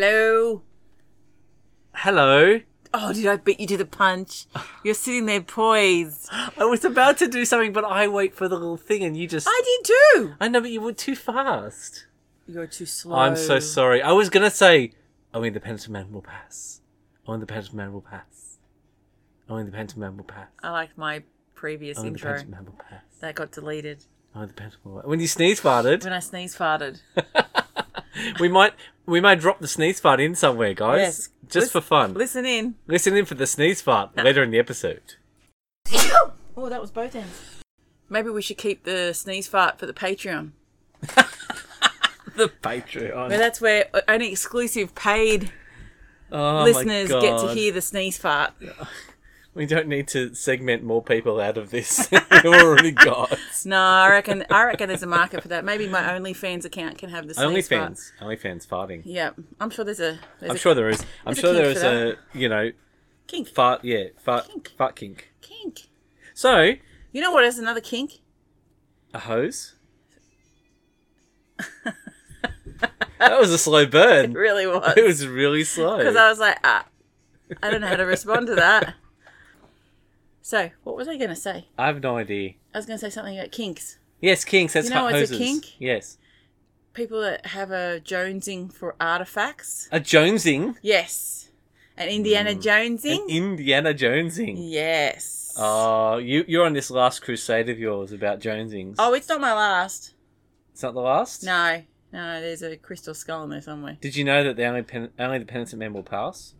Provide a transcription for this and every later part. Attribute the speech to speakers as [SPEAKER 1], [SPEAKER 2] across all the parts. [SPEAKER 1] Hello.
[SPEAKER 2] Hello.
[SPEAKER 1] Oh, dude, I beat you to the punch. You're sitting there poised.
[SPEAKER 2] I was about to do something, but I wait for the little thing, and you just.
[SPEAKER 1] I did too.
[SPEAKER 2] I know, but you were too fast.
[SPEAKER 1] You're too slow.
[SPEAKER 2] I'm so sorry. I was gonna say, only the Penitent Man will pass. Only the Penitent Man will pass. Only the Penitent Man will pass.
[SPEAKER 1] I liked my previous
[SPEAKER 2] Only the
[SPEAKER 1] intro.
[SPEAKER 2] Penitent Man will pass.
[SPEAKER 1] That got deleted
[SPEAKER 2] Only the Penitent Man will When you sneeze farted,
[SPEAKER 1] when I sneeze farted.
[SPEAKER 2] we might we might drop the sneeze fart in somewhere, guys.
[SPEAKER 1] Yes.
[SPEAKER 2] Just for fun.
[SPEAKER 1] Listen in.
[SPEAKER 2] Listen in for the sneeze fart later in the episode.
[SPEAKER 1] Oh, that was both ends. Maybe we should keep the sneeze fart for the Patreon.
[SPEAKER 2] The
[SPEAKER 1] But
[SPEAKER 2] Patreon.
[SPEAKER 1] that's where only exclusive paid
[SPEAKER 2] Oh
[SPEAKER 1] listeners
[SPEAKER 2] my
[SPEAKER 1] get to
[SPEAKER 2] God.
[SPEAKER 1] hear the sneeze fart.
[SPEAKER 2] We don't need to segment more people out of this. We've already got.
[SPEAKER 1] No, I reckon I reckon there's a market for that. Maybe my OnlyFans account can have the sneeze fart.
[SPEAKER 2] OnlyFans. OnlyFans farting.
[SPEAKER 1] Yeah, I'm sure there's a. There's
[SPEAKER 2] I'm
[SPEAKER 1] a
[SPEAKER 2] sure there is. I'm
[SPEAKER 1] there's a
[SPEAKER 2] sure there
[SPEAKER 1] kink
[SPEAKER 2] is
[SPEAKER 1] for
[SPEAKER 2] a you know
[SPEAKER 1] kink.
[SPEAKER 2] fart yeah fart
[SPEAKER 1] Kink.
[SPEAKER 2] fart kink.
[SPEAKER 1] Kink.
[SPEAKER 2] So
[SPEAKER 1] You know what is another kink?
[SPEAKER 2] a hose. that was a slow burn.
[SPEAKER 1] Really was.
[SPEAKER 2] It was really slow.
[SPEAKER 1] Because I was like, ah, I don't know how to respond to that. So, what was I going to say?
[SPEAKER 2] I have no idea.
[SPEAKER 1] I was going to say something about kinks.
[SPEAKER 2] Yes, kinks. That's
[SPEAKER 1] You know
[SPEAKER 2] ho-
[SPEAKER 1] what's a
[SPEAKER 2] hoses.
[SPEAKER 1] kink?
[SPEAKER 2] Yes,
[SPEAKER 1] People that have a jonesing for artifacts.
[SPEAKER 2] a Jonesing,
[SPEAKER 1] Yes. An Indiana
[SPEAKER 2] Mm. an
[SPEAKER 1] jonesing.
[SPEAKER 2] Indiana Jonesing.
[SPEAKER 1] yes.
[SPEAKER 2] Oh, you you're on this last crusade of yours about Jonesings.
[SPEAKER 1] oh, it's not my last.
[SPEAKER 2] it's not the last.
[SPEAKER 1] No. No, there's a crystal skull in there somewhere.
[SPEAKER 2] Did you know that the only pen- only the penitent man will pass?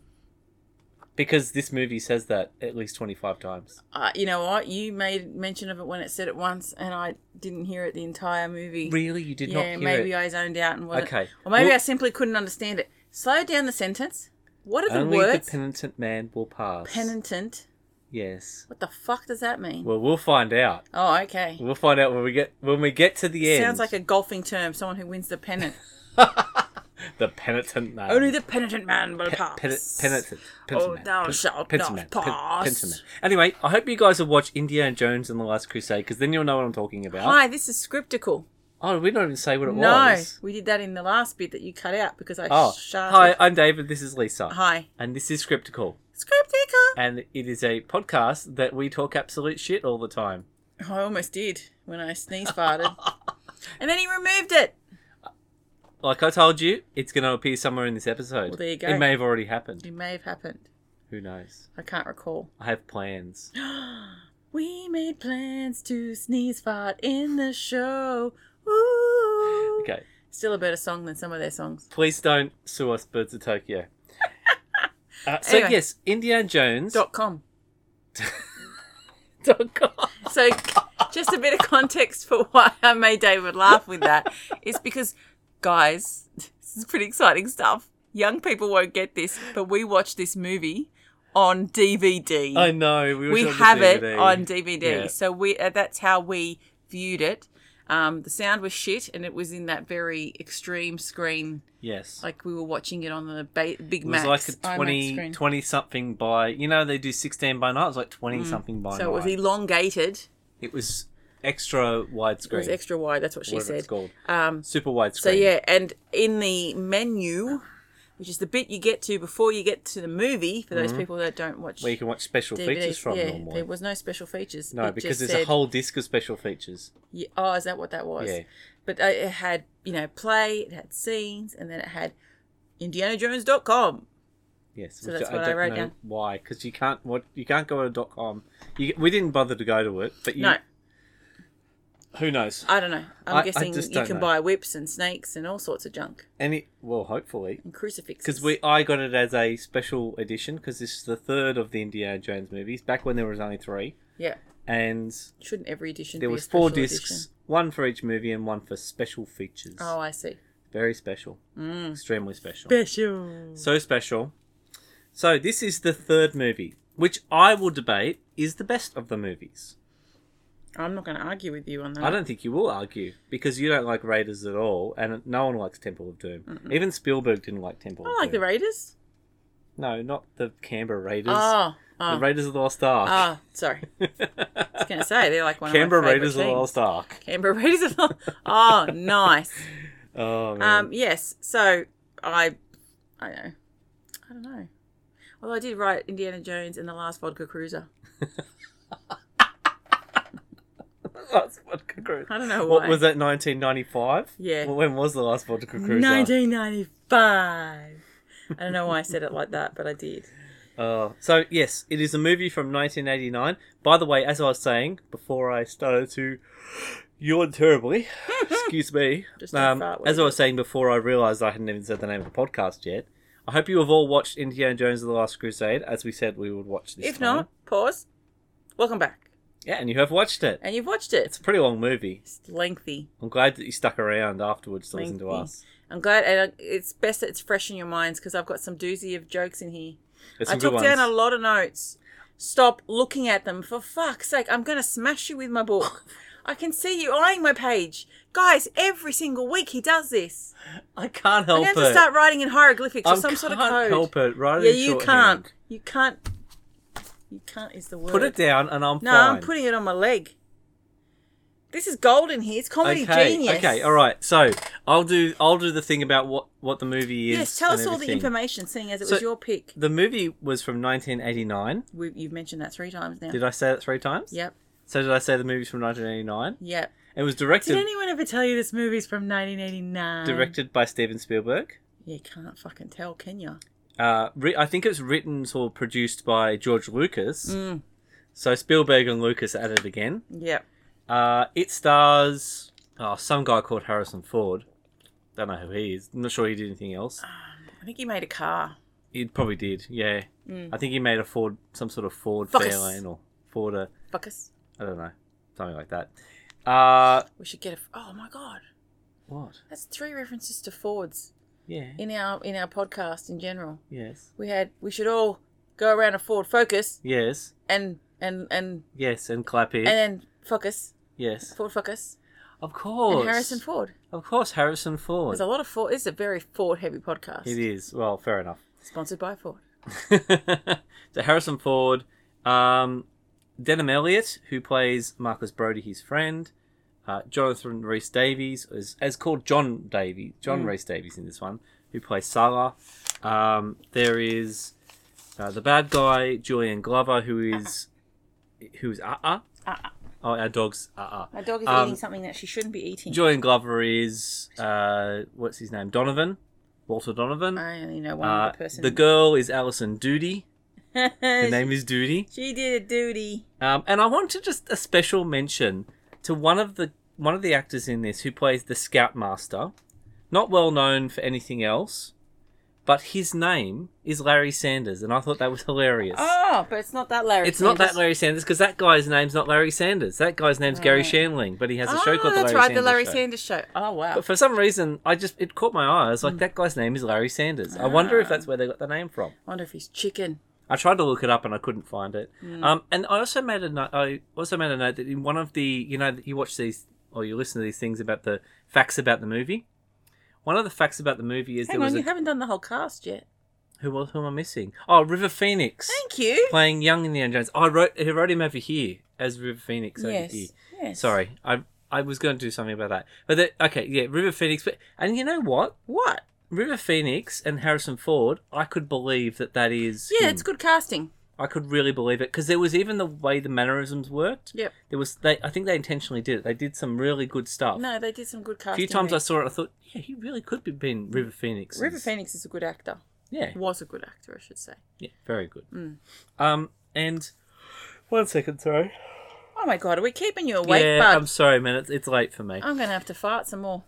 [SPEAKER 2] Because this movie says that at least twenty five times.
[SPEAKER 1] Uh, you know what? You made mention of it when it said it once, and I didn't hear it the entire movie.
[SPEAKER 2] Really, you did
[SPEAKER 1] yeah,
[SPEAKER 2] not hear
[SPEAKER 1] maybe
[SPEAKER 2] it.
[SPEAKER 1] I zoned out and wasn't.
[SPEAKER 2] Okay.
[SPEAKER 1] Or maybe
[SPEAKER 2] Well-
[SPEAKER 1] I simply couldn't understand it. Slow down the sentence. What are the
[SPEAKER 2] only
[SPEAKER 1] words?
[SPEAKER 2] the penitent man will pass.
[SPEAKER 1] Penitent.
[SPEAKER 2] yes.
[SPEAKER 1] What the fuck does that mean?
[SPEAKER 2] Well, we'll find out.
[SPEAKER 1] oh, okay.
[SPEAKER 2] We'll find out when we get when we get to the end.
[SPEAKER 1] Sounds like a golfing term. Someone who wins the pennant.
[SPEAKER 2] the penitent man.
[SPEAKER 1] Only the penitent man will
[SPEAKER 2] Um, Pe-
[SPEAKER 1] pass.
[SPEAKER 2] pen- penitent. Penitent
[SPEAKER 1] Oh,
[SPEAKER 2] man.
[SPEAKER 1] thou
[SPEAKER 2] Pen-
[SPEAKER 1] shalt not
[SPEAKER 2] penitent man. Pen-
[SPEAKER 1] pass.
[SPEAKER 2] penitent man. Anyway, I hope you guys have watched Indiana Jones and the Last Crusade because then you'll know what I'm talking about.
[SPEAKER 1] Hi, this is scriptical.
[SPEAKER 2] Oh, we don't even say what it
[SPEAKER 1] No,
[SPEAKER 2] was.
[SPEAKER 1] we did that in the last bit that you cut out because I
[SPEAKER 2] Oh, hi,
[SPEAKER 1] shouted.
[SPEAKER 2] I'm David. This is Lisa.
[SPEAKER 1] Hi.
[SPEAKER 2] And this is Scriptical.
[SPEAKER 1] Scriptical.
[SPEAKER 2] And it is a podcast that we talk absolute shit all the time.
[SPEAKER 1] I almost did when I sneeze farted. and then he removed it.
[SPEAKER 2] Like I told you, it's going to appear somewhere in this episode.
[SPEAKER 1] Well, there you go.
[SPEAKER 2] It may have already happened.
[SPEAKER 1] It may have happened.
[SPEAKER 2] Who knows?
[SPEAKER 1] I can't recall.
[SPEAKER 2] I have plans.
[SPEAKER 1] We made plans to sneeze fart in the show. Ooh.
[SPEAKER 2] Okay.
[SPEAKER 1] Still a better song than some of their songs.
[SPEAKER 2] Please don't sue us, Birds of Tokyo. Uh, so,
[SPEAKER 1] Anyway. Oh,
[SPEAKER 2] yes, Indiana Jones.
[SPEAKER 1] Dot com.
[SPEAKER 2] dot com.
[SPEAKER 1] So, just a bit of context for why I made David laugh with that is because, guys, this is pretty exciting stuff. Young people won't get this, but we watched this movie on DVD.
[SPEAKER 2] I know. We, were
[SPEAKER 1] we
[SPEAKER 2] showing the
[SPEAKER 1] have it
[SPEAKER 2] DVD.
[SPEAKER 1] on DVD.
[SPEAKER 2] Yeah.
[SPEAKER 1] So we uh, that's how we viewed it. Um, the sound was shit, and it was in that very extreme screen,
[SPEAKER 2] Yes.
[SPEAKER 1] like we were watching it on the ba- big
[SPEAKER 2] it was
[SPEAKER 1] Mac.
[SPEAKER 2] like a 20, 20 something by, you know, they do 16 by 9. It was like 20 something by
[SPEAKER 1] Mm. So
[SPEAKER 2] 9.
[SPEAKER 1] it was elongated.
[SPEAKER 2] It was extra widescreen.
[SPEAKER 1] It was extra wide. That's what she
[SPEAKER 2] whatever
[SPEAKER 1] said.
[SPEAKER 2] it's called.
[SPEAKER 1] Um,
[SPEAKER 2] Super widescreen.
[SPEAKER 1] so yeah, and in the menu, which is the bit you get to before you get to the movie, for those people that don't watch
[SPEAKER 2] Mm-hmm. Where you can watch special
[SPEAKER 1] DVDs,
[SPEAKER 2] features from
[SPEAKER 1] yeah,
[SPEAKER 2] normally.
[SPEAKER 1] there was no special features.
[SPEAKER 2] no,
[SPEAKER 1] It
[SPEAKER 2] because
[SPEAKER 1] just
[SPEAKER 2] there's a
[SPEAKER 1] said-
[SPEAKER 2] whole disc of special features.
[SPEAKER 1] Yeah, oh, is that what that was?
[SPEAKER 2] Yeah.
[SPEAKER 1] But uh, it had, you know, play, it had scenes, and then it had indianajones.com.
[SPEAKER 2] Yes.
[SPEAKER 1] So that's what I
[SPEAKER 2] don't
[SPEAKER 1] wrote
[SPEAKER 2] know
[SPEAKER 1] down.
[SPEAKER 2] Why? Because you can't. What you can't go to dot .com. You, we didn't bother to go to it, but you,
[SPEAKER 1] No,
[SPEAKER 2] who knows?
[SPEAKER 1] I don't know. I'm
[SPEAKER 2] I- I
[SPEAKER 1] guessing
[SPEAKER 2] just
[SPEAKER 1] you
[SPEAKER 2] don't
[SPEAKER 1] can
[SPEAKER 2] know.
[SPEAKER 1] buy whips and snakes and all sorts of junk
[SPEAKER 2] Any well, hopefully,
[SPEAKER 1] and crucifixes.
[SPEAKER 2] because we I got it as a special edition because this is the third of the Indiana Jones movies. Back when there was only three,
[SPEAKER 1] yeah,
[SPEAKER 2] and
[SPEAKER 1] shouldn't every edition
[SPEAKER 2] there
[SPEAKER 1] be a
[SPEAKER 2] was four
[SPEAKER 1] special
[SPEAKER 2] discs,
[SPEAKER 1] edition?
[SPEAKER 2] one for each movie and one for special features.
[SPEAKER 1] Oh, Mm. I see.
[SPEAKER 2] Very special, extremely special.
[SPEAKER 1] Special.
[SPEAKER 2] So special. So this is the third movie, which I will debate is the best of the movies.
[SPEAKER 1] I'm not going to argue with you on that.
[SPEAKER 2] I don't think you will argue because you don't like Raiders at all, and no one likes Temple of Doom. Even Spielberg didn't like Temple.
[SPEAKER 1] I
[SPEAKER 2] of
[SPEAKER 1] like the
[SPEAKER 2] Doom.
[SPEAKER 1] Raiders.
[SPEAKER 2] no, not the Canberra Raiders.
[SPEAKER 1] Oh,
[SPEAKER 2] the
[SPEAKER 1] oh,
[SPEAKER 2] Raiders of the Lost Ark.
[SPEAKER 1] oh, sorry. I was going to say, they're like one
[SPEAKER 2] Canberra
[SPEAKER 1] of my
[SPEAKER 2] Raiders of the
[SPEAKER 1] teams.
[SPEAKER 2] Lost Ark.
[SPEAKER 1] Canberra Raiders of the- Oh, nice.
[SPEAKER 2] Oh man.
[SPEAKER 1] Um, yes. So I I know. I don't know. Although I did write Indiana Jones and the Last Vodka Cruiser.
[SPEAKER 2] Last vodka cruise.
[SPEAKER 1] I don't know why.
[SPEAKER 2] What was that? Nineteen ninety-five.
[SPEAKER 1] Yeah.
[SPEAKER 2] Well, when was the last vodka cruise?
[SPEAKER 1] 1995. I don't know why I said it like that, but I did.
[SPEAKER 2] Uh, so yes, it is a movie from 1989. By the way, as I was saying before I started to yawn terribly, excuse me.
[SPEAKER 1] Just don't
[SPEAKER 2] Um,
[SPEAKER 1] fart, will
[SPEAKER 2] as
[SPEAKER 1] you?
[SPEAKER 2] I was saying before, I realised I hadn't even said the name of the podcast yet. I hope you have all watched Indiana Jones and the Last Crusade, as we said we would watch this.
[SPEAKER 1] If
[SPEAKER 2] time.
[SPEAKER 1] not, pause. Welcome back.
[SPEAKER 2] yeah, and you have watched it.
[SPEAKER 1] And you've watched it.
[SPEAKER 2] It's a pretty long movie.
[SPEAKER 1] It's lengthy.
[SPEAKER 2] I'm glad that you stuck around afterwards to listen to
[SPEAKER 1] Lengthy.
[SPEAKER 2] us.
[SPEAKER 1] I'm glad, and I- it's best that it's fresh in your minds because I've got some doozy of jokes in here.
[SPEAKER 2] There's
[SPEAKER 1] I
[SPEAKER 2] some
[SPEAKER 1] took
[SPEAKER 2] good
[SPEAKER 1] down a
[SPEAKER 2] ones.
[SPEAKER 1] lot of notes. Stop looking at them for fuck's sake. I'm going to smash you with my book. I can see you eyeing my page. Guys, every single week he does this.
[SPEAKER 2] I can't help
[SPEAKER 1] I'm going
[SPEAKER 2] it.
[SPEAKER 1] to start writing in hieroglyphics
[SPEAKER 2] I
[SPEAKER 1] or some sort of
[SPEAKER 2] can't
[SPEAKER 1] code.
[SPEAKER 2] help it. Right?
[SPEAKER 1] yeah, you can't. You can't. You can't is the word.
[SPEAKER 2] Put it down, and I'm
[SPEAKER 1] No,
[SPEAKER 2] fine.
[SPEAKER 1] I'm putting it on my leg. This is golden here. It's comedy
[SPEAKER 2] okay,
[SPEAKER 1] genius.
[SPEAKER 2] Okay, all right. So I'll do I'll do the thing about what what the movie is.
[SPEAKER 1] Yes, tell us
[SPEAKER 2] and
[SPEAKER 1] all the
[SPEAKER 2] everything.
[SPEAKER 1] information, seeing as it
[SPEAKER 2] So-
[SPEAKER 1] was your pick.
[SPEAKER 2] The movie was from 1989.
[SPEAKER 1] We, you've mentioned that three times now.
[SPEAKER 2] Did I say that three times?
[SPEAKER 1] Yep,
[SPEAKER 2] So did I say the movie's from 1989?
[SPEAKER 1] yep.
[SPEAKER 2] It was directed
[SPEAKER 1] Did anyone ever tell you this movie's from 1989?
[SPEAKER 2] directed by Steven Spielberg.
[SPEAKER 1] You can't fucking tell, can you?
[SPEAKER 2] Uh, ri I think it's written or produced by George Lucas.
[SPEAKER 1] Mm.
[SPEAKER 2] So Spielberg and Lucas at it again.
[SPEAKER 1] Yep.
[SPEAKER 2] Uh, it stars oh, some guy called Harrison Ford. Don't know who he is. I'm not sure he did anything else.
[SPEAKER 1] I think he made a car.
[SPEAKER 2] He probably did. Yeah,
[SPEAKER 1] Mm.
[SPEAKER 2] I think he made a Ford, some sort of Ford
[SPEAKER 1] Focus.
[SPEAKER 2] Fairlane or Ford. Uh,
[SPEAKER 1] Fuck us.
[SPEAKER 2] I don't know, something like that. Uh,
[SPEAKER 1] We should get a. Oh my god,
[SPEAKER 2] what?
[SPEAKER 1] that's three references to Fords
[SPEAKER 2] Yeah.
[SPEAKER 1] in our in our podcast in general.
[SPEAKER 2] Yes.
[SPEAKER 1] We had. We should all go around a Ford Focus
[SPEAKER 2] Yes.
[SPEAKER 1] and and and
[SPEAKER 2] Yes. And clap here.
[SPEAKER 1] and then focus
[SPEAKER 2] yes.
[SPEAKER 1] Ford Focus
[SPEAKER 2] Of course.
[SPEAKER 1] and Harrison Ford.
[SPEAKER 2] Of course, Harrison Ford.
[SPEAKER 1] There's a lot of Ford. This is a very Ford heavy podcast.
[SPEAKER 2] It is. Well, fair enough.
[SPEAKER 1] Sponsored by Ford.
[SPEAKER 2] so Harrison Ford, um, Denham Elliott, who plays Marcus Brody, his friend, uh, Jonathan Rhys Davies is as called John Davies, John Rhys Davies in this one, who plays Salah. Um, there is uh, the bad guy Julian Glover, who is who is uh uh
[SPEAKER 1] Uh-uh.
[SPEAKER 2] oh our dog's uh uh.
[SPEAKER 1] My dog is
[SPEAKER 2] Um,
[SPEAKER 1] eating something that she shouldn't be eating.
[SPEAKER 2] Julian Glover is uh, what's his name? Donovan, Walter Donovan.
[SPEAKER 1] I only know one
[SPEAKER 2] Uh,
[SPEAKER 1] other person.
[SPEAKER 2] the girl is Alison Doody. Her
[SPEAKER 1] she,
[SPEAKER 2] name is Doody.
[SPEAKER 1] she did a duty.
[SPEAKER 2] Um, and I want to just a special mention to one of the one of the actors in this who plays the Scoutmaster, not well known for anything else, but his name is Larry Sanders, and I thought that was hilarious.
[SPEAKER 1] Oh, but it's not that Larry.
[SPEAKER 2] it's not that
[SPEAKER 1] Sanders.
[SPEAKER 2] Larry Sanders because that guy's name's not Larry Sanders. That guy's name's Gary Shanling, but he has a show
[SPEAKER 1] oh,
[SPEAKER 2] called
[SPEAKER 1] that's
[SPEAKER 2] the Larry
[SPEAKER 1] right,
[SPEAKER 2] Sanders
[SPEAKER 1] the Larry
[SPEAKER 2] show.
[SPEAKER 1] Sanders show. Oh wow.
[SPEAKER 2] But for some reason, I just it caught my eye. I was
[SPEAKER 1] Hmm.
[SPEAKER 2] like, that guy's name is Larry Sanders. I wonder if
[SPEAKER 1] Ah.
[SPEAKER 2] that's where they got the name from.
[SPEAKER 1] I wonder if he's chicken.
[SPEAKER 2] I tried to look it up and I couldn't find it.
[SPEAKER 1] Mm.
[SPEAKER 2] Um, and I also made a note. I also made a note that in one of the, you know, that you watch these or you listen to these things about the facts about the movie. One of the facts about the movie is
[SPEAKER 1] Hang
[SPEAKER 2] there
[SPEAKER 1] on,
[SPEAKER 2] was
[SPEAKER 1] you
[SPEAKER 2] a,
[SPEAKER 1] haven't done the whole cast yet.
[SPEAKER 2] who was who am I missing? Oh, River Phoenix
[SPEAKER 1] Thank you.
[SPEAKER 2] playing young Indiana Jones. I wrote he wrote him over here as River Phoenix over
[SPEAKER 1] Yes.
[SPEAKER 2] here.
[SPEAKER 1] yes.
[SPEAKER 2] Sorry, I I was going to do something about that, but the, okay, yeah, River Phoenix. But and you know what?
[SPEAKER 1] What?
[SPEAKER 2] River Phoenix and Harrison Ford. I could believe that that is
[SPEAKER 1] Yeah,
[SPEAKER 2] him.
[SPEAKER 1] it's good casting.
[SPEAKER 2] I could really believe it because there was even the way the mannerisms worked.
[SPEAKER 1] Yep.
[SPEAKER 2] There was they. I think they intentionally did it. They did some really good stuff.
[SPEAKER 1] No, they did some good
[SPEAKER 2] a
[SPEAKER 1] casting.
[SPEAKER 2] Oh. few times I
[SPEAKER 1] there.
[SPEAKER 2] saw it, I thought, yeah, he really could be been River Phoenix.
[SPEAKER 1] River Phoenix is a good actor.
[SPEAKER 2] Yeah,
[SPEAKER 1] Was a good actor, I should say.
[SPEAKER 2] yeah, very good.
[SPEAKER 1] Hmm.
[SPEAKER 2] Um, and one second, sorry.
[SPEAKER 1] Oh my god, are we keeping you awake,
[SPEAKER 2] yeah,
[SPEAKER 1] bud? Oh.
[SPEAKER 2] I'm sorry, man. It's, it's late for me.
[SPEAKER 1] I'm gonna have to fart some more.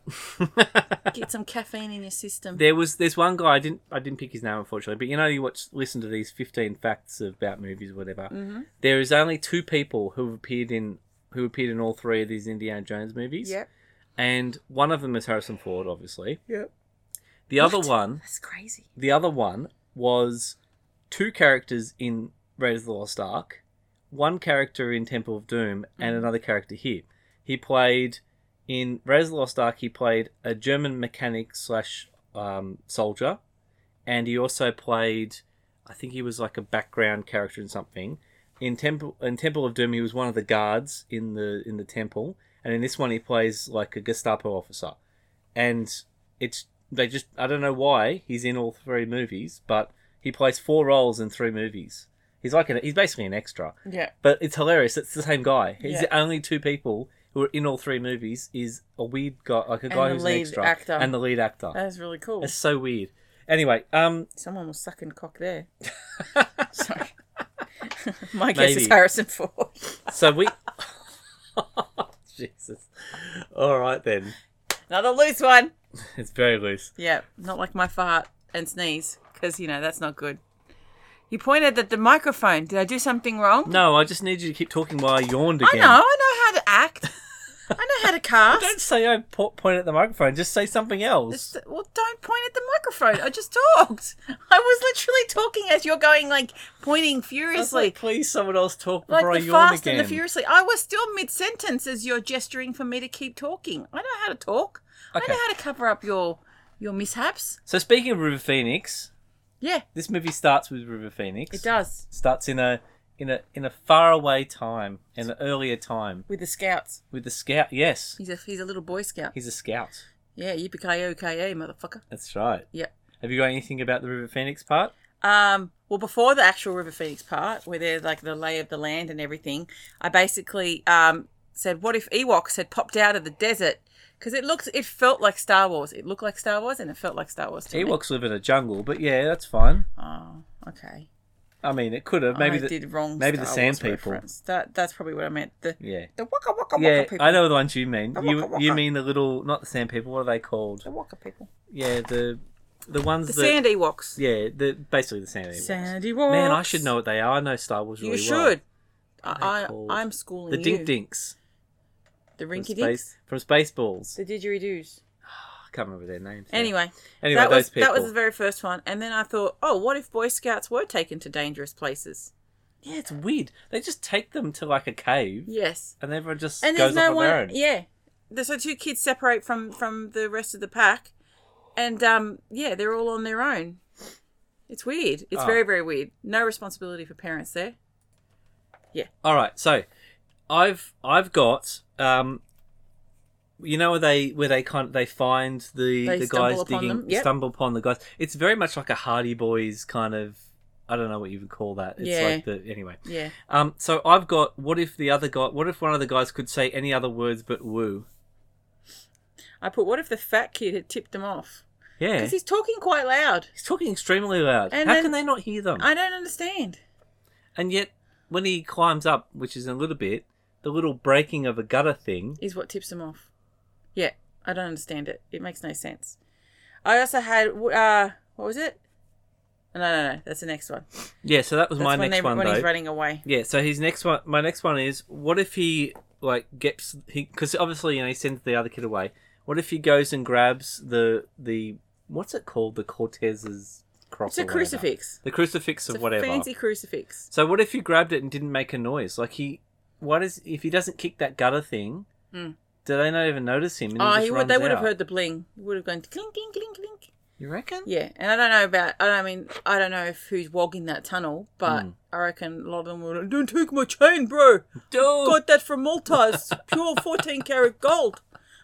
[SPEAKER 1] Get some caffeine in your system.
[SPEAKER 2] there was there's one guy I didn't I didn't pick his name unfortunately, but you know you watch listen to these 15 facts about movies or whatever.
[SPEAKER 1] Mm-hmm.
[SPEAKER 2] There is only two people who appeared in who appeared in all three of these Indiana Jones movies.
[SPEAKER 1] Yep.
[SPEAKER 2] and one of them is Harrison Ford, obviously.
[SPEAKER 1] Yep.
[SPEAKER 2] The other one,
[SPEAKER 1] That's crazy.
[SPEAKER 2] the other one was two characters in Raiders of the Lost Ark, one character in Temple of Doom, and another character here. He played in Raiders of the Lost Ark. He played a German mechanic slash um, soldier, and he also played. I think he was like a background character in something. In Temple in Temple of Doom, he was one of the guards in the in the temple, and in this one, he plays like a Gestapo officer, and it's They just I don't know why he's in all three movies, but he plays four roles in three movies. He's like an, he's basically an extra.
[SPEAKER 1] Yeah.
[SPEAKER 2] But it's hilarious. It's the same guy. He's
[SPEAKER 1] Yeah.
[SPEAKER 2] the only two people who are in all three movies. Is a weird guy, like a guy
[SPEAKER 1] the
[SPEAKER 2] who's
[SPEAKER 1] lead
[SPEAKER 2] an extra,
[SPEAKER 1] actor. Uh.
[SPEAKER 2] and the lead actor.
[SPEAKER 1] That is really cool.
[SPEAKER 2] It's so weird. Anyway, um,
[SPEAKER 1] Someone was sucking cock there. Sorry. My guess
[SPEAKER 2] Maybe.
[SPEAKER 1] is Harrison Ford.
[SPEAKER 2] so we. Jesus. All right then.
[SPEAKER 1] Another loose one.
[SPEAKER 2] It's very loose.
[SPEAKER 1] Yeah, not like my fart and sneeze, because, you know, that's not good. You pointed at the microphone. Did I do something wrong?
[SPEAKER 2] No, I just need you to keep talking while I yawned
[SPEAKER 1] I
[SPEAKER 2] again.
[SPEAKER 1] know. I know how to act. I know how to cast.
[SPEAKER 2] Don't say I po- point at the microphone. Just say something else.
[SPEAKER 1] Just- well, don't point at the microphone. I just talked. I was literally talking as you're going, like, pointing
[SPEAKER 2] Just
[SPEAKER 1] furiously.
[SPEAKER 2] like, please, someone else talk
[SPEAKER 1] Like
[SPEAKER 2] before I
[SPEAKER 1] the
[SPEAKER 2] yawn
[SPEAKER 1] fast
[SPEAKER 2] again.
[SPEAKER 1] and the furiously. I was still mid sentence as you're gesturing for me to keep talking. I know how to talk. I
[SPEAKER 2] Okay.
[SPEAKER 1] know how to cover up your your mishaps.
[SPEAKER 2] So speaking of River Phoenix,
[SPEAKER 1] Yeah,
[SPEAKER 2] this movie starts with River Phoenix.
[SPEAKER 1] it does
[SPEAKER 2] Starts in a in a in a faraway time, in an earlier time,
[SPEAKER 1] with the scouts.
[SPEAKER 2] with the scout. Yes,
[SPEAKER 1] He's a he's a little boy scout.
[SPEAKER 2] he's a scout.
[SPEAKER 1] Yeah, yippee ki ki motherfucker.
[SPEAKER 2] That's right.
[SPEAKER 1] Yeah.
[SPEAKER 2] Have you got anything about the River Phoenix part?
[SPEAKER 1] Um, well, before the actual River Phoenix part, where there's like the lay of the land and everything, I basically um, said, "What if Ewoks had popped out of the desert?" Because it looked, it felt like Star Wars. It looked like Star Wars, and it felt like Star Wars. To me.
[SPEAKER 2] Ewoks live in a jungle, but yeah, that's fine.
[SPEAKER 1] Oh, okay.
[SPEAKER 2] I mean, it could have maybe
[SPEAKER 1] I
[SPEAKER 2] the
[SPEAKER 1] did wrong.
[SPEAKER 2] maybe the
[SPEAKER 1] Star
[SPEAKER 2] sand
[SPEAKER 1] Wars
[SPEAKER 2] people.
[SPEAKER 1] reference. That that's probably what I meant. The
[SPEAKER 2] yeah.
[SPEAKER 1] the waka waka waka
[SPEAKER 2] Yeah,
[SPEAKER 1] people.
[SPEAKER 2] I know the ones you mean.
[SPEAKER 1] The
[SPEAKER 2] You
[SPEAKER 1] waka
[SPEAKER 2] you
[SPEAKER 1] waka.
[SPEAKER 2] mean the little not the sand people. What are they called?
[SPEAKER 1] The waka people.
[SPEAKER 2] Yeah, the the ones
[SPEAKER 1] The
[SPEAKER 2] that
[SPEAKER 1] sand Ewoks.
[SPEAKER 2] yeah, the basically the sand. Ewoks.
[SPEAKER 1] Sand Ewoks.
[SPEAKER 2] Man, I should know what they are. I know Star Wars
[SPEAKER 1] You
[SPEAKER 2] really well.
[SPEAKER 1] should. I,
[SPEAKER 2] They're called-
[SPEAKER 1] I I'm schooling
[SPEAKER 2] The
[SPEAKER 1] you.
[SPEAKER 2] Dink Dinks.
[SPEAKER 1] The
[SPEAKER 2] From,
[SPEAKER 1] rinky dinks.
[SPEAKER 2] space, from Spaceballs.
[SPEAKER 1] The didgeridoos.
[SPEAKER 2] I can't remember their names. now.
[SPEAKER 1] Anyway,
[SPEAKER 2] Anyway,
[SPEAKER 1] that
[SPEAKER 2] those
[SPEAKER 1] was
[SPEAKER 2] people.
[SPEAKER 1] that was the very first one, and then I thought, oh, what if Boy Scouts were taken to dangerous places?
[SPEAKER 2] Yeah, it's weird. They just take them to like a cave
[SPEAKER 1] Yes,
[SPEAKER 2] and everyone just
[SPEAKER 1] and
[SPEAKER 2] goes
[SPEAKER 1] there's no
[SPEAKER 2] off on
[SPEAKER 1] one.
[SPEAKER 2] their own.
[SPEAKER 1] Yeah, there's so two kids separate from from the rest of the pack, and um, yeah, they're all on their own. It's weird. It's
[SPEAKER 2] Oh.
[SPEAKER 1] very very weird. No responsibility for parents there.
[SPEAKER 2] All right, so I've I've got um you know where they where they kind of, they find the
[SPEAKER 1] They
[SPEAKER 2] the
[SPEAKER 1] stumble
[SPEAKER 2] guys
[SPEAKER 1] upon
[SPEAKER 2] digging
[SPEAKER 1] them, yep.
[SPEAKER 2] stumble upon the guys. It's very much like a Hardy Boys kind of I don't know what you would call that. It's
[SPEAKER 1] Yeah.
[SPEAKER 2] like the anyway.
[SPEAKER 1] Yeah.
[SPEAKER 2] Um, so I've got. What if the other guy? What if one of the guys could say any other words but woo?
[SPEAKER 1] I put what if the fat kid had tipped them off
[SPEAKER 2] Yeah,
[SPEAKER 1] because he's
[SPEAKER 2] he's,
[SPEAKER 1] talking quite loud.
[SPEAKER 2] talking extremely loud.
[SPEAKER 1] And
[SPEAKER 2] How
[SPEAKER 1] then-
[SPEAKER 2] can they not hear them?
[SPEAKER 1] I don't understand.
[SPEAKER 2] And yet, when he climbs up, which is in a little bit, the little breaking of a gutter thing.
[SPEAKER 1] is what tips them off. Yeah, I don't understand it. It makes no sense. I also had uh, what was it? No, no, no. That's the next one. That's
[SPEAKER 2] Yeah, so that was my
[SPEAKER 1] when,
[SPEAKER 2] next
[SPEAKER 1] they,
[SPEAKER 2] one
[SPEAKER 1] when
[SPEAKER 2] though.
[SPEAKER 1] he's running away.
[SPEAKER 2] Yeah, so his next one, my next one is what if he like gets he because obviously you know he sends the other kid away. What if he goes and grabs the the what's it called the Cortez's cross?
[SPEAKER 1] It's a
[SPEAKER 2] or whatever.
[SPEAKER 1] crucifix.
[SPEAKER 2] The crucifix
[SPEAKER 1] It's a
[SPEAKER 2] of whatever.
[SPEAKER 1] fancy crucifix.
[SPEAKER 2] So what if you grabbed it and didn't make a noise? Like he, why does if he doesn't kick that gutter thing?
[SPEAKER 1] Mm.
[SPEAKER 2] Do they not even notice him? And
[SPEAKER 1] Oh,
[SPEAKER 2] he just
[SPEAKER 1] he
[SPEAKER 2] runs
[SPEAKER 1] would, they would have
[SPEAKER 2] out?
[SPEAKER 1] heard the bling. It would have gone clink, clink, clink, clink.
[SPEAKER 2] You reckon?
[SPEAKER 1] Yeah, and I don't know about. I don't mean I don't know if who's wogging that tunnel, but I reckon a lot of them would. Don't take my chain, bro.
[SPEAKER 2] Hmm. Dude.
[SPEAKER 1] Got that from Malta. It's pure fourteen karat gold.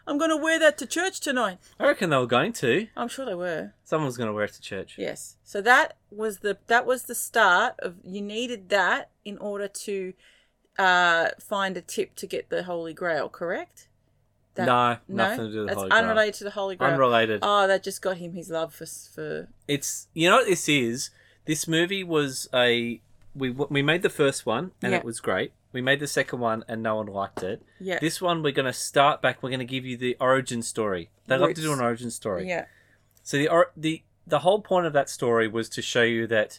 [SPEAKER 1] I'm gonna wear that to church tonight.
[SPEAKER 2] I reckon they were going to.
[SPEAKER 1] I'm sure they were.
[SPEAKER 2] Someone's going to wear it to church.
[SPEAKER 1] Yes. So that was the that was the start of you needed that in order to uh, find a tip to get the Holy Grail, correct?
[SPEAKER 2] No, nothing to do with the
[SPEAKER 1] that's
[SPEAKER 2] Holy Grail.
[SPEAKER 1] unrelated to the Holy Grail.
[SPEAKER 2] Unrelated.
[SPEAKER 1] Oh, that just got him his love for s- for
[SPEAKER 2] it's you know what this is. This movie was a we we made the first one and
[SPEAKER 1] Yeah.
[SPEAKER 2] it was great. We made the second one and no one liked it.
[SPEAKER 1] yeah
[SPEAKER 2] This one we're going to start back. We're going to give you the origin story. They love to do
[SPEAKER 1] Roots.
[SPEAKER 2] an origin story.
[SPEAKER 1] yeah
[SPEAKER 2] So the or- the the whole point of that story was to show you that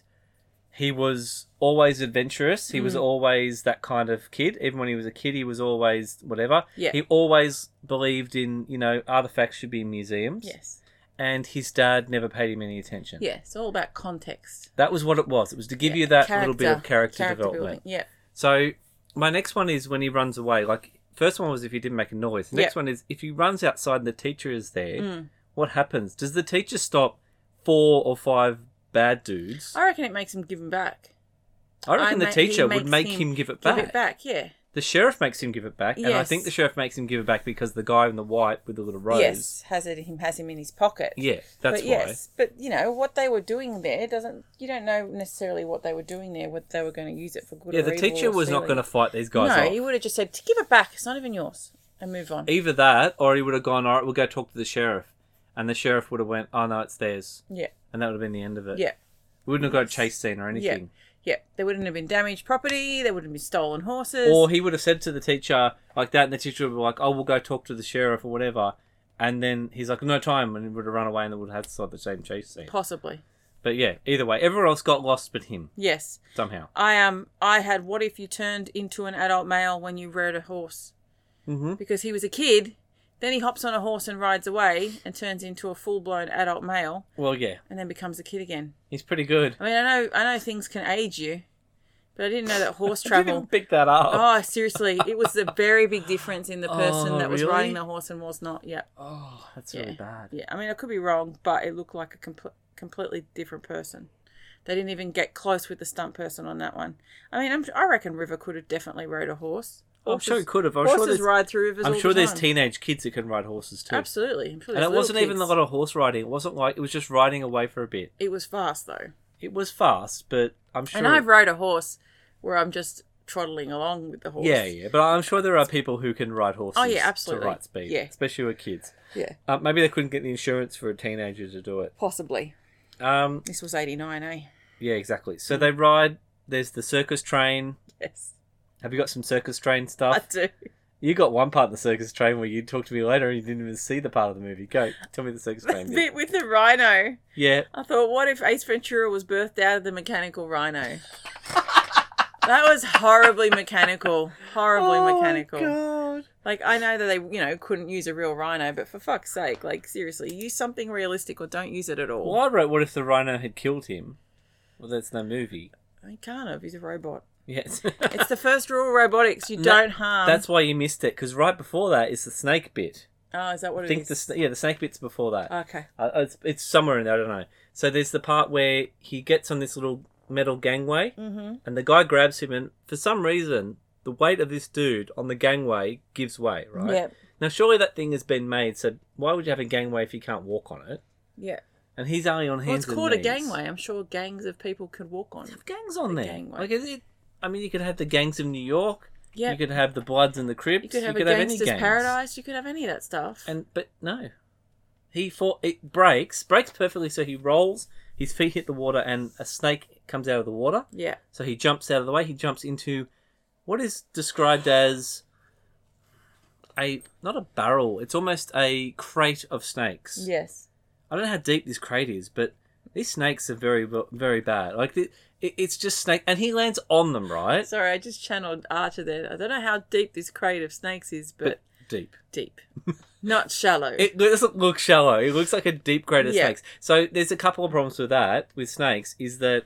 [SPEAKER 2] he was always adventurous. He was
[SPEAKER 1] Mm.
[SPEAKER 2] always that kind of kid. Even when he was a kid, he was always whatever.
[SPEAKER 1] Yeah.
[SPEAKER 2] He always believed in you know artifacts should be in museums.
[SPEAKER 1] yes
[SPEAKER 2] And his dad never paid him any attention.
[SPEAKER 1] yeah. It's all about context.
[SPEAKER 2] That was what it was. It was to give
[SPEAKER 1] Yeah,
[SPEAKER 2] you that little bit of character,
[SPEAKER 1] building.
[SPEAKER 2] development.
[SPEAKER 1] Yeah.
[SPEAKER 2] So my next one is when he runs away. Like first one was if he didn't make a noise. The
[SPEAKER 1] Yeah. Hmm.
[SPEAKER 2] next one is if he runs outside and the teacher is there, what happens? Does the teacher stop four or five bad dudes?
[SPEAKER 1] I reckon it makes him give him back.
[SPEAKER 2] I reckon the
[SPEAKER 1] ma- he
[SPEAKER 2] teacher would
[SPEAKER 1] makes
[SPEAKER 2] make him, give it back.
[SPEAKER 1] Give it back. Yeah.
[SPEAKER 2] The The sheriff makes him give it back, and I
[SPEAKER 1] Yes.
[SPEAKER 2] think the sheriff makes him give it back because the guy in the white with the little rose.
[SPEAKER 1] Yes, has it him has him in his pocket.
[SPEAKER 2] Yeah,
[SPEAKER 1] but
[SPEAKER 2] that's why.
[SPEAKER 1] yes, but you know what they were doing there doesn't. You don't know necessarily what they were doing there. What they were going to use it for good.
[SPEAKER 2] Yeah,
[SPEAKER 1] or
[SPEAKER 2] the
[SPEAKER 1] evil
[SPEAKER 2] teacher
[SPEAKER 1] or
[SPEAKER 2] was not
[SPEAKER 1] silly.
[SPEAKER 2] going to fight these
[SPEAKER 1] No,
[SPEAKER 2] guys off.
[SPEAKER 1] he would have just said, "Give it back. It's not even yours," and move on.
[SPEAKER 2] Either that, or he would have gone, all right, we'll go talk to the sheriff. And the sheriff would have went, oh, no, it's theirs.
[SPEAKER 1] yeah,
[SPEAKER 2] And that would have been the end of it.
[SPEAKER 1] yeah,
[SPEAKER 2] We wouldn't have got a chase scene or anything.
[SPEAKER 1] yeah. There wouldn't have been damaged property. There wouldn't have been stolen horses.
[SPEAKER 2] Or he would have said to the teacher like that, and the teacher would be like, oh, we'll go talk to the sheriff or whatever. And then he's like, no time. And he would have run away and they would have had sort of the same chase scene.
[SPEAKER 1] possibly.
[SPEAKER 2] But yeah, either way, everyone else got lost but him
[SPEAKER 1] Yes,
[SPEAKER 2] somehow.
[SPEAKER 1] I Um, I had. What if you turned into an adult male when you rode a horse?
[SPEAKER 2] Mm-hmm.
[SPEAKER 1] Because he was a kid. Then he hops on a horse and rides away and turns into a full blown adult male
[SPEAKER 2] Well, yeah,
[SPEAKER 1] and then becomes a kid again.
[SPEAKER 2] he's pretty good.
[SPEAKER 1] I mean, I know, I know things can age you, but I didn't know that horse
[SPEAKER 2] I didn't even
[SPEAKER 1] travel.
[SPEAKER 2] pick that up.
[SPEAKER 1] Oh, seriously, it was a very big difference in the person
[SPEAKER 2] Oh,
[SPEAKER 1] that was
[SPEAKER 2] really?
[SPEAKER 1] riding the horse and was not. Yeah,
[SPEAKER 2] Oh, that's
[SPEAKER 1] yeah,
[SPEAKER 2] really bad.
[SPEAKER 1] yeah. I mean, I could be wrong, but it looked like a comple- completely different person. They didn't even get close with the stunt person on that one. I mean, I'm, I reckon River could have definitely rode a horse.
[SPEAKER 2] Oh, I'm sure he
[SPEAKER 1] Horses-
[SPEAKER 2] could have. I'm sure
[SPEAKER 1] Horses
[SPEAKER 2] there's,
[SPEAKER 1] ride through rivers.
[SPEAKER 2] I'm
[SPEAKER 1] all
[SPEAKER 2] sure
[SPEAKER 1] the
[SPEAKER 2] there's
[SPEAKER 1] time.
[SPEAKER 2] teenage kids that can ride horses too.
[SPEAKER 1] Absolutely, I'm sure
[SPEAKER 2] And
[SPEAKER 1] there's
[SPEAKER 2] it wasn't
[SPEAKER 1] little
[SPEAKER 2] even a
[SPEAKER 1] kids.
[SPEAKER 2] lot of horse riding. It wasn't like it was just riding away for a bit.
[SPEAKER 1] It was fast though.
[SPEAKER 2] It was fast, but I'm sure.
[SPEAKER 1] And I've rode a horse where I'm just trotting along with the horse.
[SPEAKER 2] Yeah, yeah, but I'm sure there are people who can ride horses.
[SPEAKER 1] Oh, yeah, absolutely.
[SPEAKER 2] To right speed,
[SPEAKER 1] Yeah.
[SPEAKER 2] especially with kids.
[SPEAKER 1] yeah.
[SPEAKER 2] Uh, maybe they couldn't get the insurance for a teenager to do it.
[SPEAKER 1] Possibly.
[SPEAKER 2] Um,
[SPEAKER 1] This was 89, eh?
[SPEAKER 2] yeah, exactly. So they ride. There's the circus train.
[SPEAKER 1] Yes.
[SPEAKER 2] Have you got some circus train
[SPEAKER 1] I
[SPEAKER 2] stuff?
[SPEAKER 1] do.
[SPEAKER 2] You got one part of the circus train where you talked to me later and you didn't even see the part of the movie. Go tell me the circus train.
[SPEAKER 1] The
[SPEAKER 2] bit.
[SPEAKER 1] bit with the rhino.
[SPEAKER 2] Yeah,
[SPEAKER 1] I thought, what if Ace Ventura was birthed out of the mechanical rhino? that was horribly mechanical. Horribly mechanical.
[SPEAKER 2] Oh God.
[SPEAKER 1] Like, I know that they, you know, couldn't use a real rhino, but for fuck's sake, like, seriously, use something realistic or don't use it at all.
[SPEAKER 2] Well, I wrote, "What if the rhino had killed him?" Well, that's no movie.
[SPEAKER 1] He can't have. He's a robot.
[SPEAKER 2] Yes.
[SPEAKER 1] It's the first rule of robotics you
[SPEAKER 2] No,
[SPEAKER 1] don't harm.
[SPEAKER 2] That's why you missed it, because right before that is the snake bit.
[SPEAKER 1] Oh, is that what
[SPEAKER 2] I
[SPEAKER 1] it
[SPEAKER 2] think
[SPEAKER 1] is?
[SPEAKER 2] the sna- yeah the snake bit's before that.
[SPEAKER 1] Okay.
[SPEAKER 2] Uh, it's it's somewhere in there. I don't know. So there's the part where he gets on this little metal gangway,
[SPEAKER 1] Mm-hmm.
[SPEAKER 2] and the guy grabs him, and for some reason the weight of this dude on the gangway gives way. Right.
[SPEAKER 1] Yep.
[SPEAKER 2] Now surely that thing has been made. So why would you have a gangway if you can't walk on it?
[SPEAKER 1] Yep.
[SPEAKER 2] And he's only on hands.
[SPEAKER 1] Well, it's
[SPEAKER 2] and
[SPEAKER 1] called a
[SPEAKER 2] knees.
[SPEAKER 1] gangway. I'm sure gangs of people could walk on. it.
[SPEAKER 2] Have gangs on there.
[SPEAKER 1] gangway.
[SPEAKER 2] Like is it? I mean, you could have the gangs of New York.
[SPEAKER 1] Yeah.
[SPEAKER 2] You could have the Bloods and the Crips.
[SPEAKER 1] You could have a
[SPEAKER 2] any
[SPEAKER 1] gangster's
[SPEAKER 2] gangs.
[SPEAKER 1] paradise. You could have any of that stuff.
[SPEAKER 2] And but no, he fought. It breaks, breaks perfectly. So he rolls. His feet hit the water, and a snake comes out of the water.
[SPEAKER 1] yeah,
[SPEAKER 2] So he jumps out of the way. He jumps into what is described as a not a barrel. It's almost a crate of snakes.
[SPEAKER 1] yes,
[SPEAKER 2] I don't know how deep this crate is, but these snakes are very very bad. Like it, it, it's just snake, and he lands on them, right?
[SPEAKER 1] Sorry, I just channeled Archer there. I don't know how deep this crate of snakes is, but,
[SPEAKER 2] But deep.
[SPEAKER 1] deep, not shallow.
[SPEAKER 2] It doesn't look shallow. It looks like a deep grade of
[SPEAKER 1] Yeah.
[SPEAKER 2] snakes. So there's a couple of problems with that with snakes is that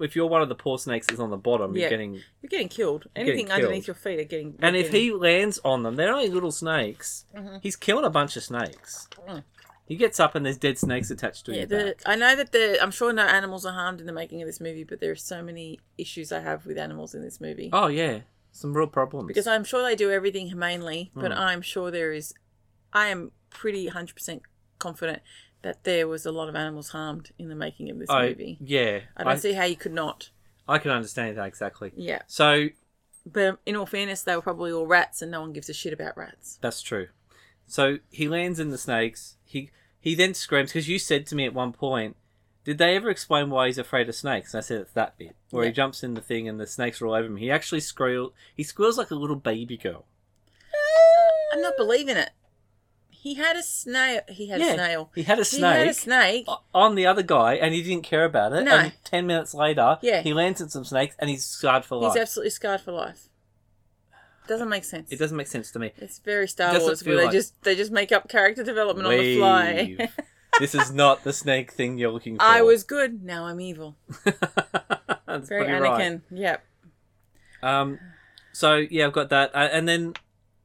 [SPEAKER 2] if you're one of the poor snakes that's on the bottom,
[SPEAKER 1] Yeah.
[SPEAKER 2] you're getting
[SPEAKER 1] You're getting killed.
[SPEAKER 2] You're getting
[SPEAKER 1] Anything
[SPEAKER 2] killed.
[SPEAKER 1] underneath your feet are getting.
[SPEAKER 2] and if
[SPEAKER 1] getting- Mm-hmm.
[SPEAKER 2] he lands on them, they're only little snakes. He's killing a bunch of snakes.
[SPEAKER 1] Mm.
[SPEAKER 2] He gets up and there's dead snakes attached to
[SPEAKER 1] yeah,
[SPEAKER 2] him.
[SPEAKER 1] the, I know that the I'm sure no animals are harmed in the making of this movie, but there are so many issues I have with animals in this movie.
[SPEAKER 2] Oh yeah, some real problems.
[SPEAKER 1] because I'm sure they do everything humanely, but
[SPEAKER 2] Mm.
[SPEAKER 1] I'm sure there is. I am pretty 100% confident that there was a lot of animals harmed in the making of this
[SPEAKER 2] I-
[SPEAKER 1] movie.
[SPEAKER 2] Oh, yeah,
[SPEAKER 1] I don't
[SPEAKER 2] I,
[SPEAKER 1] see how you could not.
[SPEAKER 2] I can understand that exactly.
[SPEAKER 1] Yeah.
[SPEAKER 2] So
[SPEAKER 1] But in all fairness, they were probably all rats and no one gives a shit about rats.
[SPEAKER 2] That's true. So he lands in the snakes. He he then screams because you said to me at one point, "Did they ever explain why he's afraid of snakes?" And I said it's that bit where
[SPEAKER 1] Yeah.
[SPEAKER 2] he jumps in the thing and the snakes are all over him. He actually squeal. He squeals like a little baby girl.
[SPEAKER 1] I'm not believing it. He had a snail. He had a snail.
[SPEAKER 2] He had a
[SPEAKER 1] He had a
[SPEAKER 2] snake.
[SPEAKER 1] snake.
[SPEAKER 2] o- On the other guy, and he didn't care about it.
[SPEAKER 1] No.
[SPEAKER 2] And ten minutes later,
[SPEAKER 1] Yeah.
[SPEAKER 2] he lands at some snakes, and he's scarred for
[SPEAKER 1] He's
[SPEAKER 2] life.
[SPEAKER 1] absolutely scarred for life. Doesn't make sense.
[SPEAKER 2] it doesn't make sense to me.
[SPEAKER 1] It's very Star
[SPEAKER 2] Doesn't
[SPEAKER 1] Wars where
[SPEAKER 2] feel
[SPEAKER 1] they
[SPEAKER 2] like-
[SPEAKER 1] just they just make up character development
[SPEAKER 2] Wave.
[SPEAKER 1] on the fly.
[SPEAKER 2] this is not the snake thing you're looking for.
[SPEAKER 1] I was good. Now I'm evil.
[SPEAKER 2] That's
[SPEAKER 1] Very
[SPEAKER 2] pretty right.
[SPEAKER 1] Anakin. Yep.
[SPEAKER 2] Um, so yeah, I've got that, uh, and then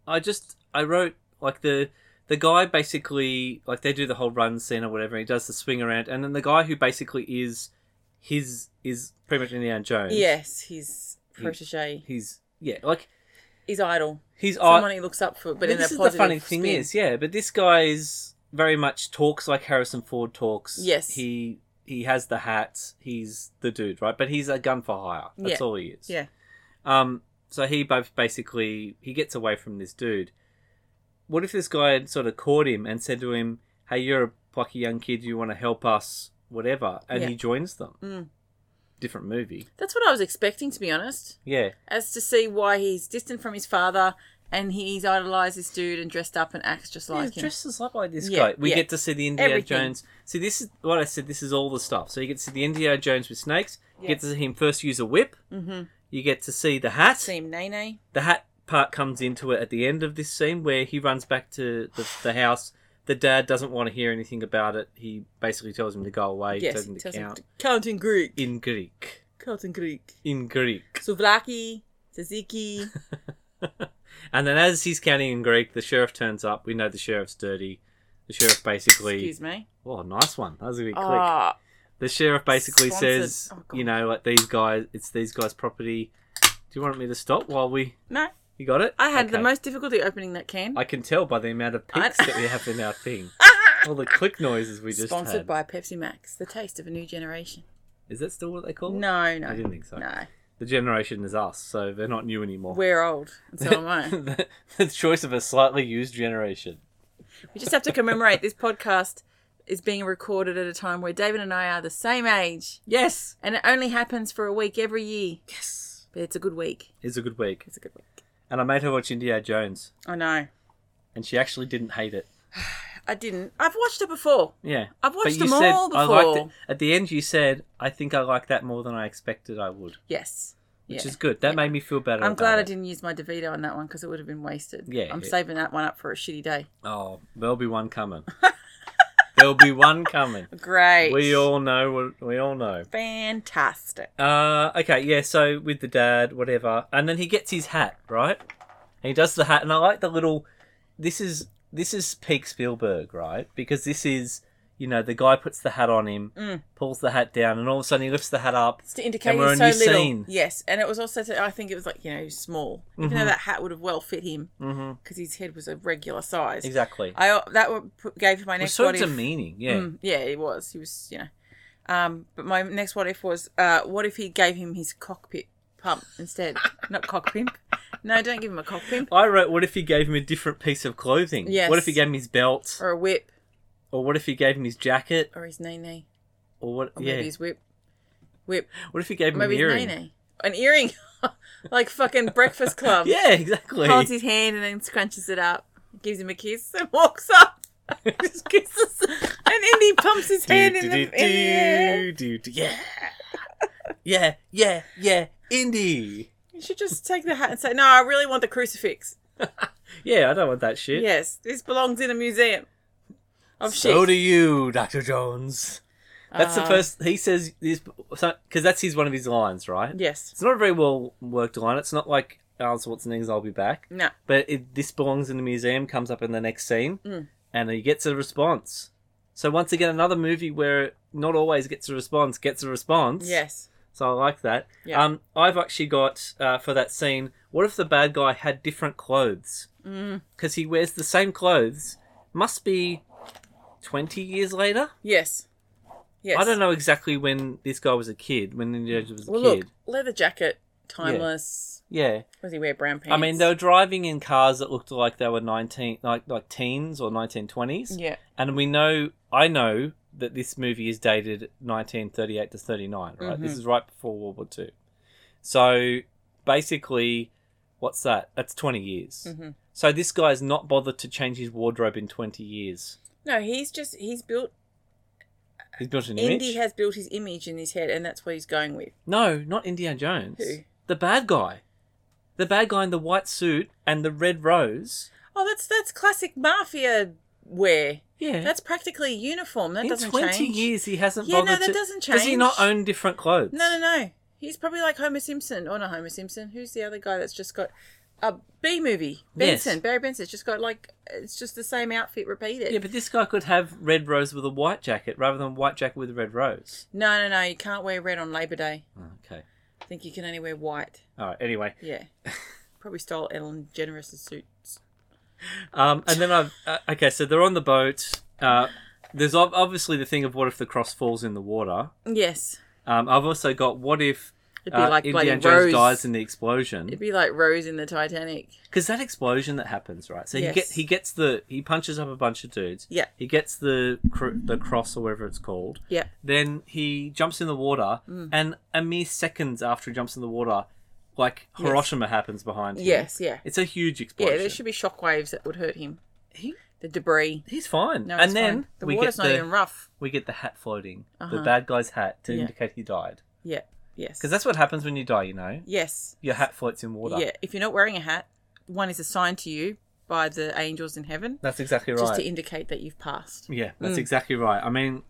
[SPEAKER 2] I just I wrote like the the guy basically like they do the whole run scene or whatever. He does the swing around, and then the guy who basically is his is pretty much Indiana Jones.
[SPEAKER 1] Yes, he's protege.
[SPEAKER 2] he's yeah like
[SPEAKER 1] his idol,
[SPEAKER 2] He's
[SPEAKER 1] someone he looks up for, but in
[SPEAKER 2] this
[SPEAKER 1] a
[SPEAKER 2] is
[SPEAKER 1] positive
[SPEAKER 2] the funny thing
[SPEAKER 1] spin.
[SPEAKER 2] is, yeah, but this guy's very much talks like Harrison Ford talks.
[SPEAKER 1] Yes.
[SPEAKER 2] he he has the hat. He's the dude, right? But he's a gun for hire. That's
[SPEAKER 1] Yeah.
[SPEAKER 2] all he is.
[SPEAKER 1] Yeah.
[SPEAKER 2] Um. So he both basically he gets away from this dude. What if this guy had sort of caught him and said to him, "Hey, you're a plucky young kid. You want to help us, whatever," and
[SPEAKER 1] Yeah.
[SPEAKER 2] he joins them.
[SPEAKER 1] Mm.
[SPEAKER 2] Different movie.
[SPEAKER 1] That's what I was expecting, to be honest,
[SPEAKER 2] Yeah.
[SPEAKER 1] as to see why he's distant from his father and he's idolized this dude and dressed up and acts just like
[SPEAKER 2] yeah,
[SPEAKER 1] him.
[SPEAKER 2] dresses up like this
[SPEAKER 1] Yeah,
[SPEAKER 2] guy. We
[SPEAKER 1] yeah.
[SPEAKER 2] get to see the Indiana
[SPEAKER 1] Everything.
[SPEAKER 2] Jones. See, this is what I said. This is all the stuff. So you get to see the Indiana Jones with snakes. You get to see him first use a whip.
[SPEAKER 1] mm-hmm.
[SPEAKER 2] You get to see the hat.
[SPEAKER 1] See him, nay nay.
[SPEAKER 2] The hat part comes into it at the end of this scene where he runs back to the, the house. The dad doesn't want to hear anything about it. He basically tells him to go away.
[SPEAKER 1] Yes,
[SPEAKER 2] tells him to
[SPEAKER 1] tells him
[SPEAKER 2] count
[SPEAKER 1] to count in Greek.
[SPEAKER 2] in Greek.
[SPEAKER 1] Count in Greek.
[SPEAKER 2] In Greek.
[SPEAKER 1] Souvlaki, tzatziki.
[SPEAKER 2] And then as he's counting in Greek, the sheriff turns up. We know the sheriff's dirty. The sheriff basically.
[SPEAKER 1] Excuse me.
[SPEAKER 2] Oh, nice one. That was a good click.
[SPEAKER 1] Ah,
[SPEAKER 2] The sheriff basically
[SPEAKER 1] Sponsored.
[SPEAKER 2] says,
[SPEAKER 1] Oh, God.
[SPEAKER 2] you know, like these guys, it's these guys' property. Do you want me to stop while we?
[SPEAKER 1] no,
[SPEAKER 2] You got it?
[SPEAKER 1] I had the
[SPEAKER 2] Okay.
[SPEAKER 1] most difficulty opening that can.
[SPEAKER 2] I can tell by the amount of
[SPEAKER 1] I-
[SPEAKER 2] picks that we have in our thing. All the click noises we just
[SPEAKER 1] Sponsored
[SPEAKER 2] had.
[SPEAKER 1] by Pepsi Max, the taste of a new generation.
[SPEAKER 2] Is that still what they call it?
[SPEAKER 1] No, no,
[SPEAKER 2] I didn't think so.
[SPEAKER 1] no.
[SPEAKER 2] The generation is us, so they're not new anymore.
[SPEAKER 1] We're old, and so am I.
[SPEAKER 2] the, the choice of a slightly used generation.
[SPEAKER 1] We just have to commemorate this podcast is being recorded at a time where David and I are the same age,
[SPEAKER 2] Yes.
[SPEAKER 1] and it only happens for a week every year.
[SPEAKER 2] Yes.
[SPEAKER 1] But it's a good week.
[SPEAKER 2] It's a good week,
[SPEAKER 1] It's a good week.
[SPEAKER 2] and I made her watch Indiana Jones,
[SPEAKER 1] I know.
[SPEAKER 2] and she actually didn't hate it.
[SPEAKER 1] I didn't. I've watched it before.
[SPEAKER 2] Yeah,
[SPEAKER 1] I've watched
[SPEAKER 2] you
[SPEAKER 1] them
[SPEAKER 2] said,
[SPEAKER 1] all
[SPEAKER 2] I liked it.
[SPEAKER 1] before.
[SPEAKER 2] At the end, you said, "I think I like that more than I expected I would,"
[SPEAKER 1] Yes.
[SPEAKER 2] which
[SPEAKER 1] Yeah.
[SPEAKER 2] is good. That
[SPEAKER 1] Yeah.
[SPEAKER 2] made me feel better.
[SPEAKER 1] I'm
[SPEAKER 2] about
[SPEAKER 1] glad I
[SPEAKER 2] it.
[SPEAKER 1] didn't use my DeVito on that one because it would have been wasted.
[SPEAKER 2] Yeah,
[SPEAKER 1] I'm
[SPEAKER 2] yeah.
[SPEAKER 1] saving that one up for a shitty day.
[SPEAKER 2] Oh, there'll be one coming. there'll be one coming.
[SPEAKER 1] Great.
[SPEAKER 2] We all know. what We all know.
[SPEAKER 1] Fantastic.
[SPEAKER 2] Uh, okay, yeah. So with the dad, whatever, and then he gets his hat right, and he does the hat, and I like the little. This is this is peak Spielberg, right? Because this is you know the guy puts the hat on him,
[SPEAKER 1] Mm.
[SPEAKER 2] pulls the hat down, and all of a sudden he lifts the hat up.
[SPEAKER 1] It's to indicate
[SPEAKER 2] And we're
[SPEAKER 1] he's so
[SPEAKER 2] on
[SPEAKER 1] little.
[SPEAKER 2] Usain.
[SPEAKER 1] Yes, and it was also to, I think it was like you know he was small, even
[SPEAKER 2] Mhm.
[SPEAKER 1] though that hat would have well fit him
[SPEAKER 2] Mm-hmm.
[SPEAKER 1] because his head was a regular size.
[SPEAKER 2] Exactly.
[SPEAKER 1] I uh, that would put- gave my
[SPEAKER 2] It was
[SPEAKER 1] next
[SPEAKER 2] so
[SPEAKER 1] what if.
[SPEAKER 2] demeaning. Yeah.
[SPEAKER 1] Mm, yeah, it was. He was you know, um, but my next what if was uh, what if he gave him his cockpit pump instead, not cock pimp. No, don't give him a cock pimp
[SPEAKER 2] I wrote, what if he gave him a different piece of clothing?
[SPEAKER 1] Yes.
[SPEAKER 2] What if he gave him his belt?
[SPEAKER 1] or a whip
[SPEAKER 2] Or what if he gave him his jacket?
[SPEAKER 1] or his knee knee
[SPEAKER 2] Or what?
[SPEAKER 1] or
[SPEAKER 2] yeah.
[SPEAKER 1] maybe his whip, whip
[SPEAKER 2] What if he gave him
[SPEAKER 1] maybe
[SPEAKER 2] an
[SPEAKER 1] his knee
[SPEAKER 2] earring?
[SPEAKER 1] knee an earring like fucking Breakfast Club.
[SPEAKER 2] Yeah, exactly.
[SPEAKER 1] holds his hand and then scrunches it up, gives him a kiss, and walks up. Just kisses, and Indy pumps his
[SPEAKER 2] Do,
[SPEAKER 1] hand in
[SPEAKER 2] do,
[SPEAKER 1] the,
[SPEAKER 2] do,
[SPEAKER 1] in the air.
[SPEAKER 2] do, do, do. Yeah. Yeah, yeah, yeah. Indy.
[SPEAKER 1] You should just take the hat and say, "No, I really want the crucifix.
[SPEAKER 2] Yeah, I don't want that shit.
[SPEAKER 1] Yes, this belongs in a museum of shit."
[SPEAKER 2] So do you, Dr. Jones. That's the
[SPEAKER 1] Uh,
[SPEAKER 2] first. He says this because that's his one of his lines, right?
[SPEAKER 1] Yes.
[SPEAKER 2] It's not a very well worked line. It's not like Arnold Schwarzenegger's "I'll be back."
[SPEAKER 1] No.
[SPEAKER 2] But it, this belongs in the museum comes up in the next scene,
[SPEAKER 1] Mm.
[SPEAKER 2] and he gets a response. So once again, another movie where it not always gets a response gets a response.
[SPEAKER 1] Yes.
[SPEAKER 2] So I like that.
[SPEAKER 1] Yeah.
[SPEAKER 2] Um, I've actually got uh, for that scene. What if the bad guy had different clothes?
[SPEAKER 1] Mm.
[SPEAKER 2] Because he wears the same clothes. Must be twenty years later.
[SPEAKER 1] Yes. Yes.
[SPEAKER 2] I don't know exactly when this guy was a kid. When Indiana Jones was a
[SPEAKER 1] Well,
[SPEAKER 2] kid.
[SPEAKER 1] look, leather jacket, timeless.
[SPEAKER 2] Yeah.
[SPEAKER 1] Does he wear brown pants?
[SPEAKER 2] I mean, they were driving in cars that looked like they were nineteen, like like teens or nineteen twenties.
[SPEAKER 1] Yeah.
[SPEAKER 2] And we know, I know that this movie is dated nineteen thirty eight to thirty nine. Right, this
[SPEAKER 1] Mhm.
[SPEAKER 2] is right before World War Two. So basically, what's that? That's twenty years.
[SPEAKER 1] Mhm.
[SPEAKER 2] So this guy's not bothered to change his wardrobe in twenty years.
[SPEAKER 1] No, he's just he's built.
[SPEAKER 2] He's built an image.
[SPEAKER 1] Indy has built his image in his head, and that's what he's going with.
[SPEAKER 2] no, not Indiana Jones.
[SPEAKER 1] Who?
[SPEAKER 2] The bad guy. The bad guy in the white suit and the red rose.
[SPEAKER 1] Oh, that's that's classic mafia wear.
[SPEAKER 2] Yeah.
[SPEAKER 1] That's practically a uniform. That
[SPEAKER 2] in
[SPEAKER 1] doesn't
[SPEAKER 2] 20
[SPEAKER 1] change.
[SPEAKER 2] years he hasn't
[SPEAKER 1] Yeah, no,
[SPEAKER 2] bothered
[SPEAKER 1] that
[SPEAKER 2] to-
[SPEAKER 1] doesn't
[SPEAKER 2] does he
[SPEAKER 1] change.
[SPEAKER 2] not own different clothes
[SPEAKER 1] No, no, no. He's probably like Homer Simpson, or not Homer Simpson. Who's the other guy that's just got a B movie?
[SPEAKER 2] Yes.
[SPEAKER 1] Benson, Barry Benson's just got like it's just the same outfit repeated.
[SPEAKER 2] yeah but this guy could have red rose with a white jacket rather than white jacket with a red rose
[SPEAKER 1] No, no, no. You can't wear red on Labor Day.
[SPEAKER 2] okay
[SPEAKER 1] I think you can only wear white.
[SPEAKER 2] all right anyway
[SPEAKER 1] Yeah. Probably stole Ellen DeGeneres' suits.
[SPEAKER 2] Um, and then I've uh, okay, so they're on the boat. Uh, there's ob- obviously the thing of what if the cross falls in the water.
[SPEAKER 1] Yes.
[SPEAKER 2] Um, I've also got what if
[SPEAKER 1] It'd be
[SPEAKER 2] uh,
[SPEAKER 1] like bloody
[SPEAKER 2] Indiana
[SPEAKER 1] Rose.
[SPEAKER 2] Jones dies in the explosion
[SPEAKER 1] It'd be like Rose in the Titanic.
[SPEAKER 2] because that explosion that happens, right? So
[SPEAKER 1] Yes.
[SPEAKER 2] he get he gets the he punches up a bunch of dudes.
[SPEAKER 1] Yeah.
[SPEAKER 2] He gets the cr- the cross or whatever it's called.
[SPEAKER 1] Yeah.
[SPEAKER 2] Then he jumps in the water,
[SPEAKER 1] Mm.
[SPEAKER 2] and a mere seconds after he jumps in the water, like Hiroshima happens behind him.
[SPEAKER 1] Yes, yeah.
[SPEAKER 2] It's a huge
[SPEAKER 1] Yeah,
[SPEAKER 2] explosion.
[SPEAKER 1] there should be shockwaves that would hurt him.
[SPEAKER 2] He-
[SPEAKER 1] The debris.
[SPEAKER 2] He's fine.
[SPEAKER 1] No,
[SPEAKER 2] and
[SPEAKER 1] it's
[SPEAKER 2] then
[SPEAKER 1] fine. the
[SPEAKER 2] we
[SPEAKER 1] water's
[SPEAKER 2] get
[SPEAKER 1] not
[SPEAKER 2] the
[SPEAKER 1] even rough.
[SPEAKER 2] we get the hat floating, the
[SPEAKER 1] Uh-huh.
[SPEAKER 2] bad guy's hat to
[SPEAKER 1] Yeah.
[SPEAKER 2] indicate he died.
[SPEAKER 1] Yeah. Yes.
[SPEAKER 2] Because that's what happens when you die, you know.
[SPEAKER 1] yes.
[SPEAKER 2] Your hat floats in water.
[SPEAKER 1] Yeah. If you're not wearing a hat, one is assigned to you by the angels in heaven
[SPEAKER 2] That's exactly
[SPEAKER 1] just to Mm.
[SPEAKER 2] right.
[SPEAKER 1] indicate that you've passed.
[SPEAKER 2] Yeah, that's exactly right. I mean,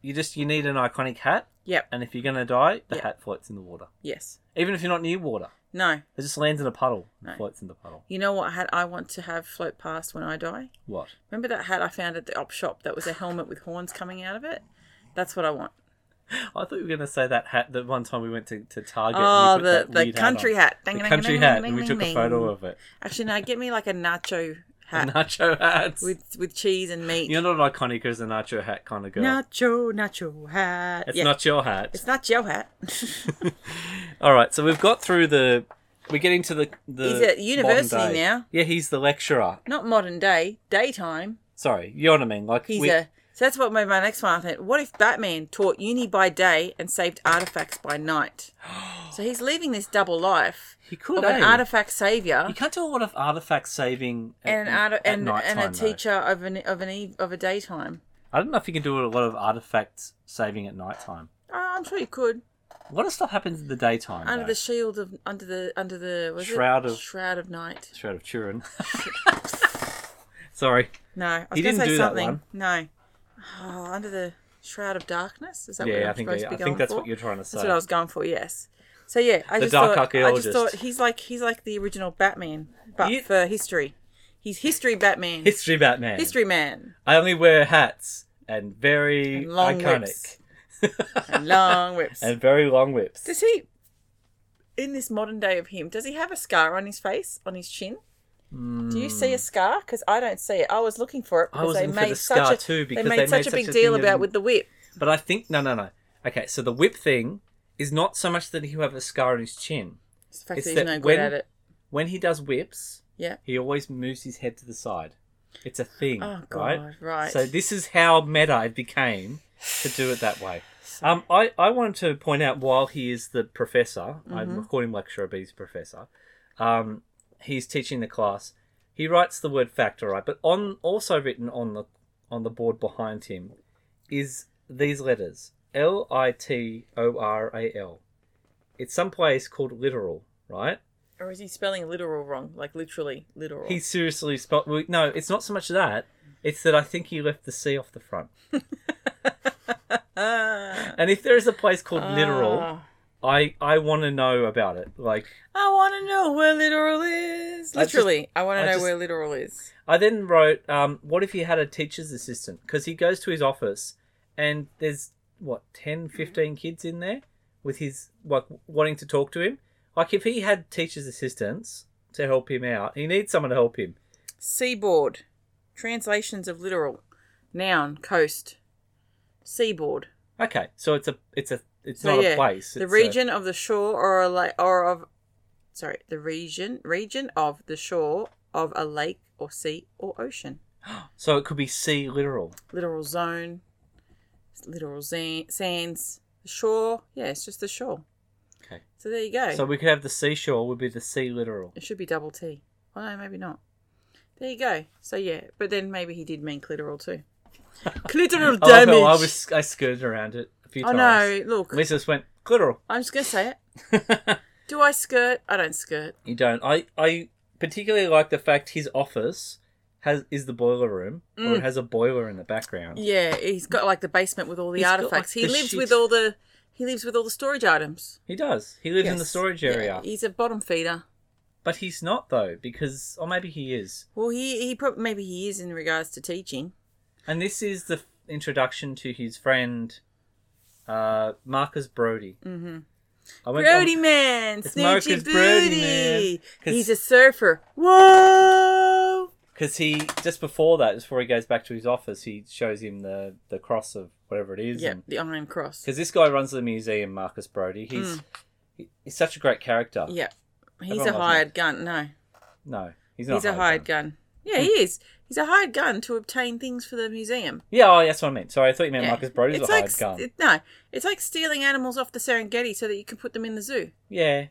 [SPEAKER 2] you just you need an iconic hat,
[SPEAKER 1] Yep.
[SPEAKER 2] and if you're gonna die, the
[SPEAKER 1] Yeah.
[SPEAKER 2] hat floats in the water,
[SPEAKER 1] Yes.
[SPEAKER 2] even if you're not near water.
[SPEAKER 1] No.
[SPEAKER 2] It just lands in a puddle and
[SPEAKER 1] No.
[SPEAKER 2] floats in the puddle.
[SPEAKER 1] You know what hat I want to have float past when I die?
[SPEAKER 2] What?
[SPEAKER 1] Remember that hat I found at the op shop that was a helmet with horns coming out of it? That's what I want.
[SPEAKER 2] Oh, I thought you were gonna say that hat. That one time we went to, to Target. and
[SPEAKER 1] Oh,
[SPEAKER 2] we put
[SPEAKER 1] the,
[SPEAKER 2] that
[SPEAKER 1] the
[SPEAKER 2] weird
[SPEAKER 1] country
[SPEAKER 2] hat.
[SPEAKER 1] hat.
[SPEAKER 2] on.
[SPEAKER 1] Ding,
[SPEAKER 2] The
[SPEAKER 1] ding,
[SPEAKER 2] country
[SPEAKER 1] ding,
[SPEAKER 2] hat,
[SPEAKER 1] ding,
[SPEAKER 2] and we
[SPEAKER 1] ding,
[SPEAKER 2] took a
[SPEAKER 1] ding. Uh,
[SPEAKER 2] photo of it.
[SPEAKER 1] Actually, no, get me like a nacho hat
[SPEAKER 2] Nacho hats.
[SPEAKER 1] with with cheese and meat.
[SPEAKER 2] You're not iconic as a nacho hat kind of girl.
[SPEAKER 1] Nacho, nacho hat.
[SPEAKER 2] it's
[SPEAKER 1] Yeah.
[SPEAKER 2] not your hat.
[SPEAKER 1] It's not your hat.
[SPEAKER 2] All right, so we've got through the. We're getting to the. the
[SPEAKER 1] He's at university
[SPEAKER 2] modern day.
[SPEAKER 1] now.
[SPEAKER 2] Yeah, he's the lecturer.
[SPEAKER 1] not modern day, daytime.
[SPEAKER 2] Sorry, you know what I mean. Like
[SPEAKER 1] He's
[SPEAKER 2] we,
[SPEAKER 1] a. So that's what made my next one. I think, what if Batman taught uni by day and saved artifacts by night? so he's leaving this double life
[SPEAKER 2] he
[SPEAKER 1] of
[SPEAKER 2] could.
[SPEAKER 1] an
[SPEAKER 2] eh?
[SPEAKER 1] artifact savior
[SPEAKER 2] you can't do a lot of artifact saving at,
[SPEAKER 1] and an art-
[SPEAKER 2] at
[SPEAKER 1] and,
[SPEAKER 2] nighttime,
[SPEAKER 1] and a
[SPEAKER 2] though.
[SPEAKER 1] teacher of an of an eve, of a daytime.
[SPEAKER 2] I don't know if you can do a lot of artifact saving at nighttime.
[SPEAKER 1] Oh, I'm sure you could
[SPEAKER 2] A lot of stuff happens in the daytime.
[SPEAKER 1] under
[SPEAKER 2] though.
[SPEAKER 1] the shield of under the under the was
[SPEAKER 2] Shroud
[SPEAKER 1] it?
[SPEAKER 2] of-
[SPEAKER 1] shroud of night.
[SPEAKER 2] Shroud of Turin. Sorry.
[SPEAKER 1] No, I was
[SPEAKER 2] He
[SPEAKER 1] going to
[SPEAKER 2] didn't
[SPEAKER 1] say
[SPEAKER 2] do that
[SPEAKER 1] something.
[SPEAKER 2] one.
[SPEAKER 1] No, oh, under the shroud of darkness. Is that what
[SPEAKER 2] yeah,
[SPEAKER 1] I'm
[SPEAKER 2] I think
[SPEAKER 1] supposed
[SPEAKER 2] I,
[SPEAKER 1] to be
[SPEAKER 2] I
[SPEAKER 1] going
[SPEAKER 2] think that's
[SPEAKER 1] for?
[SPEAKER 2] what you're trying to say.
[SPEAKER 1] That's what I was going for. Yes. So yeah, I
[SPEAKER 2] The
[SPEAKER 1] just
[SPEAKER 2] dark
[SPEAKER 1] thought
[SPEAKER 2] archaeologist.
[SPEAKER 1] I just thought he's like he's like the original Batman, but
[SPEAKER 2] You-
[SPEAKER 1] for history, he's history Batman,
[SPEAKER 2] History Batman.
[SPEAKER 1] history man,
[SPEAKER 2] I only wear hats and very
[SPEAKER 1] and long
[SPEAKER 2] iconic
[SPEAKER 1] whips, and long whips.
[SPEAKER 2] and very long whips.
[SPEAKER 1] Does he, in this modern day of him, does he have a scar on his face, on his chin? Do you see a scar? Because I don't see it. I was looking for it
[SPEAKER 2] Hmm. I
[SPEAKER 1] because
[SPEAKER 2] was
[SPEAKER 1] they
[SPEAKER 2] looking for
[SPEAKER 1] made
[SPEAKER 2] the
[SPEAKER 1] such
[SPEAKER 2] scar
[SPEAKER 1] a
[SPEAKER 2] too, because
[SPEAKER 1] they made such, a big deal
[SPEAKER 2] thing
[SPEAKER 1] about
[SPEAKER 2] in-
[SPEAKER 1] with the whip.
[SPEAKER 2] But I think no, no, no. Okay, so the whip thing is not so much that he'll have a scar on his chin.
[SPEAKER 1] It's the fact
[SPEAKER 2] It's
[SPEAKER 1] that
[SPEAKER 2] that
[SPEAKER 1] he's no good
[SPEAKER 2] when-
[SPEAKER 1] at it.
[SPEAKER 2] When he does whips,
[SPEAKER 1] Yeah.
[SPEAKER 2] he always moves his head to the side. It's a thing,
[SPEAKER 1] Oh god.
[SPEAKER 2] right?
[SPEAKER 1] Right.
[SPEAKER 2] So this is how meta it became to do it that way. Um, I, I wanted to point out while he is the professor, I'm calling him lecturer, but he's professor. Um, he's teaching the class. He writes the word factor right, but on also written on the on the board behind him is these letters L I T O R A L. It's someplace called literal, right?
[SPEAKER 1] or is he spelling literal wrong? Like literally literal.
[SPEAKER 2] He seriously spelled. well, No, it's not so much that. It's that I think he left the C off the front.
[SPEAKER 1] Ah.
[SPEAKER 2] And if there is a place called Literal,
[SPEAKER 1] Ah.
[SPEAKER 2] I I want to know about it. Like
[SPEAKER 1] I want to know where literal is.
[SPEAKER 2] I just-
[SPEAKER 1] Literally, I, want
[SPEAKER 2] I
[SPEAKER 1] to know
[SPEAKER 2] just-
[SPEAKER 1] where literal is.
[SPEAKER 2] I then wrote, um, what if he had a teacher's assistant? Because he goes to his office and there's what 10,
[SPEAKER 1] Mm-hmm.
[SPEAKER 2] 15 kids in there with his like wanting to talk to him. Like if he had teacher's assistants to help him out, he needs someone to help him.
[SPEAKER 1] Seaboard, translations of literal, noun coast, seaboard.
[SPEAKER 2] Okay, so it's a it's a it's
[SPEAKER 1] So
[SPEAKER 2] not
[SPEAKER 1] yeah,
[SPEAKER 2] a place.
[SPEAKER 1] the
[SPEAKER 2] it's a-
[SPEAKER 1] region of the shore or a lake or of, sorry, the region region of the shore of a lake or sea or ocean.
[SPEAKER 2] so it could be sea literal.
[SPEAKER 1] Literal zone, literal zan- sands, shore. Yeah, it's just the shore.
[SPEAKER 2] Okay.
[SPEAKER 1] So there you go.
[SPEAKER 2] So we could have the seashore would be the sea literal.
[SPEAKER 1] It should be double T. Oh no, maybe not. There you go. So yeah, but then maybe he did mean clitoral too. clitoral
[SPEAKER 2] I love
[SPEAKER 1] damage.
[SPEAKER 2] how Oh, I was I skirted around it a few
[SPEAKER 1] Oh,
[SPEAKER 2] times.
[SPEAKER 1] no, look.
[SPEAKER 2] Lisa just went clitoral.
[SPEAKER 1] I'm just gonna say it. Do I skirt? I don't skirt.
[SPEAKER 2] You don't. I I particularly like the fact his office has is the boiler room, or
[SPEAKER 1] Mm.
[SPEAKER 2] it has a boiler in the background.
[SPEAKER 1] Yeah, he's got like the basement with all the
[SPEAKER 2] He's got, like,
[SPEAKER 1] artifacts. he
[SPEAKER 2] the
[SPEAKER 1] lives
[SPEAKER 2] shit-
[SPEAKER 1] with all the he lives with all the storage items.
[SPEAKER 2] He does. He lives in the
[SPEAKER 1] Yes.
[SPEAKER 2] storage
[SPEAKER 1] Yeah,
[SPEAKER 2] area,
[SPEAKER 1] he's a bottom feeder.
[SPEAKER 2] but he's not though because, or maybe he is.
[SPEAKER 1] Well, he he probably maybe he is in regards to teaching.
[SPEAKER 2] And this is the f- introduction to his friend, uh, Marcus Brody. I went,
[SPEAKER 1] Mm-hmm. Brody man,
[SPEAKER 2] It's
[SPEAKER 1] Snoochie
[SPEAKER 2] Marcus Brody
[SPEAKER 1] Booty.
[SPEAKER 2] Man. 'Cause-
[SPEAKER 1] He's a surfer. Whoa!
[SPEAKER 2] because he just before that, just before he goes back to his office, he shows him the the cross of whatever it is.
[SPEAKER 1] Yeah, the Iron Cross.
[SPEAKER 2] because this guy runs the museum, Marcus Brody. He's
[SPEAKER 1] Mm.
[SPEAKER 2] he, he's such a great character.
[SPEAKER 1] Yeah, he's
[SPEAKER 2] Everyone
[SPEAKER 1] a
[SPEAKER 2] loves
[SPEAKER 1] hired gun. No,
[SPEAKER 2] No, he's not. Hmm.
[SPEAKER 1] he's a hired gun. Yeah, he is. He's a hired gun to obtain things for the museum.
[SPEAKER 2] Yeah, oh, that's what I meant. Sorry, I thought you meant
[SPEAKER 1] Yeah.
[SPEAKER 2] Marcus Brody's
[SPEAKER 1] It's
[SPEAKER 2] a hired
[SPEAKER 1] like,
[SPEAKER 2] gun.
[SPEAKER 1] it- no, it's like stealing animals off the Serengeti so that you can put them in the zoo.
[SPEAKER 2] Yeah,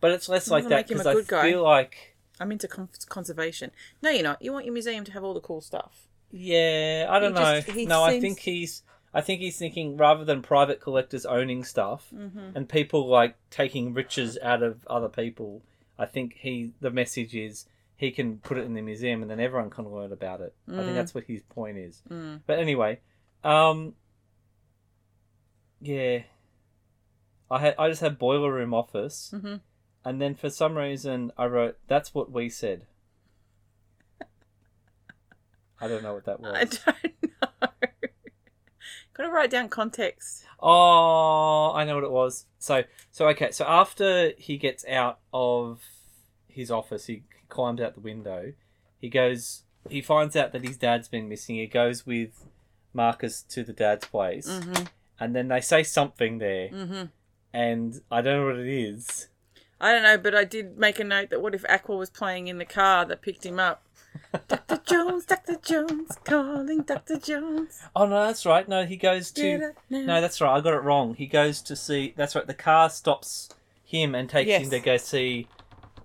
[SPEAKER 2] but it's less
[SPEAKER 1] Doesn't
[SPEAKER 2] like that
[SPEAKER 1] make him a
[SPEAKER 2] because I
[SPEAKER 1] good guy.
[SPEAKER 2] feel like
[SPEAKER 1] I'm into con- conservation. No, you're not. You want your museum to have all the cool stuff.
[SPEAKER 2] yeah, I don't
[SPEAKER 1] He
[SPEAKER 2] know.
[SPEAKER 1] just- he
[SPEAKER 2] no, I
[SPEAKER 1] seems-
[SPEAKER 2] think he's I think he's thinking rather than private collectors owning stuff
[SPEAKER 1] Mm-hmm.
[SPEAKER 2] and people like taking riches out of other people. I think he the message is he can put it in the museum and then everyone can learn about it. I think that's what his point is.
[SPEAKER 1] Mm.
[SPEAKER 2] But anyway, um, yeah, I had I just had boiler room office,
[SPEAKER 1] Mhm.
[SPEAKER 2] and then for some reason I wrote that's what we said. I don't know what that
[SPEAKER 1] I
[SPEAKER 2] was.
[SPEAKER 1] don't know. Got to write down context.
[SPEAKER 2] Oh, I know what it was. So so okay. So after he gets out of his office, he climbs out the window. He goes. He finds out that his dad's been missing. He goes with Marcus to the dad's place.
[SPEAKER 1] Mm-hmm.
[SPEAKER 2] and then they say something there,
[SPEAKER 1] Mm-hmm.
[SPEAKER 2] and I don't know what it is.
[SPEAKER 1] I don't know, but I did make a note that what if Aqua was playing in the car that picked him up? Dr. Jones, Dr. Jones, calling Dr. Jones.
[SPEAKER 2] Oh no, that's right. No, he goes
[SPEAKER 1] Get
[SPEAKER 2] to.
[SPEAKER 1] up now.
[SPEAKER 2] No, that's right. I got it wrong. He goes to see. That's right. The car stops him and takes
[SPEAKER 1] Yes.
[SPEAKER 2] him to go see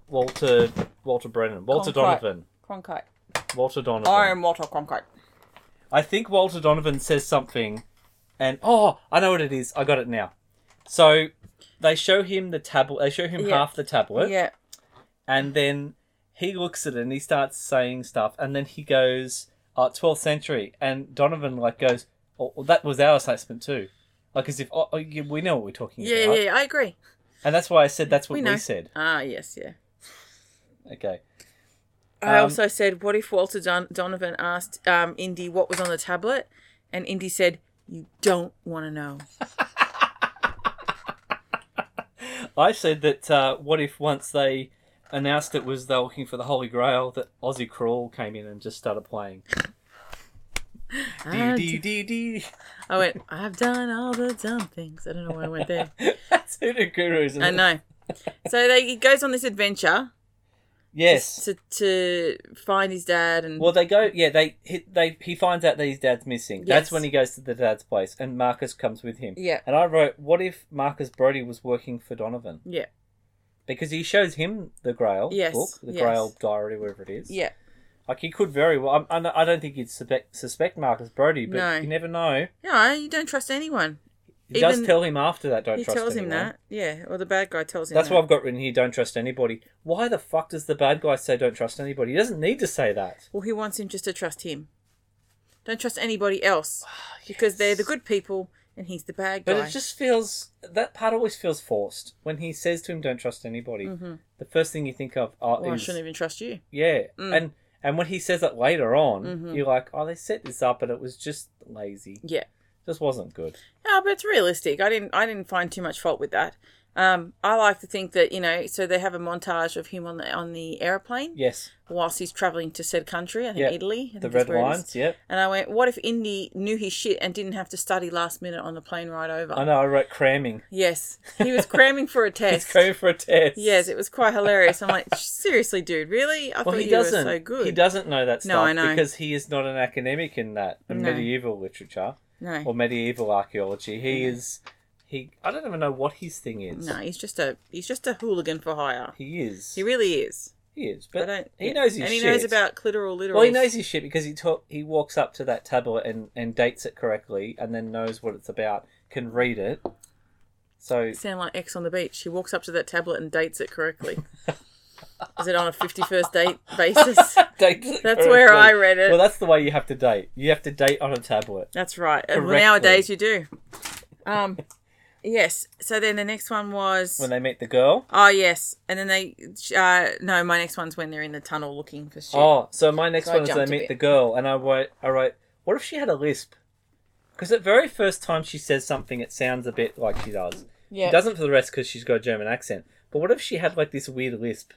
[SPEAKER 2] Walter Walter Brennan, Walter
[SPEAKER 1] Cronkite.
[SPEAKER 2] Donovan,
[SPEAKER 1] Cronkite.
[SPEAKER 2] Walter Donovan.
[SPEAKER 1] I am Walter Cronkite.
[SPEAKER 2] I think Walter Donovan says something, and oh, I know what it is. I got it now. So they show him the tablet. They show him
[SPEAKER 1] Yeah.
[SPEAKER 2] half the tablet.
[SPEAKER 1] Yeah.
[SPEAKER 2] and then he looks at it and he starts saying stuff and then he goes oh 12th century and donovan like goes oh, well, that was our assessment too like as if oh, oh, yeah, we know what we're talking
[SPEAKER 1] Yeah,
[SPEAKER 2] about
[SPEAKER 1] yeah, I agree.
[SPEAKER 2] and that's why i said that's what
[SPEAKER 1] We
[SPEAKER 2] we,
[SPEAKER 1] know.
[SPEAKER 2] said
[SPEAKER 1] Ah, yes, yeah.
[SPEAKER 2] okay
[SPEAKER 1] I
[SPEAKER 2] Um,
[SPEAKER 1] also said, what if Walter Don- Donovan asked um, Indy what was on the tablet? And Indy said, you don't want to know.
[SPEAKER 2] i said that uh, what if once they announced it was they were looking for the holy grail that aussie crawl came in and just started playing
[SPEAKER 1] I,
[SPEAKER 2] Dee, dee, dee,
[SPEAKER 1] I went, I've done all the dumb things. I don't know why I went there.
[SPEAKER 2] dee. that's Hoodoo Gurus.
[SPEAKER 1] I know. So they, he goes on this adventure
[SPEAKER 2] Yes.
[SPEAKER 1] to, to find his dad and
[SPEAKER 2] Well, they go. Yeah, they he, they he finds out that his dad's missing.
[SPEAKER 1] Yes.
[SPEAKER 2] That's when he goes to the dad's place, and Marcus comes with him.
[SPEAKER 1] Yeah.
[SPEAKER 2] And I wrote, "What if Marcus Brody was working for Donovan?
[SPEAKER 1] yeah,
[SPEAKER 2] Because he shows him the Grail
[SPEAKER 1] Yes,
[SPEAKER 2] book, the
[SPEAKER 1] yes.
[SPEAKER 2] Grail diary, whatever it is.
[SPEAKER 1] yeah.
[SPEAKER 2] Like he could very well. I, I, I don't think you'd suspect, suspect Marcus Brody, but
[SPEAKER 1] No.
[SPEAKER 2] you never know.
[SPEAKER 1] No, you don't trust anyone.
[SPEAKER 2] He
[SPEAKER 1] Even-
[SPEAKER 2] does tell him after that. Don't
[SPEAKER 1] he
[SPEAKER 2] trust
[SPEAKER 1] tells him
[SPEAKER 2] anyone."
[SPEAKER 1] that. Yeah, or the bad guy tells him
[SPEAKER 2] That's
[SPEAKER 1] that.
[SPEAKER 2] what I've got written here. Don't trust anybody. Why the fuck does the bad guy say don't trust anybody? He doesn't need to say that.
[SPEAKER 1] Well, he wants him just to trust him. Don't trust anybody else because they're the good people and he's the bad guy.
[SPEAKER 2] But it just feels that part always feels forced when he says to him, "Don't trust anybody." The first thing you think of are
[SPEAKER 1] Mm-hmm. well, Oh, I
[SPEAKER 2] is-
[SPEAKER 1] shouldn't even Mm. trust you.
[SPEAKER 2] yeah, and and when he says it later on,
[SPEAKER 1] Mm-hmm.
[SPEAKER 2] you're like, "Oh, they set this up, and it was just lazy.
[SPEAKER 1] Yeah.
[SPEAKER 2] Just wasn't good."
[SPEAKER 1] No, but it's realistic. I didn't. I didn't find too much fault with that. Um, I like to think that you know. So they have a montage of him on the on the airplane
[SPEAKER 2] Yes,
[SPEAKER 1] whilst he's traveling to said country. I think
[SPEAKER 2] Yeah.
[SPEAKER 1] Italy. I think
[SPEAKER 2] the
[SPEAKER 1] that's
[SPEAKER 2] red
[SPEAKER 1] where it is.
[SPEAKER 2] lines. Yep,
[SPEAKER 1] And I went, what if Indy knew his shit and didn't have to study last minute on the plane ride over?
[SPEAKER 2] I know. I wrote cramming.
[SPEAKER 1] Yes, he was cramming for a
[SPEAKER 2] He's
[SPEAKER 1] test.
[SPEAKER 2] going for a test.
[SPEAKER 1] yes, it was quite hilarious. I'm like, seriously, dude, really? I
[SPEAKER 2] Well,
[SPEAKER 1] thought
[SPEAKER 2] he
[SPEAKER 1] you
[SPEAKER 2] doesn't.
[SPEAKER 1] were so good.
[SPEAKER 2] He doesn't know that
[SPEAKER 1] No,
[SPEAKER 2] stuff
[SPEAKER 1] I know.
[SPEAKER 2] because he is not an academic in that in
[SPEAKER 1] No.
[SPEAKER 2] medieval literature
[SPEAKER 1] No,
[SPEAKER 2] or medieval archaeology. He is. He. I don't even know what his thing is.
[SPEAKER 1] no, he's just a he's just a hooligan for hire.
[SPEAKER 2] He is.
[SPEAKER 1] He really is.
[SPEAKER 2] He is,
[SPEAKER 1] I
[SPEAKER 2] but
[SPEAKER 1] don't.
[SPEAKER 2] he
[SPEAKER 1] yeah.
[SPEAKER 2] knows his
[SPEAKER 1] and he
[SPEAKER 2] shit.
[SPEAKER 1] knows about clitoral literal.
[SPEAKER 2] Well, he knows his shit because he talk, he walks up to that tablet and, and dates it correctly, and then knows what it's about, can read it. So
[SPEAKER 1] Sound like X on the beach. He walks up to that tablet and dates it correctly. Is it on a fifty-first date basis?
[SPEAKER 2] dates it
[SPEAKER 1] That's where I
[SPEAKER 2] correctly.
[SPEAKER 1] read it.
[SPEAKER 2] Well, that's the way you have to date. You have to date on a tablet.
[SPEAKER 1] That's right. Uh, well,
[SPEAKER 2] Correctly.
[SPEAKER 1] nowadays you do. Um, yes. So then the next one was.
[SPEAKER 2] When they meet the girl.
[SPEAKER 1] Oh yes, and then they. Uh, no, my next one's when they're in the tunnel looking for shit.
[SPEAKER 2] Oh, so my next
[SPEAKER 1] So I
[SPEAKER 2] one is they
[SPEAKER 1] jumped a bit.
[SPEAKER 2] meet the girl, and I wrote, I wrote, what if she had a lisp? Because the very first time she says something, it sounds a bit like she does. She
[SPEAKER 1] Yeah. Do
[SPEAKER 2] doesn't for the rest because she's got a German accent. But what if she had like this weird lisp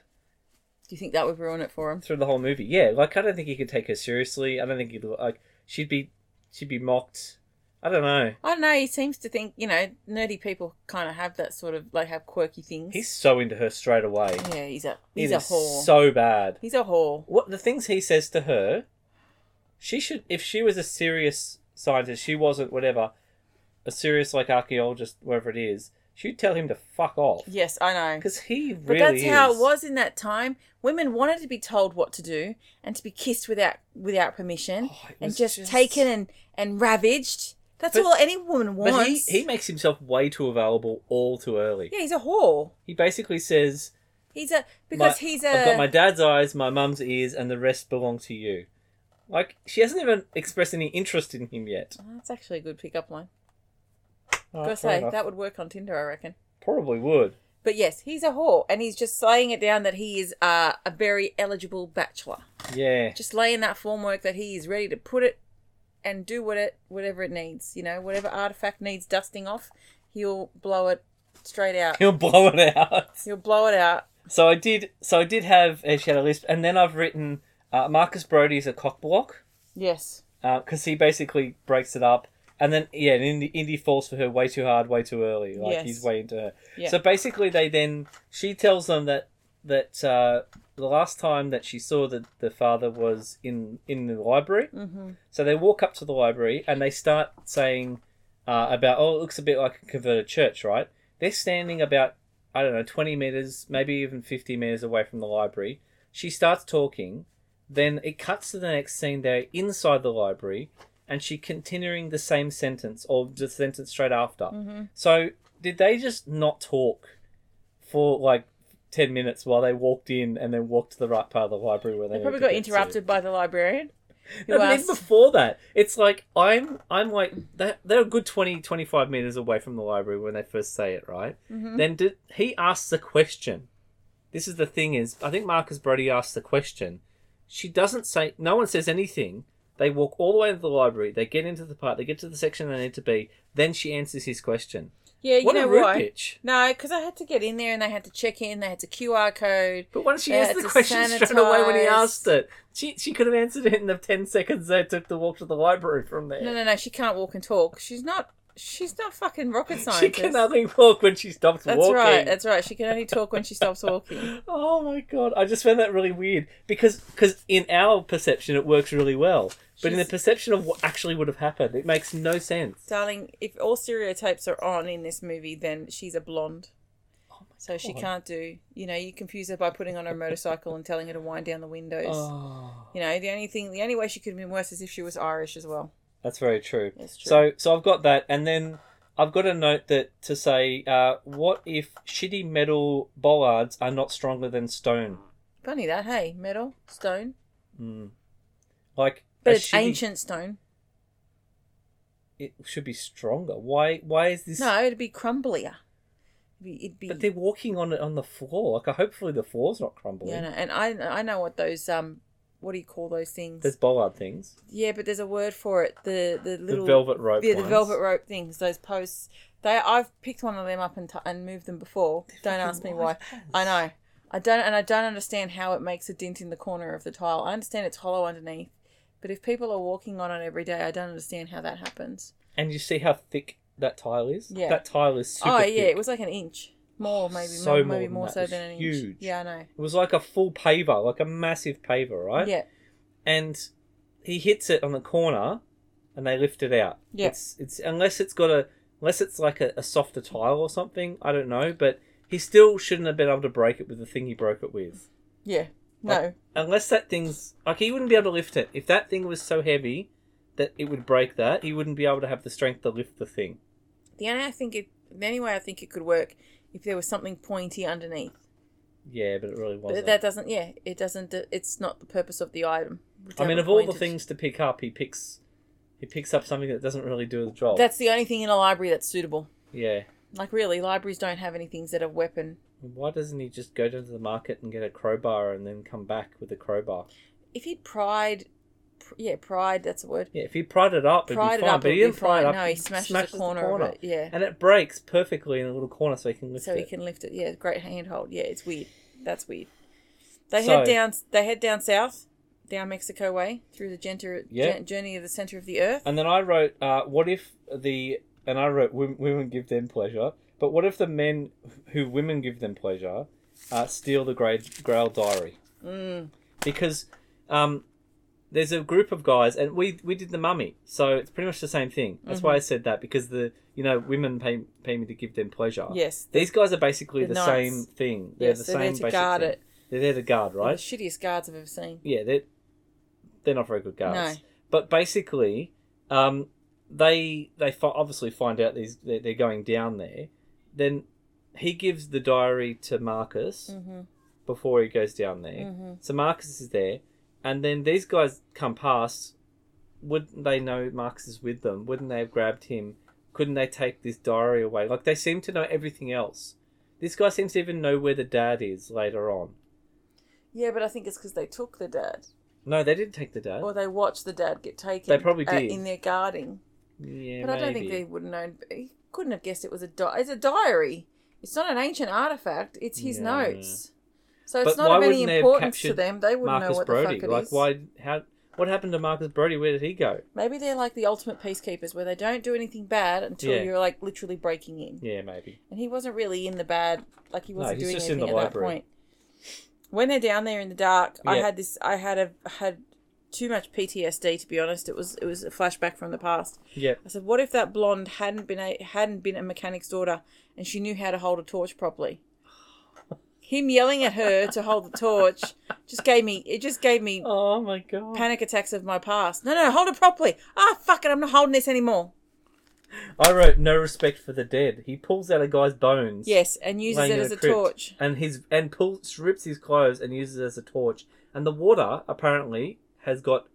[SPEAKER 1] you think that would ruin it for him?
[SPEAKER 2] through the whole movie? Yeah, like I don't think he could take her seriously. I don't think he'd like she'd be she'd be mocked. I don't know.
[SPEAKER 1] I don't know. He seems to think you know nerdy people kind of have that sort of like have quirky things.
[SPEAKER 2] He's so into her straight away.
[SPEAKER 1] yeah, he's a
[SPEAKER 2] It
[SPEAKER 1] he's a
[SPEAKER 2] is
[SPEAKER 1] whore.
[SPEAKER 2] So bad.
[SPEAKER 1] he's a whore.
[SPEAKER 2] What the things he says to her, she should if she was a serious scientist, she wasn't whatever, a serious like archaeologist, whatever it is, she'd tell him to fuck off.
[SPEAKER 1] Yes, I know.
[SPEAKER 2] Because he really
[SPEAKER 1] But that's how
[SPEAKER 2] is.
[SPEAKER 1] it was in that time. Women wanted to be told what to do and to be kissed without without permission
[SPEAKER 2] Oh, it
[SPEAKER 1] and
[SPEAKER 2] was
[SPEAKER 1] just,
[SPEAKER 2] just-
[SPEAKER 1] taken and and ravaged. That's
[SPEAKER 2] But-
[SPEAKER 1] all any woman wants.
[SPEAKER 2] But he, he makes himself way too available all too early.
[SPEAKER 1] yeah, he's a whore.
[SPEAKER 2] He basically says,
[SPEAKER 1] He's a
[SPEAKER 2] my-
[SPEAKER 1] because he's a
[SPEAKER 2] I've got my dad's eyes, my mum's ears, and the rest belong to you. Like, she hasn't even expressed any interest in him yet.
[SPEAKER 1] Oh, that's actually a good pickup line.
[SPEAKER 2] Oh,
[SPEAKER 1] Gotta
[SPEAKER 2] fair
[SPEAKER 1] say
[SPEAKER 2] enough.
[SPEAKER 1] that would work on Tinder, I reckon.
[SPEAKER 2] Probably would.
[SPEAKER 1] But yes, he's a whore, and he's just laying it down that he is uh, a very eligible bachelor.
[SPEAKER 2] Yeah.
[SPEAKER 1] Just laying that formwork that he is ready to put it and do what it, whatever it needs. You know, whatever artifact needs dusting off, he'll blow it straight out.
[SPEAKER 2] He'll blow it out.
[SPEAKER 1] He'll blow it out.
[SPEAKER 2] So I did. So I did have a shadow list, and then I've written uh, Marcus Brody's a cockblock
[SPEAKER 1] Yes.
[SPEAKER 2] because Uh, he basically breaks it up, and then yeah, and Indy, Indy falls for her way too hard, way too early. Like
[SPEAKER 1] Yes.
[SPEAKER 2] he's way into her.
[SPEAKER 1] Yeah.
[SPEAKER 2] So basically, they then she tells them that that uh, the last time that she saw that the father was in in the library.
[SPEAKER 1] Mm-hmm.
[SPEAKER 2] So they walk up to the library and they start saying uh, about, oh, it looks a bit like a converted church, right? They're standing about, I don't know, 20 meters, maybe even 50 meters away from the library. She starts talking. Then it cuts to the next scene. They're inside the library and she continuing the same sentence or the sentence straight after.
[SPEAKER 1] Mm-hmm.
[SPEAKER 2] So did they just not talk for like 10 minutes while they walked in and then walked to the right part of the library where they,
[SPEAKER 1] They probably
[SPEAKER 2] need to
[SPEAKER 1] got
[SPEAKER 2] get to?
[SPEAKER 1] interrupted by the librarian. Who
[SPEAKER 2] No, but
[SPEAKER 1] asked,
[SPEAKER 2] even before that, it's like I'm I'm like they're, they're a good 20, 25 meters away from the library when they first say it, right?
[SPEAKER 1] Mm-hmm.
[SPEAKER 2] Then did, he asks a question. This is the thing is, I think Marcus Brody asks the question. She doesn't say. No one says anything. They walk all the way into the library. They get into the part. They get to the section they need to be. Then she answers his question.
[SPEAKER 1] yeah, you
[SPEAKER 2] what
[SPEAKER 1] know
[SPEAKER 2] a rude
[SPEAKER 1] why?
[SPEAKER 2] bitch!
[SPEAKER 1] No, because I had to get in there and they had to check in. They had to QR code.
[SPEAKER 2] But why did she
[SPEAKER 1] Yeah,
[SPEAKER 2] answer the
[SPEAKER 1] it's
[SPEAKER 2] question straight away when he
[SPEAKER 1] sanitized.
[SPEAKER 2] asked it? She she could have answered it in the ten seconds that it took to walk to the library from there.
[SPEAKER 1] No, no, no. She can't walk and talk. She's not. She's not fucking rocket scientist.
[SPEAKER 2] She can only walk when she stops
[SPEAKER 1] That's
[SPEAKER 2] walking.
[SPEAKER 1] right. That's right. She can only talk when she stops walking.
[SPEAKER 2] oh my god! I just found that really weird because because in our perception it works really well, but in the
[SPEAKER 1] She's-
[SPEAKER 2] perception of what actually would have happened, it makes no sense.
[SPEAKER 1] Darling, if all stereotypes are on in this movie, then she's a blonde. So she
[SPEAKER 2] Oh God.
[SPEAKER 1] can't do. You know, you confuse her by putting on her motorcycle and telling her to wind down the windows.
[SPEAKER 2] Oh,
[SPEAKER 1] You know, the only thing, the only way she could have been worse is if she was Irish as well.
[SPEAKER 2] that's very true.
[SPEAKER 1] That's true.
[SPEAKER 2] So so I've got that, and then I've got a note that to say, uh, what if shitty metal bollards are not stronger than stone?
[SPEAKER 1] Funny that, hey, metal, stone,
[SPEAKER 2] Mm. Like,
[SPEAKER 1] but
[SPEAKER 2] a
[SPEAKER 1] it's
[SPEAKER 2] shitty-
[SPEAKER 1] ancient stone.
[SPEAKER 2] It should be stronger. Why? Why is this?
[SPEAKER 1] No, it'd be crumblier. It'd be. It'd be
[SPEAKER 2] But they're walking on it on the floor. Like, uh, hopefully the floor's not crumbling.
[SPEAKER 1] yeah, no, and I, I know what those um, what do you call those things?
[SPEAKER 2] There's bollard things.
[SPEAKER 1] yeah, but there's a word for it. The the little
[SPEAKER 2] the velvet rope.
[SPEAKER 1] yeah, the
[SPEAKER 2] ones.
[SPEAKER 1] velvet rope things. Those posts. They I've picked one of them up and t- and moved them before. don't ask me why. I know. I don't and I don't understand how it makes a dent in the corner of the tile. I understand it's hollow underneath, but if people are walking on it every day, I don't understand how that happens.
[SPEAKER 2] And you see how thick that tile is.
[SPEAKER 1] Yeah.
[SPEAKER 2] That tile is super.
[SPEAKER 1] oh
[SPEAKER 2] thick.
[SPEAKER 1] yeah, it was like an inch more, maybe
[SPEAKER 2] So
[SPEAKER 1] more,
[SPEAKER 2] more
[SPEAKER 1] maybe
[SPEAKER 2] than
[SPEAKER 1] more
[SPEAKER 2] that.
[SPEAKER 1] so
[SPEAKER 2] It's
[SPEAKER 1] than an
[SPEAKER 2] huge.
[SPEAKER 1] inch. Yeah, I know.
[SPEAKER 2] It was like a full paver, like a massive paver, right?
[SPEAKER 1] Yeah,
[SPEAKER 2] And he hits it on the corner, and they lift it out.
[SPEAKER 1] Yeah.
[SPEAKER 2] It's it's unless it's got a unless it's like a, a softer tile or something. I don't know, but he still shouldn't have been able to break it with the thing he broke it with.
[SPEAKER 1] yeah. No,
[SPEAKER 2] Like, unless that thing's like he wouldn't be able to lift it. If that thing was so heavy that it would break that, he wouldn't be able to have the strength to lift the thing.
[SPEAKER 1] the only I think it, the only way I think it could work if there was something pointy underneath.
[SPEAKER 2] Yeah, but it really
[SPEAKER 1] But
[SPEAKER 2] wasn't.
[SPEAKER 1] that doesn't. Yeah, it doesn't. It's not the purpose of the item.
[SPEAKER 2] I mean,
[SPEAKER 1] Double
[SPEAKER 2] of all the
[SPEAKER 1] pointed.
[SPEAKER 2] things to pick up, he picks he picks up something that doesn't really do the job.
[SPEAKER 1] That's the only thing in a library that's suitable.
[SPEAKER 2] Yeah.
[SPEAKER 1] Like really, libraries don't have any things that are weapon.
[SPEAKER 2] Why doesn't he just go down to the market and get a crowbar and then come back with a crowbar?
[SPEAKER 1] If he'd pried pr- yeah, pride. That's a word.
[SPEAKER 2] Yeah, if he pried it up,
[SPEAKER 1] Pried it
[SPEAKER 2] it'd be fine.
[SPEAKER 1] up,
[SPEAKER 2] but he
[SPEAKER 1] it'd be
[SPEAKER 2] didn't pry it
[SPEAKER 1] fine.
[SPEAKER 2] up.
[SPEAKER 1] No, he smashes the corner of it, yeah.
[SPEAKER 2] and it breaks perfectly in a little corner, so he can lift
[SPEAKER 1] so
[SPEAKER 2] it.
[SPEAKER 1] he can lift it. Yeah, great handhold. Yeah, it's weird. That's weird. They
[SPEAKER 2] So-
[SPEAKER 1] head down. They head down south, down Mexico way through the genter,
[SPEAKER 2] Yeah.
[SPEAKER 1] gen- journey of the center of the earth.
[SPEAKER 2] And then I wrote, uh, what if the and I wrote women, women give them pleasure, but what if the men who women give them pleasure uh, steal the Grail, Grail diary?
[SPEAKER 1] Mm.
[SPEAKER 2] Because um, there's a group of guys, and we we did the mummy, so it's pretty much the same thing. That's
[SPEAKER 1] Mm-hmm.
[SPEAKER 2] why I said that because the you know women pay pay me to give them pleasure.
[SPEAKER 1] Yes.
[SPEAKER 2] These guys are basically
[SPEAKER 1] The
[SPEAKER 2] the,
[SPEAKER 1] knights.
[SPEAKER 2] same thing. They're
[SPEAKER 1] Yes,
[SPEAKER 2] the
[SPEAKER 1] they're
[SPEAKER 2] same
[SPEAKER 1] there to
[SPEAKER 2] basic
[SPEAKER 1] guard
[SPEAKER 2] thing.
[SPEAKER 1] it.
[SPEAKER 2] They're there to guard,
[SPEAKER 1] They're
[SPEAKER 2] right?
[SPEAKER 1] The shittiest guards I've ever seen.
[SPEAKER 2] yeah, they're they're not very good guards.
[SPEAKER 1] No.
[SPEAKER 2] But basically, um, they they fi- obviously find out these they're, they're going down there. Then he gives the diary to Marcus
[SPEAKER 1] Mm-hmm.
[SPEAKER 2] before he goes down there.
[SPEAKER 1] Mhm.
[SPEAKER 2] So Marcus is there, and then these guys come past. Wouldn't they know Marcus is with them? Wouldn't they have grabbed him? Couldn't they take this diary away? Like they seem to know everything else. This guy seems to even know where the dad is later on.
[SPEAKER 1] Yeah, but I think it's because they took the dad,
[SPEAKER 2] No, they didn't take the dad.
[SPEAKER 1] or they watched the dad get taken.
[SPEAKER 2] They probably
[SPEAKER 1] uh,
[SPEAKER 2] did.
[SPEAKER 1] in their guarding.
[SPEAKER 2] yeah,
[SPEAKER 1] but I don't think
[SPEAKER 2] maybe.
[SPEAKER 1] they would have known. He couldn't have guessed it was a di- It's a diary. It's not an ancient artifact. It's his
[SPEAKER 2] Yeah.
[SPEAKER 1] notes. So
[SPEAKER 2] But
[SPEAKER 1] it's not
[SPEAKER 2] why
[SPEAKER 1] of any
[SPEAKER 2] wouldn't they have
[SPEAKER 1] importance to
[SPEAKER 2] captured
[SPEAKER 1] them. They wouldn't know
[SPEAKER 2] Marcus
[SPEAKER 1] what
[SPEAKER 2] Brody.
[SPEAKER 1] the fuck it is.
[SPEAKER 2] like, why? How? What happened to Marcus Brody? Where did he go?
[SPEAKER 1] Maybe they're like the ultimate peacekeepers where they don't do anything bad until
[SPEAKER 2] Yeah.
[SPEAKER 1] you're like literally breaking in.
[SPEAKER 2] Yeah, maybe.
[SPEAKER 1] And he wasn't really in the bad, like he
[SPEAKER 2] No,
[SPEAKER 1] wasn't
[SPEAKER 2] he's
[SPEAKER 1] doing
[SPEAKER 2] just in
[SPEAKER 1] anything at
[SPEAKER 2] the
[SPEAKER 1] that
[SPEAKER 2] library.
[SPEAKER 1] point. When they're down there in the dark, I
[SPEAKER 2] Yeah.
[SPEAKER 1] had this. I had a had too much PTSD to be honest. It was it was a flashback from the past.
[SPEAKER 2] Yeah,
[SPEAKER 1] I said, what if that blonde hadn't been a hadn't been a mechanic's daughter and she knew how to hold a torch properly? Him yelling at her to hold the torch just gave me it just gave me
[SPEAKER 2] Oh my god.
[SPEAKER 1] panic attacks of my past. No, no, hold it properly. Ah, fuck it, I'm not holding this anymore.
[SPEAKER 2] I wrote no respect for the dead. He pulls out a guy's bones.
[SPEAKER 1] Yes, and uses
[SPEAKER 2] laying
[SPEAKER 1] it
[SPEAKER 2] in
[SPEAKER 1] as a
[SPEAKER 2] crypt,
[SPEAKER 1] torch.
[SPEAKER 2] And his and pulls strips his clothes and uses it as a torch. And the water apparently has got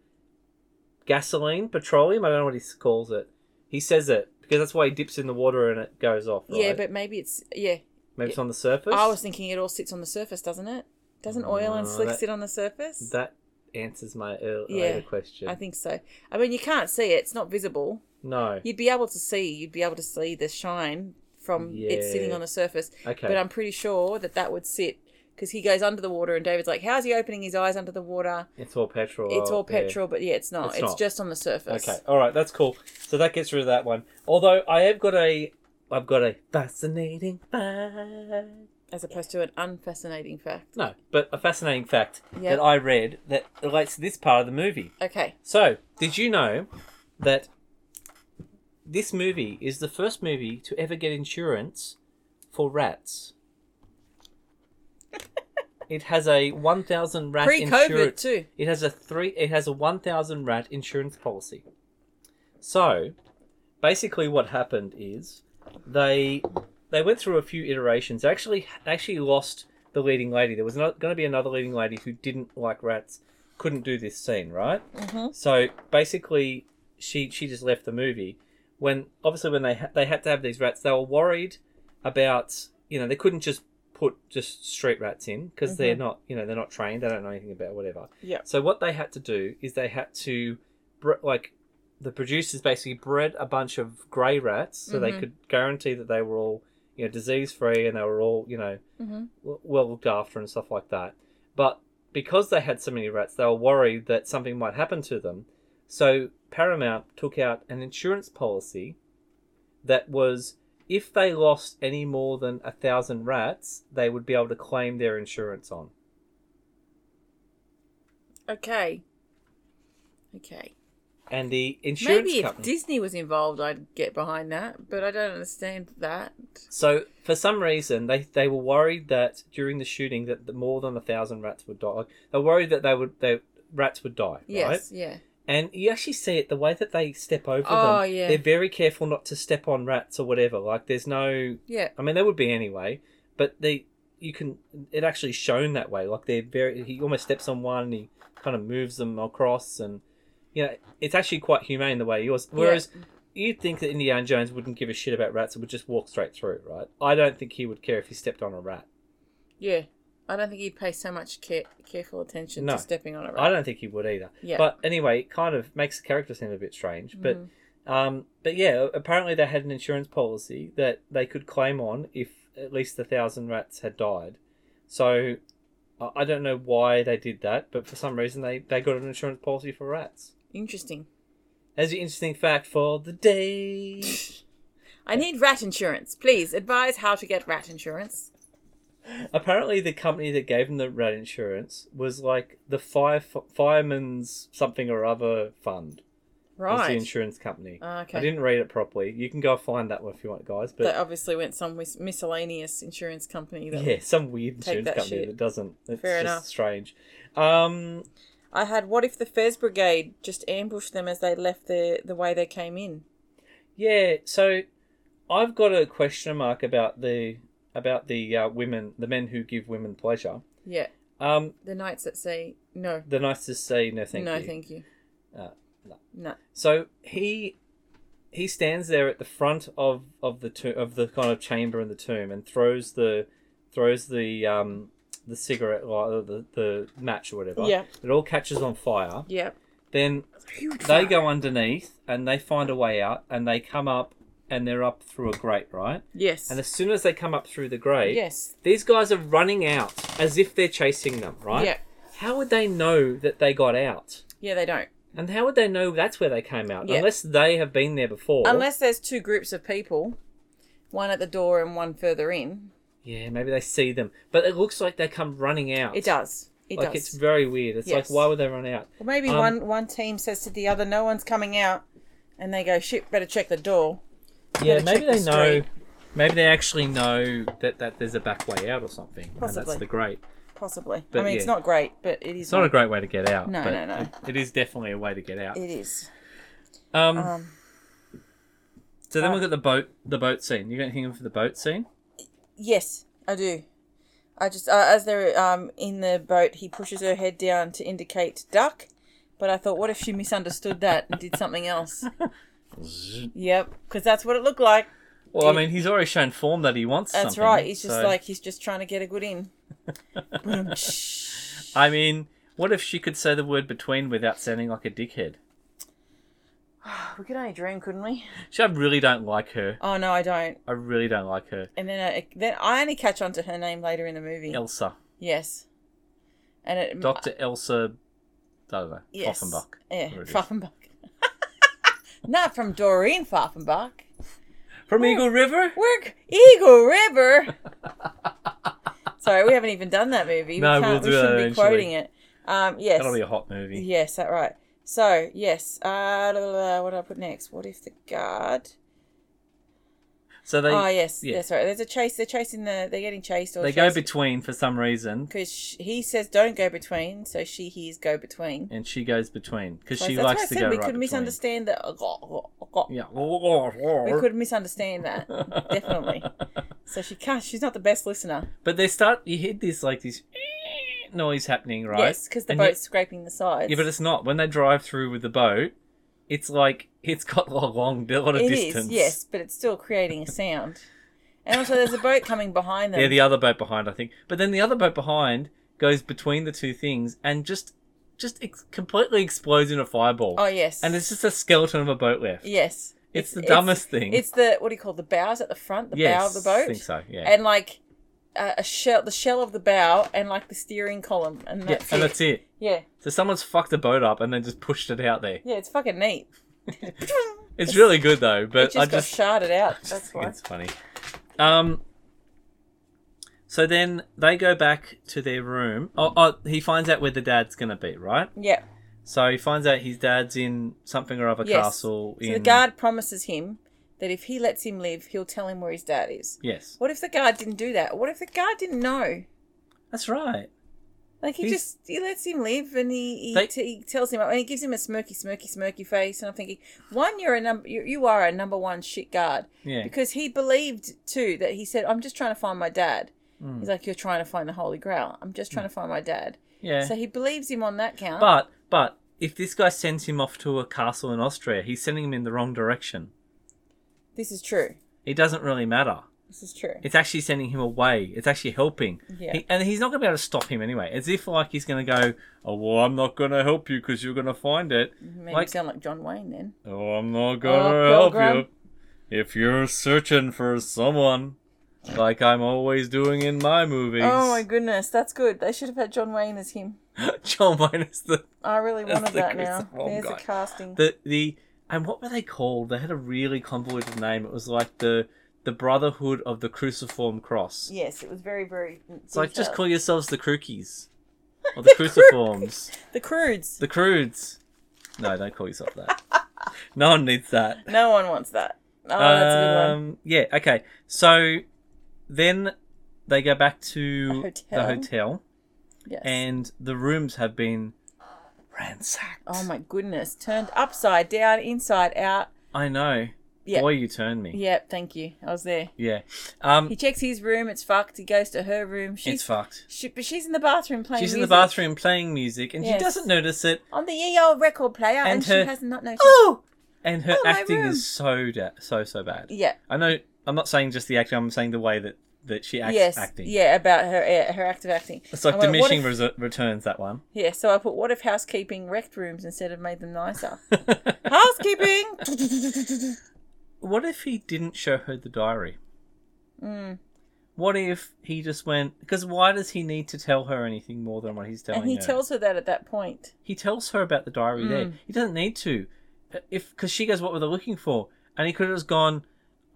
[SPEAKER 2] gasoline, petroleum. I don't know what he s- calls it. He says it because that's why he dips in the water and it goes off. Right?
[SPEAKER 1] Yeah, but maybe it's yeah.
[SPEAKER 2] maybe it's on the surface.
[SPEAKER 1] I was thinking it all sits on the surface, doesn't it? Doesn't oil and
[SPEAKER 2] No,
[SPEAKER 1] slick
[SPEAKER 2] Mm, that-
[SPEAKER 1] sit on the surface?
[SPEAKER 2] That answers my earlier
[SPEAKER 1] Yeah,
[SPEAKER 2] question.
[SPEAKER 1] I think so. I mean, you can't see it; it's not visible.
[SPEAKER 2] no.
[SPEAKER 1] You'd be able to see. You'd be able to see the shine from it sitting
[SPEAKER 2] Yeah.
[SPEAKER 1] on the surface.
[SPEAKER 2] Okay.
[SPEAKER 1] But I'm pretty sure that that would sit because he goes under the water, and David's like, "How's he opening his eyes under the water?"
[SPEAKER 2] It's all petrol. Oh,
[SPEAKER 1] it's all
[SPEAKER 2] yeah.
[SPEAKER 1] petrol, but yeah, it's not.
[SPEAKER 2] It's
[SPEAKER 1] It's,
[SPEAKER 2] not.
[SPEAKER 1] just on the surface.
[SPEAKER 2] Okay, all right, that's cool. So that gets rid of that one. Although I have got a, I've got a fascinating fact.
[SPEAKER 1] As opposed to an unfascinating fact.
[SPEAKER 2] No, but a fascinating fact
[SPEAKER 1] Yeah.
[SPEAKER 2] that I read that relates to this part of the movie.
[SPEAKER 1] Okay.
[SPEAKER 2] So, did you know that this movie is the first movie to ever get insurance for rats? it has a one thousand rat
[SPEAKER 1] Pre-COVID
[SPEAKER 2] insurance.
[SPEAKER 1] too.
[SPEAKER 2] It has a three. It has a one thousand rat insurance policy. So, basically, what happened is they they went through a few iterations. They actually they actually lost the leading lady. There was not going to be another leading lady who didn't like rats, couldn't do this scene, right? Mm-hmm. So basically, she she just left the movie. When obviously when they ha- they had to have these rats, they were worried about you know they couldn't just put just street rats in because they're not you know they're not trained. They don't know anything about whatever.
[SPEAKER 1] Yeah.
[SPEAKER 2] So what they had to do is they had to bre- like the producers basically bred a bunch of grey rats so they could guarantee that they were all you know disease free and they were all you know
[SPEAKER 1] Mhm.
[SPEAKER 2] w- well looked after and stuff like that. But because they had so many rats, they were worried that something might happen to them. So Paramount took out an insurance policy that was if they lost any more than a thousand rats, they would be able to claim their insurance on.
[SPEAKER 1] Okay. Okay.
[SPEAKER 2] And the insurance
[SPEAKER 1] Maybe if
[SPEAKER 2] company.
[SPEAKER 1] Disney was involved, I'd get behind that, but I don't understand that.
[SPEAKER 2] So for some reason, they they were worried that during the shooting that the, more than a thousand rats would die. Like, they were worried that they would they rats would die. Right?
[SPEAKER 1] Yes, yeah.
[SPEAKER 2] And you actually see it the way that they step over
[SPEAKER 1] Oh,
[SPEAKER 2] them.
[SPEAKER 1] yeah.
[SPEAKER 2] They're very careful not to step on rats or whatever. Like there's no.
[SPEAKER 1] Yeah.
[SPEAKER 2] I mean, they would be anyway, but they you can it actually shown that way. Like they're very. He almost steps on one and he kind of moves them across and. You know, it's actually quite humane the way he was. Whereas you'd think that Indiana Jones wouldn't give a shit about rats and would just walk straight through, right? I don't think he would care if he stepped on a rat.
[SPEAKER 1] Yeah. I don't think he'd pay so much care, careful attention
[SPEAKER 2] No.
[SPEAKER 1] to stepping on a rope.
[SPEAKER 2] I don't think he would either.
[SPEAKER 1] Yeah.
[SPEAKER 2] But anyway, it kind of makes the character seem a bit strange. But um, but yeah, apparently they had an insurance policy that they could claim on if at least a thousand rats had died. So I I don't know why they did that, but for some reason they, they got an insurance policy for rats.
[SPEAKER 1] Interesting.
[SPEAKER 2] As an interesting fact for the day.
[SPEAKER 1] I need rat insurance. Please advise how to get rat insurance.
[SPEAKER 2] Apparently, the company that gave them the rat insurance was like the fire fireman's something or other fund. was the
[SPEAKER 1] Right.
[SPEAKER 2] insurance company.
[SPEAKER 1] Ah, okay.
[SPEAKER 2] I didn't read it properly. You can go find that one if you want, guys. But
[SPEAKER 1] They obviously went some mis- miscellaneous insurance company. That
[SPEAKER 2] yeah, some weird insurance
[SPEAKER 1] that
[SPEAKER 2] company
[SPEAKER 1] shit.
[SPEAKER 2] that doesn't. It's
[SPEAKER 1] Fair
[SPEAKER 2] just
[SPEAKER 1] enough.
[SPEAKER 2] strange. Um,
[SPEAKER 1] I had. What if the Fez Brigade just ambushed them as they left the the way they came in?
[SPEAKER 2] yeah, so I've got a question mark about the about the uh, women, the men who give women pleasure.
[SPEAKER 1] Yeah.
[SPEAKER 2] Um,
[SPEAKER 1] The knights that say no,
[SPEAKER 2] the nicest say no thank
[SPEAKER 1] no,
[SPEAKER 2] you.
[SPEAKER 1] thank you.
[SPEAKER 2] Uh,
[SPEAKER 1] no. No.
[SPEAKER 2] So he he stands there at the front of of the to- of the kind of chamber in the tomb and throws the throws the um the cigarette or the the match or whatever.
[SPEAKER 1] Yeah.
[SPEAKER 2] It all catches on fire.
[SPEAKER 1] Yeah.
[SPEAKER 2] Then they go underneath and they find a way out and they come up and they're up through a grate, right?
[SPEAKER 1] Yes.
[SPEAKER 2] And as soon as they come up through the grate,
[SPEAKER 1] yes.
[SPEAKER 2] these guys are running out as if they're chasing them, right?
[SPEAKER 1] Yeah.
[SPEAKER 2] How would they know that they got out?
[SPEAKER 1] Yeah. They don't.
[SPEAKER 2] And how would they know that's where they came out?
[SPEAKER 1] Yeah.
[SPEAKER 2] Unless they have been there before.
[SPEAKER 1] Unless there's two groups of people, one at the door and one further in.
[SPEAKER 2] Yeah, maybe they see them. But it looks like they come running out.
[SPEAKER 1] It does. It
[SPEAKER 2] like
[SPEAKER 1] does.
[SPEAKER 2] it's very weird. It's
[SPEAKER 1] Yes.
[SPEAKER 2] like why would they run out?
[SPEAKER 1] Well, maybe
[SPEAKER 2] Um,
[SPEAKER 1] one one team says to the other, "No one's coming out," and they go, "Shit, better check the door."
[SPEAKER 2] Yeah,
[SPEAKER 1] check
[SPEAKER 2] maybe
[SPEAKER 1] the
[SPEAKER 2] they know
[SPEAKER 1] street.
[SPEAKER 2] maybe they actually know that, that there's a back way out or something. And
[SPEAKER 1] Possibly.
[SPEAKER 2] that's the great.
[SPEAKER 1] Possibly.
[SPEAKER 2] But
[SPEAKER 1] I mean, it's
[SPEAKER 2] yeah.
[SPEAKER 1] not great, but it is.
[SPEAKER 2] It's not a great way to get out.
[SPEAKER 1] No,
[SPEAKER 2] but
[SPEAKER 1] no, no.
[SPEAKER 2] it- it is definitely a way to get out.
[SPEAKER 1] It is.
[SPEAKER 2] Um,
[SPEAKER 1] Um,
[SPEAKER 2] so
[SPEAKER 1] uh,
[SPEAKER 2] then we've got the boat the boat scene. You got anything for the boat scene?
[SPEAKER 1] Yes, I do. I just uh, as they're um in the boat, he pushes her head down to indicate duck. But I thought, what if she misunderstood that and did something else? yep, because that's what it looked like.
[SPEAKER 2] Well, I
[SPEAKER 1] It-
[SPEAKER 2] mean, he's already shown form that he wants
[SPEAKER 1] That's
[SPEAKER 2] something,
[SPEAKER 1] right. He's just
[SPEAKER 2] so-
[SPEAKER 1] like he's just trying to get a good in.
[SPEAKER 2] I mean, what if she could say the word between without sounding like a dickhead?
[SPEAKER 1] we could only dream, couldn't we?
[SPEAKER 2] She, I really don't like her.
[SPEAKER 1] Oh no, I don't.
[SPEAKER 2] I really don't like her.
[SPEAKER 1] And then I then I only catch on to her name later in the movie.
[SPEAKER 2] Elsa.
[SPEAKER 1] Yes. And it
[SPEAKER 2] Dr. Elsa. I don't know.
[SPEAKER 1] yes.
[SPEAKER 2] Offenbach.
[SPEAKER 1] Yeah,
[SPEAKER 2] Whatever it is.
[SPEAKER 1] Pfaffenbach. Not from Doreen Pfaffenbach.
[SPEAKER 2] From Eagle River?
[SPEAKER 1] Work Eagle River. Sorry, we haven't even done that movie.
[SPEAKER 2] No,
[SPEAKER 1] we, can't,
[SPEAKER 2] we'll do
[SPEAKER 1] we shouldn't
[SPEAKER 2] that
[SPEAKER 1] be
[SPEAKER 2] eventually.
[SPEAKER 1] quoting it. Um, yes.
[SPEAKER 2] That'll be a hot movie.
[SPEAKER 1] Yes, that right. So, yes. Uh, blah, blah, blah, what did I put next? What if the guard?
[SPEAKER 2] So they
[SPEAKER 1] oh, yes.
[SPEAKER 2] yeah.
[SPEAKER 1] That's right. There's a chase. They're chasing the. They're getting chased. Or
[SPEAKER 2] they go between for some reason,
[SPEAKER 1] Because he says don't go between, so she hears go between.
[SPEAKER 2] and she goes between because
[SPEAKER 1] Like,
[SPEAKER 2] she
[SPEAKER 1] that's why
[SPEAKER 2] likes to
[SPEAKER 1] I said
[SPEAKER 2] go
[SPEAKER 1] we
[SPEAKER 2] right
[SPEAKER 1] could
[SPEAKER 2] between.
[SPEAKER 1] misunderstand that.
[SPEAKER 2] Yeah.
[SPEAKER 1] We could misunderstand that definitely. So she can't. She's not the best listener.
[SPEAKER 2] But they start. You hear this like this noise happening, right?
[SPEAKER 1] Yes, because the
[SPEAKER 2] And you-
[SPEAKER 1] boat's scraping the sides.
[SPEAKER 2] Yeah, but it's not. When they drive through with the boat, it's like it's got a long, a lot of
[SPEAKER 1] It is,
[SPEAKER 2] distance.
[SPEAKER 1] yes, but it's still creating a sound. And also, there's a boat coming behind them.
[SPEAKER 2] Yeah, the other boat behind, I think. But then the other boat behind goes between the two things and just, just ex- completely explodes in a fireball.
[SPEAKER 1] oh yes,
[SPEAKER 2] And it's just a skeleton of a boat left.
[SPEAKER 1] yes,
[SPEAKER 2] It's the dumbest thing.
[SPEAKER 1] It's the what do you call it, the bows at the front, the bow of the boat,
[SPEAKER 2] I think so. Yeah.
[SPEAKER 1] and like uh, a shell, the shell of the bow, and like the steering column, and
[SPEAKER 2] yeah,
[SPEAKER 1] that's
[SPEAKER 2] and
[SPEAKER 1] it.
[SPEAKER 2] that's it.
[SPEAKER 1] Yeah,
[SPEAKER 2] So someone's fucked the boat up and then just pushed it out there.
[SPEAKER 1] yeah, it's fucking neat.
[SPEAKER 2] It's really good though,
[SPEAKER 1] It
[SPEAKER 2] but
[SPEAKER 1] just
[SPEAKER 2] I
[SPEAKER 1] got
[SPEAKER 2] just
[SPEAKER 1] sharded out.
[SPEAKER 2] I
[SPEAKER 1] That's
[SPEAKER 2] think
[SPEAKER 1] why.
[SPEAKER 2] it's funny. Um. So then they go back to their room. Oh, oh, he finds out where the dad's gonna be, right?
[SPEAKER 1] Yeah.
[SPEAKER 2] So he finds out his dad's in something or other
[SPEAKER 1] Yes.
[SPEAKER 2] castle.
[SPEAKER 1] So
[SPEAKER 2] in
[SPEAKER 1] the guard promises him that if he lets him live, he'll tell him where his dad is.
[SPEAKER 2] Yes,
[SPEAKER 1] What if the guard didn't do that? What if the guard didn't know?
[SPEAKER 2] that's right.
[SPEAKER 1] Like he
[SPEAKER 2] He's-
[SPEAKER 1] just he lets him live, and he he,
[SPEAKER 2] They-
[SPEAKER 1] t- he tells him, and he gives him a smirky, smirky, smirky face. And I'm thinking, one, you're a number, you, you are a number one shit guard
[SPEAKER 2] Yeah.
[SPEAKER 1] because he believed too that he said, "I'm just trying to find my dad."
[SPEAKER 2] Mm.
[SPEAKER 1] He's like, "You're trying to find the Holy Grail. I'm just trying to find my dad."
[SPEAKER 2] Yeah.
[SPEAKER 1] So he believes him on that count.
[SPEAKER 2] but but if this guy sends him off to a castle in Austria, he's sending him in the wrong direction.
[SPEAKER 1] this is true.
[SPEAKER 2] It doesn't really matter.
[SPEAKER 1] This is true.
[SPEAKER 2] It's actually sending him away. It's actually helping.
[SPEAKER 1] Yeah.
[SPEAKER 2] He, and he's not going to be able to stop him anyway. As if like he's going to go, oh well, I'm not going to help you because you're going to find it.
[SPEAKER 1] Made
[SPEAKER 2] like-
[SPEAKER 1] him sound like John Wayne then.
[SPEAKER 2] Oh, I'm not gonna
[SPEAKER 1] Oh,
[SPEAKER 2] help
[SPEAKER 1] Pilgrim.
[SPEAKER 2] you. If you're searching for someone, like I'm always doing in my movies.
[SPEAKER 1] Oh my goodness, that's good. They should have had John Wayne as him.
[SPEAKER 2] John Wayne is the
[SPEAKER 1] I really
[SPEAKER 2] That's
[SPEAKER 1] wanted
[SPEAKER 2] the
[SPEAKER 1] that
[SPEAKER 2] good-
[SPEAKER 1] now.
[SPEAKER 2] wrong
[SPEAKER 1] There's
[SPEAKER 2] guy.
[SPEAKER 1] a casting.
[SPEAKER 2] the the and what were they called? They had a really convoluted name. It was like the the Brotherhood of the Cruciform Cross.
[SPEAKER 1] yes, it was very, very.
[SPEAKER 2] it's like just
[SPEAKER 1] detailed.
[SPEAKER 2] call yourselves the Crookies or the Cruciforms,
[SPEAKER 1] the Crudes.
[SPEAKER 2] the Crudes. No, don't call yourself that. no one needs that.
[SPEAKER 1] No one wants that. Oh, that's a good one.
[SPEAKER 2] Um, Yeah, okay. So then they go back to
[SPEAKER 1] A hotel.
[SPEAKER 2] the hotel,
[SPEAKER 1] Yes.
[SPEAKER 2] and the rooms have been ransacked.
[SPEAKER 1] oh my goodness, turned upside down, inside out.
[SPEAKER 2] I know.
[SPEAKER 1] Yeah.
[SPEAKER 2] Boy, you turn me.
[SPEAKER 1] Yep, thank you. I was there.
[SPEAKER 2] Yeah. Um,
[SPEAKER 1] He checks his room. It's fucked. He goes to her room. She's
[SPEAKER 2] it's fucked.
[SPEAKER 1] She, but she's in the bathroom playing.
[SPEAKER 2] She's in the
[SPEAKER 1] music
[SPEAKER 2] bathroom playing music, and
[SPEAKER 1] Yes.
[SPEAKER 2] she doesn't notice it.
[SPEAKER 1] on the ye old record player, and,
[SPEAKER 2] And
[SPEAKER 1] she
[SPEAKER 2] her-
[SPEAKER 1] has not noticed.
[SPEAKER 2] Oh, and her
[SPEAKER 1] Oh, my
[SPEAKER 2] acting
[SPEAKER 1] room.
[SPEAKER 2] is so da- so so bad.
[SPEAKER 1] Yeah.
[SPEAKER 2] I know. I'm not saying just the acting. I'm saying the way that that she acts.
[SPEAKER 1] yes.
[SPEAKER 2] Acting.
[SPEAKER 1] Yeah, about her eh, her act of acting.
[SPEAKER 2] It's like
[SPEAKER 1] I went, what
[SPEAKER 2] diminishing
[SPEAKER 1] if-
[SPEAKER 2] reser- returns. That one.
[SPEAKER 1] Yeah, so I put what if housekeeping wrecked rooms instead of made them nicer? housekeeping.
[SPEAKER 2] What if he didn't show her the diary?
[SPEAKER 1] Mm.
[SPEAKER 2] What if he just went? Because why does he need to tell her anything more than what he's telling
[SPEAKER 1] And he
[SPEAKER 2] her?
[SPEAKER 1] tells her that at that point.
[SPEAKER 2] he tells her about the diary there.
[SPEAKER 1] Mm.
[SPEAKER 2] He doesn't need to, uh, if because she goes, "What were they looking for?" And he could have just gone,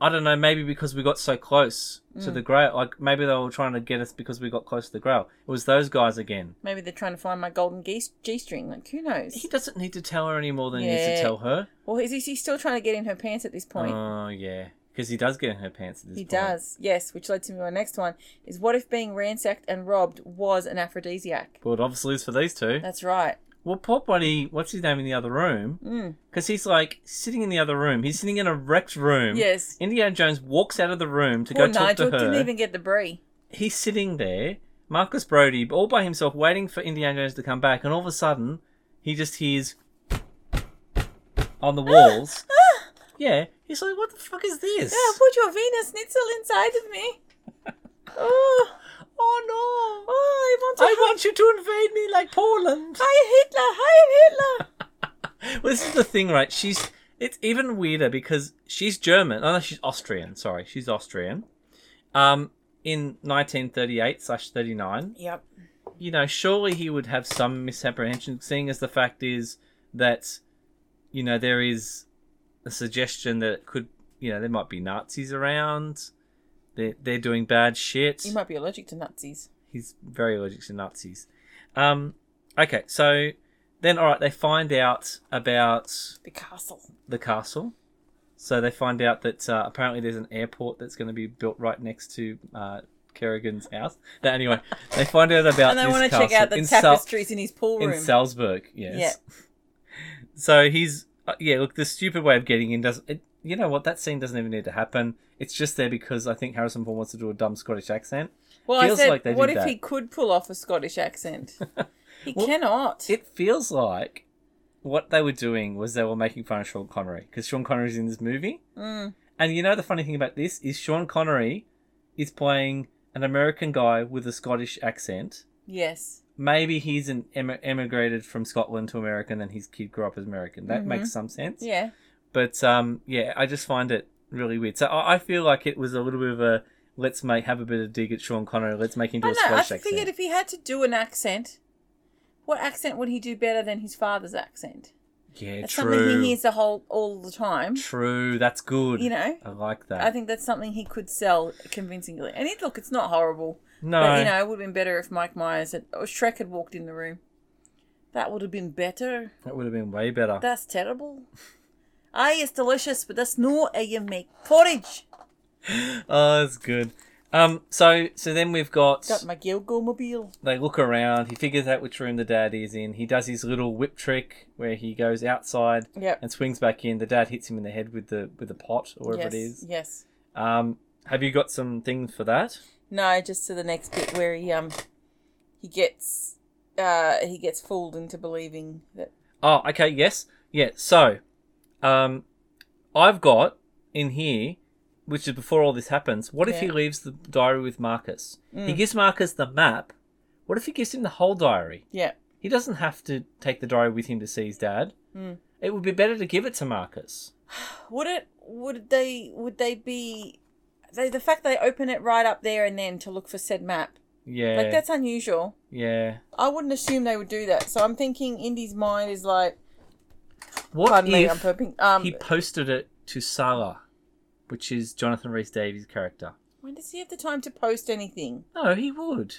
[SPEAKER 2] "I don't know. Maybe because we got so close to
[SPEAKER 1] Hmm.
[SPEAKER 2] the Grail. Like maybe they were trying to get us because we got close to the Grail. It was those guys again."
[SPEAKER 1] Maybe they're trying to find my golden geese g string. Like who knows?
[SPEAKER 2] He doesn't need to tell her any more than he needs
[SPEAKER 1] Yeah.
[SPEAKER 2] to tell her.
[SPEAKER 1] Well, is he, is he still trying to get in her pants at this point?
[SPEAKER 2] Oh yeah, because he does get in her pants at this
[SPEAKER 1] He
[SPEAKER 2] point.
[SPEAKER 1] does, yes, which led to my next one is what if being ransacked and robbed was an aphrodisiac?
[SPEAKER 2] But it obviously is for these two.
[SPEAKER 1] That's right.
[SPEAKER 2] Well, Pop Buddy, what's his name in the other room?
[SPEAKER 1] Mm.
[SPEAKER 2] Because he's like sitting in the other room. He's sitting in a wrecked room.
[SPEAKER 1] Yes.
[SPEAKER 2] Indiana Jones walks out of the room to
[SPEAKER 1] Poor
[SPEAKER 2] go talk
[SPEAKER 1] Nigel
[SPEAKER 2] to her.
[SPEAKER 1] didn't even get the brie.
[SPEAKER 2] He's sitting there, Marcus Brody, all by himself, waiting for Indiana Jones to come back. And all of a sudden, he just hears on the walls. yeah. He's like, what the fuck is this?
[SPEAKER 1] Yeah, put your Venus schnitzel inside of me. oh,
[SPEAKER 2] oh no.
[SPEAKER 1] oh, I want to.
[SPEAKER 2] I want you to invade me like Poland.
[SPEAKER 1] Hi Hitler! Hi Hitler!
[SPEAKER 2] Well, this is the thing, right? She's it's even weirder because she's German. Oh no, she's Austrian. Sorry, she's Austrian. Um, in 1938 slash 39,
[SPEAKER 1] yep.
[SPEAKER 2] you know, surely he would have some misapprehension, seeing as the fact is that, you know, there is a suggestion that it could, you know, there might be Nazis around. They're, they're doing bad shit.
[SPEAKER 1] You might be allergic to Nazis.
[SPEAKER 2] He's very allergic to Nazis. Um, okay, so then, all right, they find out about
[SPEAKER 1] The castle.
[SPEAKER 2] the castle. So they find out that uh, apparently there's an airport that's going to be built right next to uh, Kerrigan's house. That anyway, they find out about
[SPEAKER 1] and they
[SPEAKER 2] this
[SPEAKER 1] want to
[SPEAKER 2] castle
[SPEAKER 1] check out the
[SPEAKER 2] in, Sal-
[SPEAKER 1] tapestries in his pool room.
[SPEAKER 2] in Salzburg. Yes. So he's uh, yeah. Look, the stupid way of getting in doesn't. It, you know what? That scene doesn't even need to happen. It's just there because I think Harrison Ford wants to do a dumb Scottish accent.
[SPEAKER 1] well, I
[SPEAKER 2] feels
[SPEAKER 1] said,
[SPEAKER 2] like they
[SPEAKER 1] what if
[SPEAKER 2] did that.
[SPEAKER 1] he could pull off a Scottish accent? He
[SPEAKER 2] Well,
[SPEAKER 1] cannot.
[SPEAKER 2] It feels like what they were doing was they were making fun of Sean Connery because Sean Connery's in this movie.
[SPEAKER 1] Mm.
[SPEAKER 2] And you know the funny thing about this is Sean Connery is playing an American guy with a Scottish accent.
[SPEAKER 1] Yes.
[SPEAKER 2] Maybe he's an em- emigrated from Scotland to America, and then his kid grew up as American. That
[SPEAKER 1] Mhm.
[SPEAKER 2] makes some sense.
[SPEAKER 1] Yeah.
[SPEAKER 2] But um, yeah, I just find it really weird. So I, I feel like it was a little bit of a let's make have a bit of dig at Sean Connery. Let's make him do
[SPEAKER 1] I
[SPEAKER 2] a
[SPEAKER 1] know. I
[SPEAKER 2] Scottish
[SPEAKER 1] figured
[SPEAKER 2] accent.
[SPEAKER 1] if he had to do an accent, what accent would he do better than his father's accent?
[SPEAKER 2] Yeah,
[SPEAKER 1] That's something
[SPEAKER 2] true.
[SPEAKER 1] he hears the whole all the time.
[SPEAKER 2] True. That's good.
[SPEAKER 1] You know?
[SPEAKER 2] I like that.
[SPEAKER 1] I think that's something he could sell convincingly. And it, look, it's not horrible.
[SPEAKER 2] no,
[SPEAKER 1] But, you know, it would have been better if Mike Myers had, or Shrek had walked in the room. That would have been better.
[SPEAKER 2] that would have been way better.
[SPEAKER 1] That's terrible. Aye, it's delicious, but that's not how you make porridge.
[SPEAKER 2] oh, that's good. Um, so so then we've got
[SPEAKER 1] Got my Gilgo mobile.
[SPEAKER 2] they look around. He figures out which room the dad is in. He does his little whip trick where he goes outside
[SPEAKER 1] Yep.
[SPEAKER 2] and swings back in. The dad hits him in the head with the with the pot or whatever
[SPEAKER 1] yes,
[SPEAKER 2] it is.
[SPEAKER 1] Yes.
[SPEAKER 2] Um, have you got some things for that?
[SPEAKER 1] No, just to the next bit where he um he gets uh he gets fooled into believing that
[SPEAKER 2] Oh, okay. Yes, yeah. So, um, I've got in here which is before all this happens, what if he
[SPEAKER 3] Yeah.
[SPEAKER 2] leaves the diary with Marcus?
[SPEAKER 1] Mm.
[SPEAKER 2] He gives Marcus the map. What if he gives him the whole diary?
[SPEAKER 3] Yeah.
[SPEAKER 2] He doesn't have to take the diary with him to see his dad.
[SPEAKER 1] Mm.
[SPEAKER 2] It would be better to give it to Marcus.
[SPEAKER 1] Would it? Would they? Would they be? They, the fact they open it right up there and then to look for said map,
[SPEAKER 2] Yeah.
[SPEAKER 1] like that's unusual.
[SPEAKER 2] yeah.
[SPEAKER 1] I wouldn't assume they would do that. So I'm thinking Indy's mind is like,
[SPEAKER 2] What
[SPEAKER 1] pardon me,
[SPEAKER 2] if
[SPEAKER 1] I'm burping. Um,
[SPEAKER 2] he posted it to Salah, which is Jonathan Rhys Davies' character?
[SPEAKER 1] when does he have the time to post anything?
[SPEAKER 2] No, he would.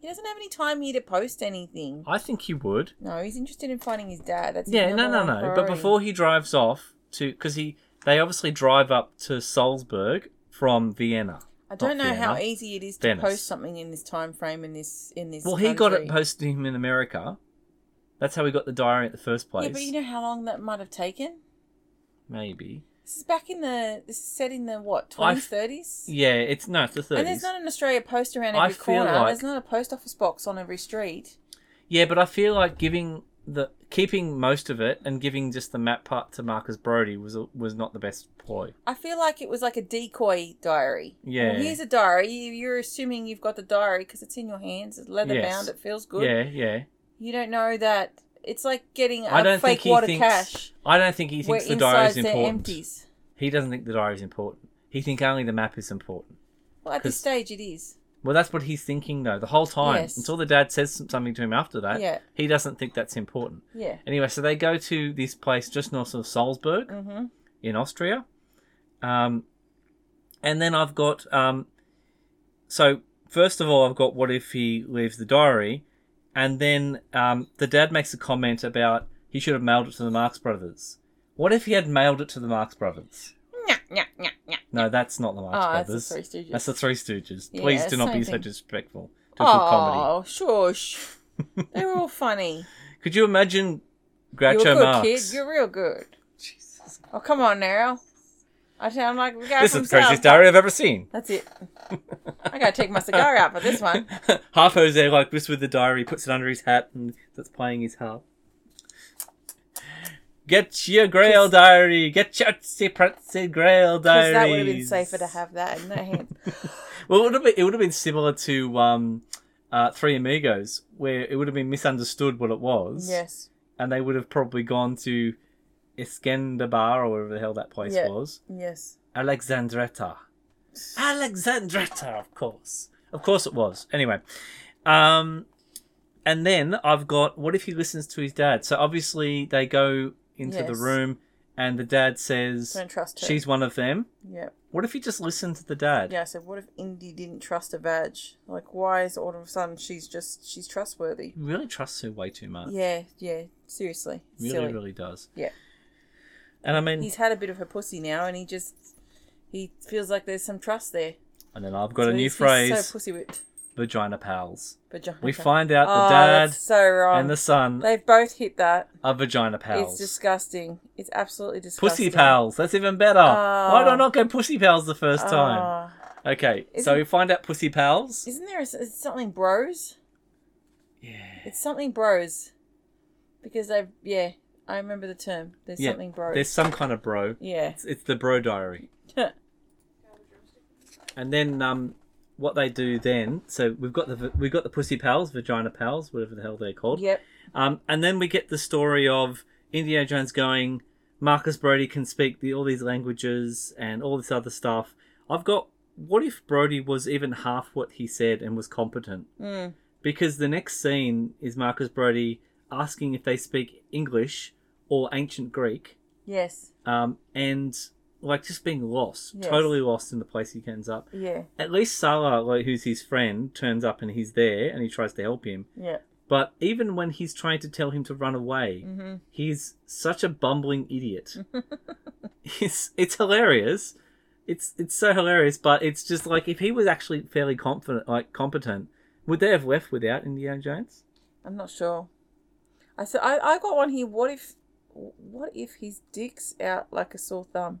[SPEAKER 1] He doesn't have any time here to post anything.
[SPEAKER 2] I think he would.
[SPEAKER 1] No, he's interested in finding his dad. That's his
[SPEAKER 2] Yeah, no,
[SPEAKER 1] number one
[SPEAKER 2] no, no. But
[SPEAKER 1] priority.
[SPEAKER 2] before he drives off to, because he, they obviously drive up to Salzburg from Vienna.
[SPEAKER 1] I don't
[SPEAKER 2] Not
[SPEAKER 1] know how
[SPEAKER 2] Vienna.
[SPEAKER 1] easy it is to
[SPEAKER 2] Venice.
[SPEAKER 1] post something in this time frame in this in this.
[SPEAKER 2] Well, he got it
[SPEAKER 1] country.
[SPEAKER 2] posted to him in America. That's how he got the diary at the first place.
[SPEAKER 1] Yeah, but you know how long that might have taken.
[SPEAKER 2] Maybe.
[SPEAKER 1] This is back in the. This is set in the what
[SPEAKER 2] I
[SPEAKER 1] twenties,
[SPEAKER 2] f-
[SPEAKER 1] thirties.
[SPEAKER 2] Yeah, it's no, it's the
[SPEAKER 1] And there's
[SPEAKER 2] thirties.
[SPEAKER 1] not an Australia post around
[SPEAKER 2] I
[SPEAKER 1] every
[SPEAKER 2] feel
[SPEAKER 1] corner.
[SPEAKER 2] like-
[SPEAKER 1] There's not a post office box on every street.
[SPEAKER 2] Yeah, but I feel like giving the keeping most of it and giving just the map part to Marcus Brody was was not the best ploy.
[SPEAKER 1] I feel like it was like a decoy diary.
[SPEAKER 2] Yeah.
[SPEAKER 1] Well, here's a diary. You- You're assuming you've got the diary because it's in your hands. It's leather
[SPEAKER 2] Yes.
[SPEAKER 1] bound. It feels good.
[SPEAKER 2] Yeah, yeah.
[SPEAKER 1] You don't know that. It's like getting a
[SPEAKER 2] I don't
[SPEAKER 1] fake
[SPEAKER 2] think he
[SPEAKER 1] water
[SPEAKER 2] thinks.
[SPEAKER 1] cash
[SPEAKER 2] I don't think he thinks
[SPEAKER 1] where
[SPEAKER 2] the diary is
[SPEAKER 1] insides they're
[SPEAKER 2] important.
[SPEAKER 1] empties.
[SPEAKER 2] He doesn't think the diary is important. He thinks only the map is important.
[SPEAKER 1] Well, at this
[SPEAKER 2] 'Cause-
[SPEAKER 1] stage, it is.
[SPEAKER 2] Well, that's what he's thinking though the whole time
[SPEAKER 1] Yes.
[SPEAKER 2] until the dad says some- something to him after that.
[SPEAKER 1] Yeah.
[SPEAKER 2] He doesn't think that's important.
[SPEAKER 1] Yeah.
[SPEAKER 2] Anyway, so they go to this place just north of Salzburg
[SPEAKER 1] Mm-hmm.
[SPEAKER 2] in Austria. Um, and then I've got um, so first of all, I've got what if he leaves the diary, and then um, the dad makes a comment about he should have mailed it to the Marx Brothers. What if he had mailed it to the Marx Brothers?
[SPEAKER 1] Nya, nya, nya, nya.
[SPEAKER 2] No, that's not the Marx
[SPEAKER 1] Oh, that's the
[SPEAKER 2] Brothers.
[SPEAKER 1] Three Stooges.
[SPEAKER 2] That's the Three Stooges.
[SPEAKER 1] Yeah,
[SPEAKER 2] Please do not
[SPEAKER 1] same
[SPEAKER 2] be so
[SPEAKER 1] thing.
[SPEAKER 2] disrespectful to a good comedy.
[SPEAKER 1] Oh, shush. they were all funny.
[SPEAKER 2] Could you imagine
[SPEAKER 1] You're a
[SPEAKER 2] Groucho
[SPEAKER 1] good
[SPEAKER 2] Marx?
[SPEAKER 1] kid. You're real good. Jesus. Oh, come on now. I sound like the guy
[SPEAKER 2] This
[SPEAKER 1] from
[SPEAKER 2] is the
[SPEAKER 1] South Park.
[SPEAKER 2] craziest diary I've ever seen.
[SPEAKER 1] That's it. I gotta take my cigar out for this one.
[SPEAKER 2] Half Jose like this with the diary, puts it under his hat, and that's playing his harp. Get your Grail diary. Get your artsy prantsy Grail
[SPEAKER 1] Because
[SPEAKER 2] diary.
[SPEAKER 1] that would have been safer to have that in their hands.
[SPEAKER 2] Well, it would have been, it would have been similar to um, uh, Three Amigos, where it would have been misunderstood what it was.
[SPEAKER 1] Yes.
[SPEAKER 2] and they would have probably gone to Iskenderbar or wherever the hell that place
[SPEAKER 1] Yeah.
[SPEAKER 2] was.
[SPEAKER 1] Yes.
[SPEAKER 2] Alexandretta. Alexandretta, of course. Of course it was. Anyway. Um and then I've got what if he listens to his dad? So obviously they go into the
[SPEAKER 1] Yes.
[SPEAKER 2] room and the dad says
[SPEAKER 1] Don't trust her.
[SPEAKER 2] she's one of them.
[SPEAKER 1] Yeah.
[SPEAKER 2] What if he just listened to the dad?
[SPEAKER 1] Yeah, I said, what if Indy didn't trust a vag? Like, why is all of a sudden she's just, she's trustworthy?
[SPEAKER 2] He really trusts her way too much.
[SPEAKER 1] Yeah, yeah, seriously.
[SPEAKER 2] really,
[SPEAKER 1] silly.
[SPEAKER 2] really does.
[SPEAKER 1] Yeah.
[SPEAKER 2] And I mean
[SPEAKER 1] He's had a bit of her pussy now and he just, he feels like there's some trust there.
[SPEAKER 2] and then I've got
[SPEAKER 1] So
[SPEAKER 2] a new
[SPEAKER 1] he's- he's
[SPEAKER 2] phrase
[SPEAKER 1] so pussy whipped.
[SPEAKER 2] vagina pals.
[SPEAKER 1] Vagina.
[SPEAKER 2] We find out the
[SPEAKER 1] Oh,
[SPEAKER 2] dad
[SPEAKER 1] that's so wrong.
[SPEAKER 2] and the son
[SPEAKER 1] They've both hit that.
[SPEAKER 2] are vagina pals.
[SPEAKER 1] It's disgusting. It's absolutely disgusting.
[SPEAKER 2] Pussy pals. That's even better.
[SPEAKER 1] Oh.
[SPEAKER 2] Why did I not go pussy pals the first time?
[SPEAKER 1] Ah.
[SPEAKER 2] Okay, so
[SPEAKER 1] Isn't-
[SPEAKER 2] we find out pussy pals.
[SPEAKER 1] Isn't there a s it's something bros?
[SPEAKER 2] Yeah.
[SPEAKER 1] It's something bros. Because they've, yeah, I remember the term. There's
[SPEAKER 2] Yeah,
[SPEAKER 1] something bros.
[SPEAKER 2] There's some kind of bro.
[SPEAKER 1] Yeah.
[SPEAKER 2] It's, it's the bro diary. And then um, what they do then? So we've got the v- we've got the pussy pals, vagina pals, whatever the hell they're called.
[SPEAKER 1] yep.
[SPEAKER 2] Um, and then we get the story of Indiana Jones going, Marcus Brody can speak the, all these languages and all this other stuff. I've got, what if Brody was even half what he said and was competent?
[SPEAKER 1] Mm.
[SPEAKER 2] Because the next scene is Marcus Brody asking if they speak English or ancient Greek
[SPEAKER 1] Yes.
[SPEAKER 2] um, and like just being lost,
[SPEAKER 1] Yes.
[SPEAKER 2] totally lost in the place he ends up.
[SPEAKER 1] Yeah.
[SPEAKER 2] At least Salah, like, who's his friend, turns up and he's there and he tries to help him.
[SPEAKER 1] Yeah.
[SPEAKER 2] But even when he's trying to tell him to run away, he's such a bumbling idiot. it's it's hilarious. It's it's so hilarious, but it's just like if he was actually fairly confident, like competent, would they have left without Indiana Jones?
[SPEAKER 1] I'm not sure. I said, I, I got one here. What if, what if his dick's out like a sore thumb?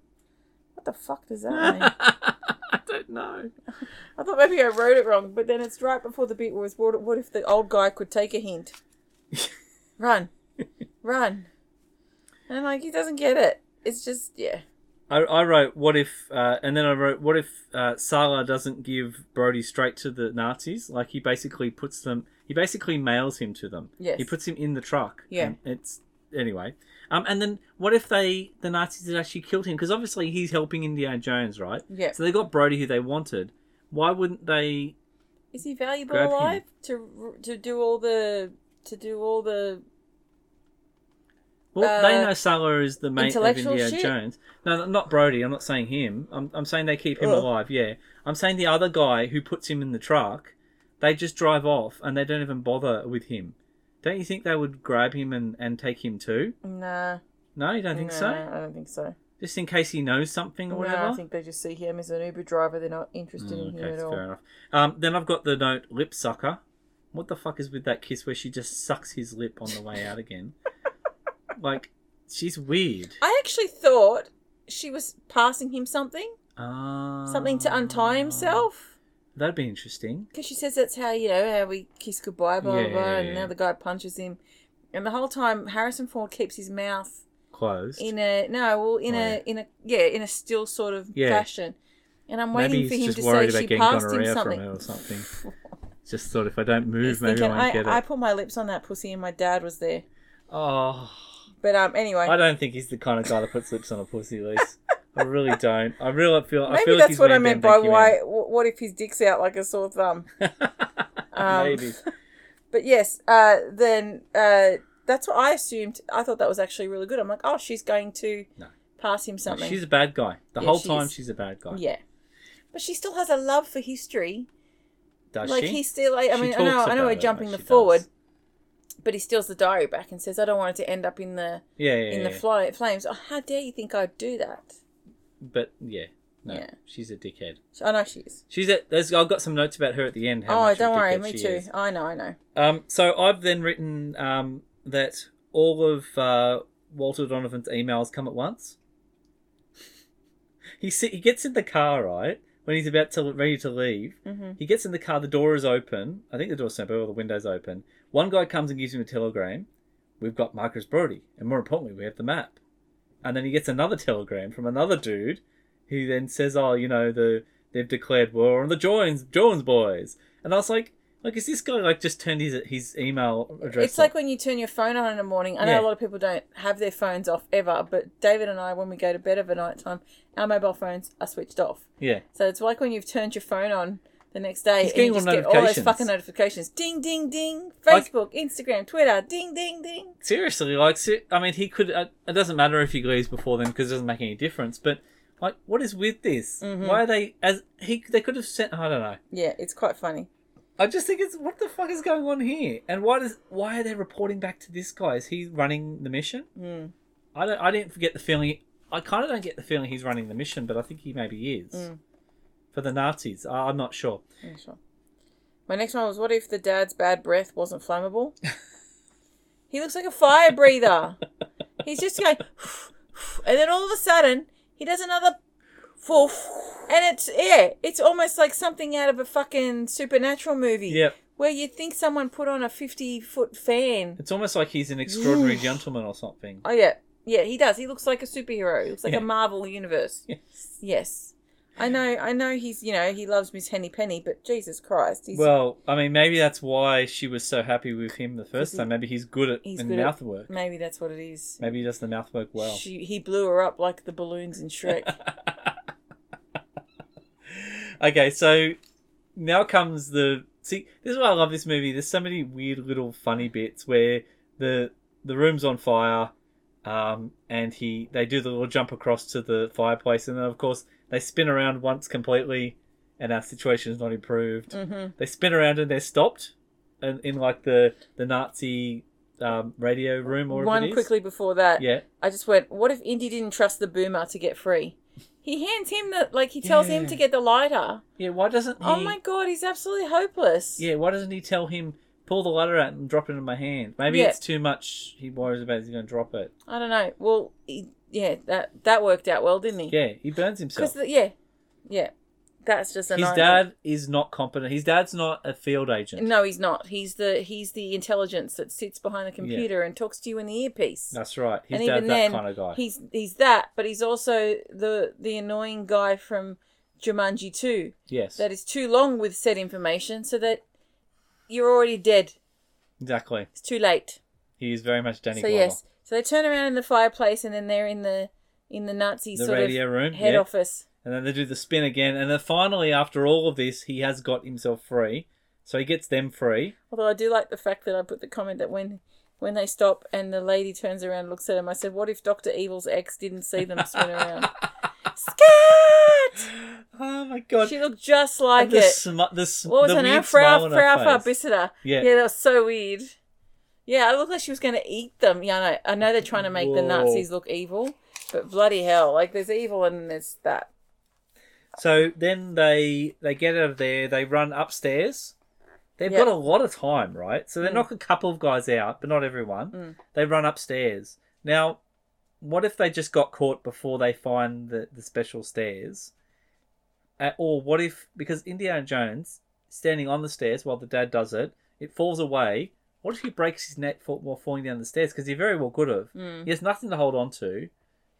[SPEAKER 1] What the fuck does that mean?
[SPEAKER 2] I don't know.
[SPEAKER 1] I thought maybe I wrote it wrong, but then it's right before the beat was what, what if the old guy could take a hint? Run. Run. And I'm like, he doesn't get it. It's just, yeah.
[SPEAKER 2] I, I wrote what if, uh, and then I wrote what if uh, Sala doesn't give Brody straight to the Nazis? Like he basically puts them, he basically mails him to them.
[SPEAKER 1] Yes.
[SPEAKER 2] He puts him in the truck.
[SPEAKER 1] Yeah.
[SPEAKER 2] And it's anyway. Um, and then what if they the Nazis had actually killed him? Because obviously he's helping Indiana Jones, right?
[SPEAKER 1] Yeah.
[SPEAKER 2] So they got Brody who they wanted. Why wouldn't they?
[SPEAKER 1] Is he valuable
[SPEAKER 2] Grab him.
[SPEAKER 1] alive to to do all the to do all the
[SPEAKER 2] Well, they
[SPEAKER 1] Uh,
[SPEAKER 2] know Salah is the mate of
[SPEAKER 1] intellectual
[SPEAKER 2] Indiana
[SPEAKER 1] shit.
[SPEAKER 2] Jones. No, no, not Brody. I'm not saying him. I'm, I'm saying they keep him
[SPEAKER 1] Ugh.
[SPEAKER 2] alive. Yeah, I'm saying the other guy who puts him in the truck. They just drive off and they don't even bother with him. Don't you think they would grab him and, and take him too?
[SPEAKER 1] Nah.
[SPEAKER 2] No, you don't think so.
[SPEAKER 1] I don't think so.
[SPEAKER 2] Just in case he knows something or whatever.
[SPEAKER 1] No, I think they just see him as an Uber driver. They're not interested
[SPEAKER 2] Mm,
[SPEAKER 1] in
[SPEAKER 2] okay,
[SPEAKER 1] him at all.
[SPEAKER 2] fair enough. Um, then I've got the note lip sucker. What the fuck is with that kiss where she just sucks his lip on the way out again? like, she's weird.
[SPEAKER 1] I actually thought she was passing him something,
[SPEAKER 2] Ah,
[SPEAKER 1] something to untie himself.
[SPEAKER 2] That'd be interesting.
[SPEAKER 1] Because she says that's how, you know, how we kiss goodbye, blah,
[SPEAKER 2] Yeah,
[SPEAKER 1] blah, blah.
[SPEAKER 2] yeah,
[SPEAKER 1] And
[SPEAKER 2] yeah.
[SPEAKER 1] now the guy punches him. And the whole time, Harrison Ford keeps his mouth
[SPEAKER 2] Closed.
[SPEAKER 1] in a, no, well, in
[SPEAKER 2] Oh,
[SPEAKER 1] a,
[SPEAKER 2] yeah.
[SPEAKER 1] in a, yeah, in a still sort of
[SPEAKER 2] Yeah.
[SPEAKER 1] fashion. And I'm
[SPEAKER 2] Maybe
[SPEAKER 1] waiting
[SPEAKER 2] he's
[SPEAKER 1] for him
[SPEAKER 2] just
[SPEAKER 1] to
[SPEAKER 2] worried
[SPEAKER 1] say
[SPEAKER 2] about
[SPEAKER 1] she
[SPEAKER 2] getting
[SPEAKER 1] passed him
[SPEAKER 2] gonorrhea
[SPEAKER 1] something.
[SPEAKER 2] from it or something. just thought if I don't move,
[SPEAKER 1] He's
[SPEAKER 2] maybe
[SPEAKER 1] thinking,
[SPEAKER 2] I won't get it.
[SPEAKER 1] I, I put my lips on that pussy and my dad was there.
[SPEAKER 2] Oh,
[SPEAKER 1] But um, anyway,
[SPEAKER 2] I don't think he's the kind of guy that puts lips on a pussy, Lise. I really don't. I really feel. I
[SPEAKER 1] maybe
[SPEAKER 2] feel like
[SPEAKER 1] that's
[SPEAKER 2] he's
[SPEAKER 1] what I
[SPEAKER 2] man
[SPEAKER 1] meant
[SPEAKER 2] down,
[SPEAKER 1] by
[SPEAKER 2] thank you,
[SPEAKER 1] why.
[SPEAKER 2] man.
[SPEAKER 1] wh- What if his dick's out like a sore thumb? Um,
[SPEAKER 2] maybe.
[SPEAKER 1] But yes, uh, then uh, that's what I assumed. I thought that was actually really good. I'm like, oh, she's going to
[SPEAKER 2] No.
[SPEAKER 1] pass him something.
[SPEAKER 2] She's a bad guy. The
[SPEAKER 1] Yeah,
[SPEAKER 2] whole
[SPEAKER 1] she
[SPEAKER 2] time
[SPEAKER 1] is.
[SPEAKER 2] she's a bad guy.
[SPEAKER 1] yeah, but she still has a love for history.
[SPEAKER 2] Does
[SPEAKER 1] like
[SPEAKER 2] she?
[SPEAKER 1] he's still. I, I
[SPEAKER 2] She
[SPEAKER 1] mean, I
[SPEAKER 2] talks
[SPEAKER 1] know, I
[SPEAKER 2] about
[SPEAKER 1] know we're
[SPEAKER 2] it, like
[SPEAKER 1] jumping the
[SPEAKER 2] she does.
[SPEAKER 1] forward, but he steals the diary back and says, "I don't want it to end up in the
[SPEAKER 2] Yeah, yeah,
[SPEAKER 1] in the
[SPEAKER 2] yeah.
[SPEAKER 1] fly, flames." Oh, how dare you think I'd do that?
[SPEAKER 2] but yeah, no,
[SPEAKER 1] Yeah.
[SPEAKER 2] she's a dickhead.
[SPEAKER 1] So, I know she is.
[SPEAKER 2] She's a, there's, I've got some notes about her at the end. How
[SPEAKER 1] Oh,
[SPEAKER 2] much of a
[SPEAKER 1] don't worry,
[SPEAKER 2] dickhead
[SPEAKER 1] me
[SPEAKER 2] she
[SPEAKER 1] too.
[SPEAKER 2] is.
[SPEAKER 1] I know, I know.
[SPEAKER 2] Um, so I've then written um, that all of uh, Walter Donovan's emails come at once. He sit, he gets in the car right when he's about to ready to leave.
[SPEAKER 1] Mm-hmm.
[SPEAKER 2] He gets in the car. The door is open. I think the door's open or the window's open. One guy comes and gives him a telegram. We've got Marcus Brody, and more importantly, we have the map. And then he gets another telegram from another dude, who then says, "Oh, you know, the they've declared war on the Jones Jones boys." And I was like, "Like, is this guy like just turned his his email address?"
[SPEAKER 1] It's like when you turn your phone on in the morning. I know
[SPEAKER 2] Yeah.
[SPEAKER 1] a lot of people don't have their phones off ever, but David and I, when we go to bed over night time, our mobile phones are switched off.
[SPEAKER 2] yeah,
[SPEAKER 1] So it's like when you've turned your phone on the next day
[SPEAKER 2] He's
[SPEAKER 1] and you
[SPEAKER 2] getting
[SPEAKER 1] just
[SPEAKER 2] all
[SPEAKER 1] get all those
[SPEAKER 2] notifications.
[SPEAKER 1] fucking notifications. Ding, ding, ding.
[SPEAKER 2] Like-
[SPEAKER 1] Facebook, Instagram, Twitter. Ding, ding, ding.
[SPEAKER 2] seriously, like, se- I mean, he could. Uh, it doesn't matter if he leaves before then because it doesn't make any difference. But like, what is with this?
[SPEAKER 1] Mm-hmm.
[SPEAKER 2] Why are they as he? They could have sent. I don't know.
[SPEAKER 1] Yeah, it's quite funny.
[SPEAKER 2] I just think it's what the fuck is going on here, and why does why are they reporting back to this guy? Is he running the mission?
[SPEAKER 1] Mm.
[SPEAKER 2] I don't. I didn't get the feeling. I kind of don't get the feeling he's running the mission, but I think he maybe is
[SPEAKER 1] Mm.
[SPEAKER 2] for the Nazis. I, I'm not sure.
[SPEAKER 1] Yeah, sure. My next one was what if the dad's bad breath wasn't flammable? he looks like a fire breather. He's just going, and then all of a sudden he does another woof, and it's yeah, it's almost like something out of a fucking supernatural movie.
[SPEAKER 2] Yep,
[SPEAKER 1] Where you think someone put on a fifty foot fan.
[SPEAKER 2] it's almost like he's an extraordinary gentleman or something.
[SPEAKER 1] Oh yeah, yeah, he does. He looks like a superhero. He looks like
[SPEAKER 2] Yeah.
[SPEAKER 1] a Marvel universe.
[SPEAKER 2] Yes.
[SPEAKER 1] Yes, I know. I know. He's you know he loves Miss Henny Penny, but Jesus Christ, he's
[SPEAKER 2] Well, I mean, maybe that's why she was so happy with him the first
[SPEAKER 1] He's-
[SPEAKER 2] time. Maybe he's good at
[SPEAKER 1] he's
[SPEAKER 2] in
[SPEAKER 1] good at-
[SPEAKER 2] mouth work.
[SPEAKER 1] maybe that's what it is.
[SPEAKER 2] Maybe he does the mouth work well.
[SPEAKER 1] She, he blew her up like the balloons in Shrek.
[SPEAKER 2] okay, so now comes the see. This is why I love this movie. There's so many weird little funny bits where the the room's on fire, um, and he they do the little jump across to the fireplace, and then of course they spin around once completely, and our situation's not improved.
[SPEAKER 1] mm-hmm.
[SPEAKER 2] They spin around and they're stopped, and in like the the Nazi um, radio room or
[SPEAKER 1] One quickly before that,
[SPEAKER 2] Yeah,
[SPEAKER 1] I just went, "What if Indy didn't trust the boomer to get free?" He hands him the like he tells him
[SPEAKER 2] Yeah.
[SPEAKER 1] to get the lighter.
[SPEAKER 2] yeah. Why doesn't he?
[SPEAKER 1] Oh my god, he's absolutely hopeless.
[SPEAKER 2] Yeah, why doesn't he tell him pull the ladder out and drop it in my hand? Maybe
[SPEAKER 1] Yeah.
[SPEAKER 2] it's too much. He worries about he's going to drop it.
[SPEAKER 1] I don't know. Well, he, yeah, that that worked out well, didn't he?
[SPEAKER 2] Yeah, he burns himself.
[SPEAKER 1] Because yeah, yeah, That's just a
[SPEAKER 2] His
[SPEAKER 1] nightmare.
[SPEAKER 2] dad is not competent. His dad's not a field agent.
[SPEAKER 1] No, he's not. He's the he's the intelligence that sits behind the computer and talks to you in the earpiece.
[SPEAKER 2] That's right. His
[SPEAKER 1] and
[SPEAKER 2] dad's
[SPEAKER 1] even
[SPEAKER 2] that
[SPEAKER 1] then,
[SPEAKER 2] kind of guy.
[SPEAKER 1] he's he's that, but he's also the the annoying guy from Jumanji Two
[SPEAKER 2] yes.
[SPEAKER 1] that is too long with said information, so that you're already dead.
[SPEAKER 2] exactly.
[SPEAKER 1] It's too late.
[SPEAKER 2] He is very much Danny
[SPEAKER 1] so
[SPEAKER 2] Glover.
[SPEAKER 1] yes, so they turn around in the fireplace, and then they're in the in the Nazi
[SPEAKER 2] The
[SPEAKER 1] sort
[SPEAKER 2] radio
[SPEAKER 1] of
[SPEAKER 2] room,
[SPEAKER 1] head
[SPEAKER 2] yeah.
[SPEAKER 1] office.
[SPEAKER 2] And then they do the spin again. And then finally, after all of this, he has got himself free. So he gets them free.
[SPEAKER 1] Although I do like the fact that I put the comment that when when they stop and the lady turns around and looks at him, I said, "What if Doctor Evil's ex didn't see them spin around?" Scat!
[SPEAKER 2] Oh my god.
[SPEAKER 1] She looked just like
[SPEAKER 2] And the,
[SPEAKER 1] it.
[SPEAKER 2] sm- the, sm-
[SPEAKER 1] what was
[SPEAKER 2] the
[SPEAKER 1] her name?
[SPEAKER 2] weird smile
[SPEAKER 1] Frau
[SPEAKER 2] on her
[SPEAKER 1] Frau
[SPEAKER 2] face.
[SPEAKER 1] Bissida.
[SPEAKER 2] Yeah.
[SPEAKER 1] yeah, that was so weird. Yeah, it looked like she was going to eat them. Yeah, I know, I know they're trying to make the
[SPEAKER 2] Whoa.
[SPEAKER 1] Nazis look evil, but bloody hell, like there's evil and then there's that.
[SPEAKER 2] So then they they get out of there. They run upstairs. They've
[SPEAKER 1] Yeah.
[SPEAKER 2] got a lot of time, right? So they knock a couple of guys out, but not everyone. They run upstairs. Now, what if they just got caught before they find the, the special stairs? Uh, or what if because Indiana Jones standing on the stairs while the dad does it, it falls away. What if he breaks his neck fall, while falling down the stairs? Because he very well could have. He has nothing to hold on to.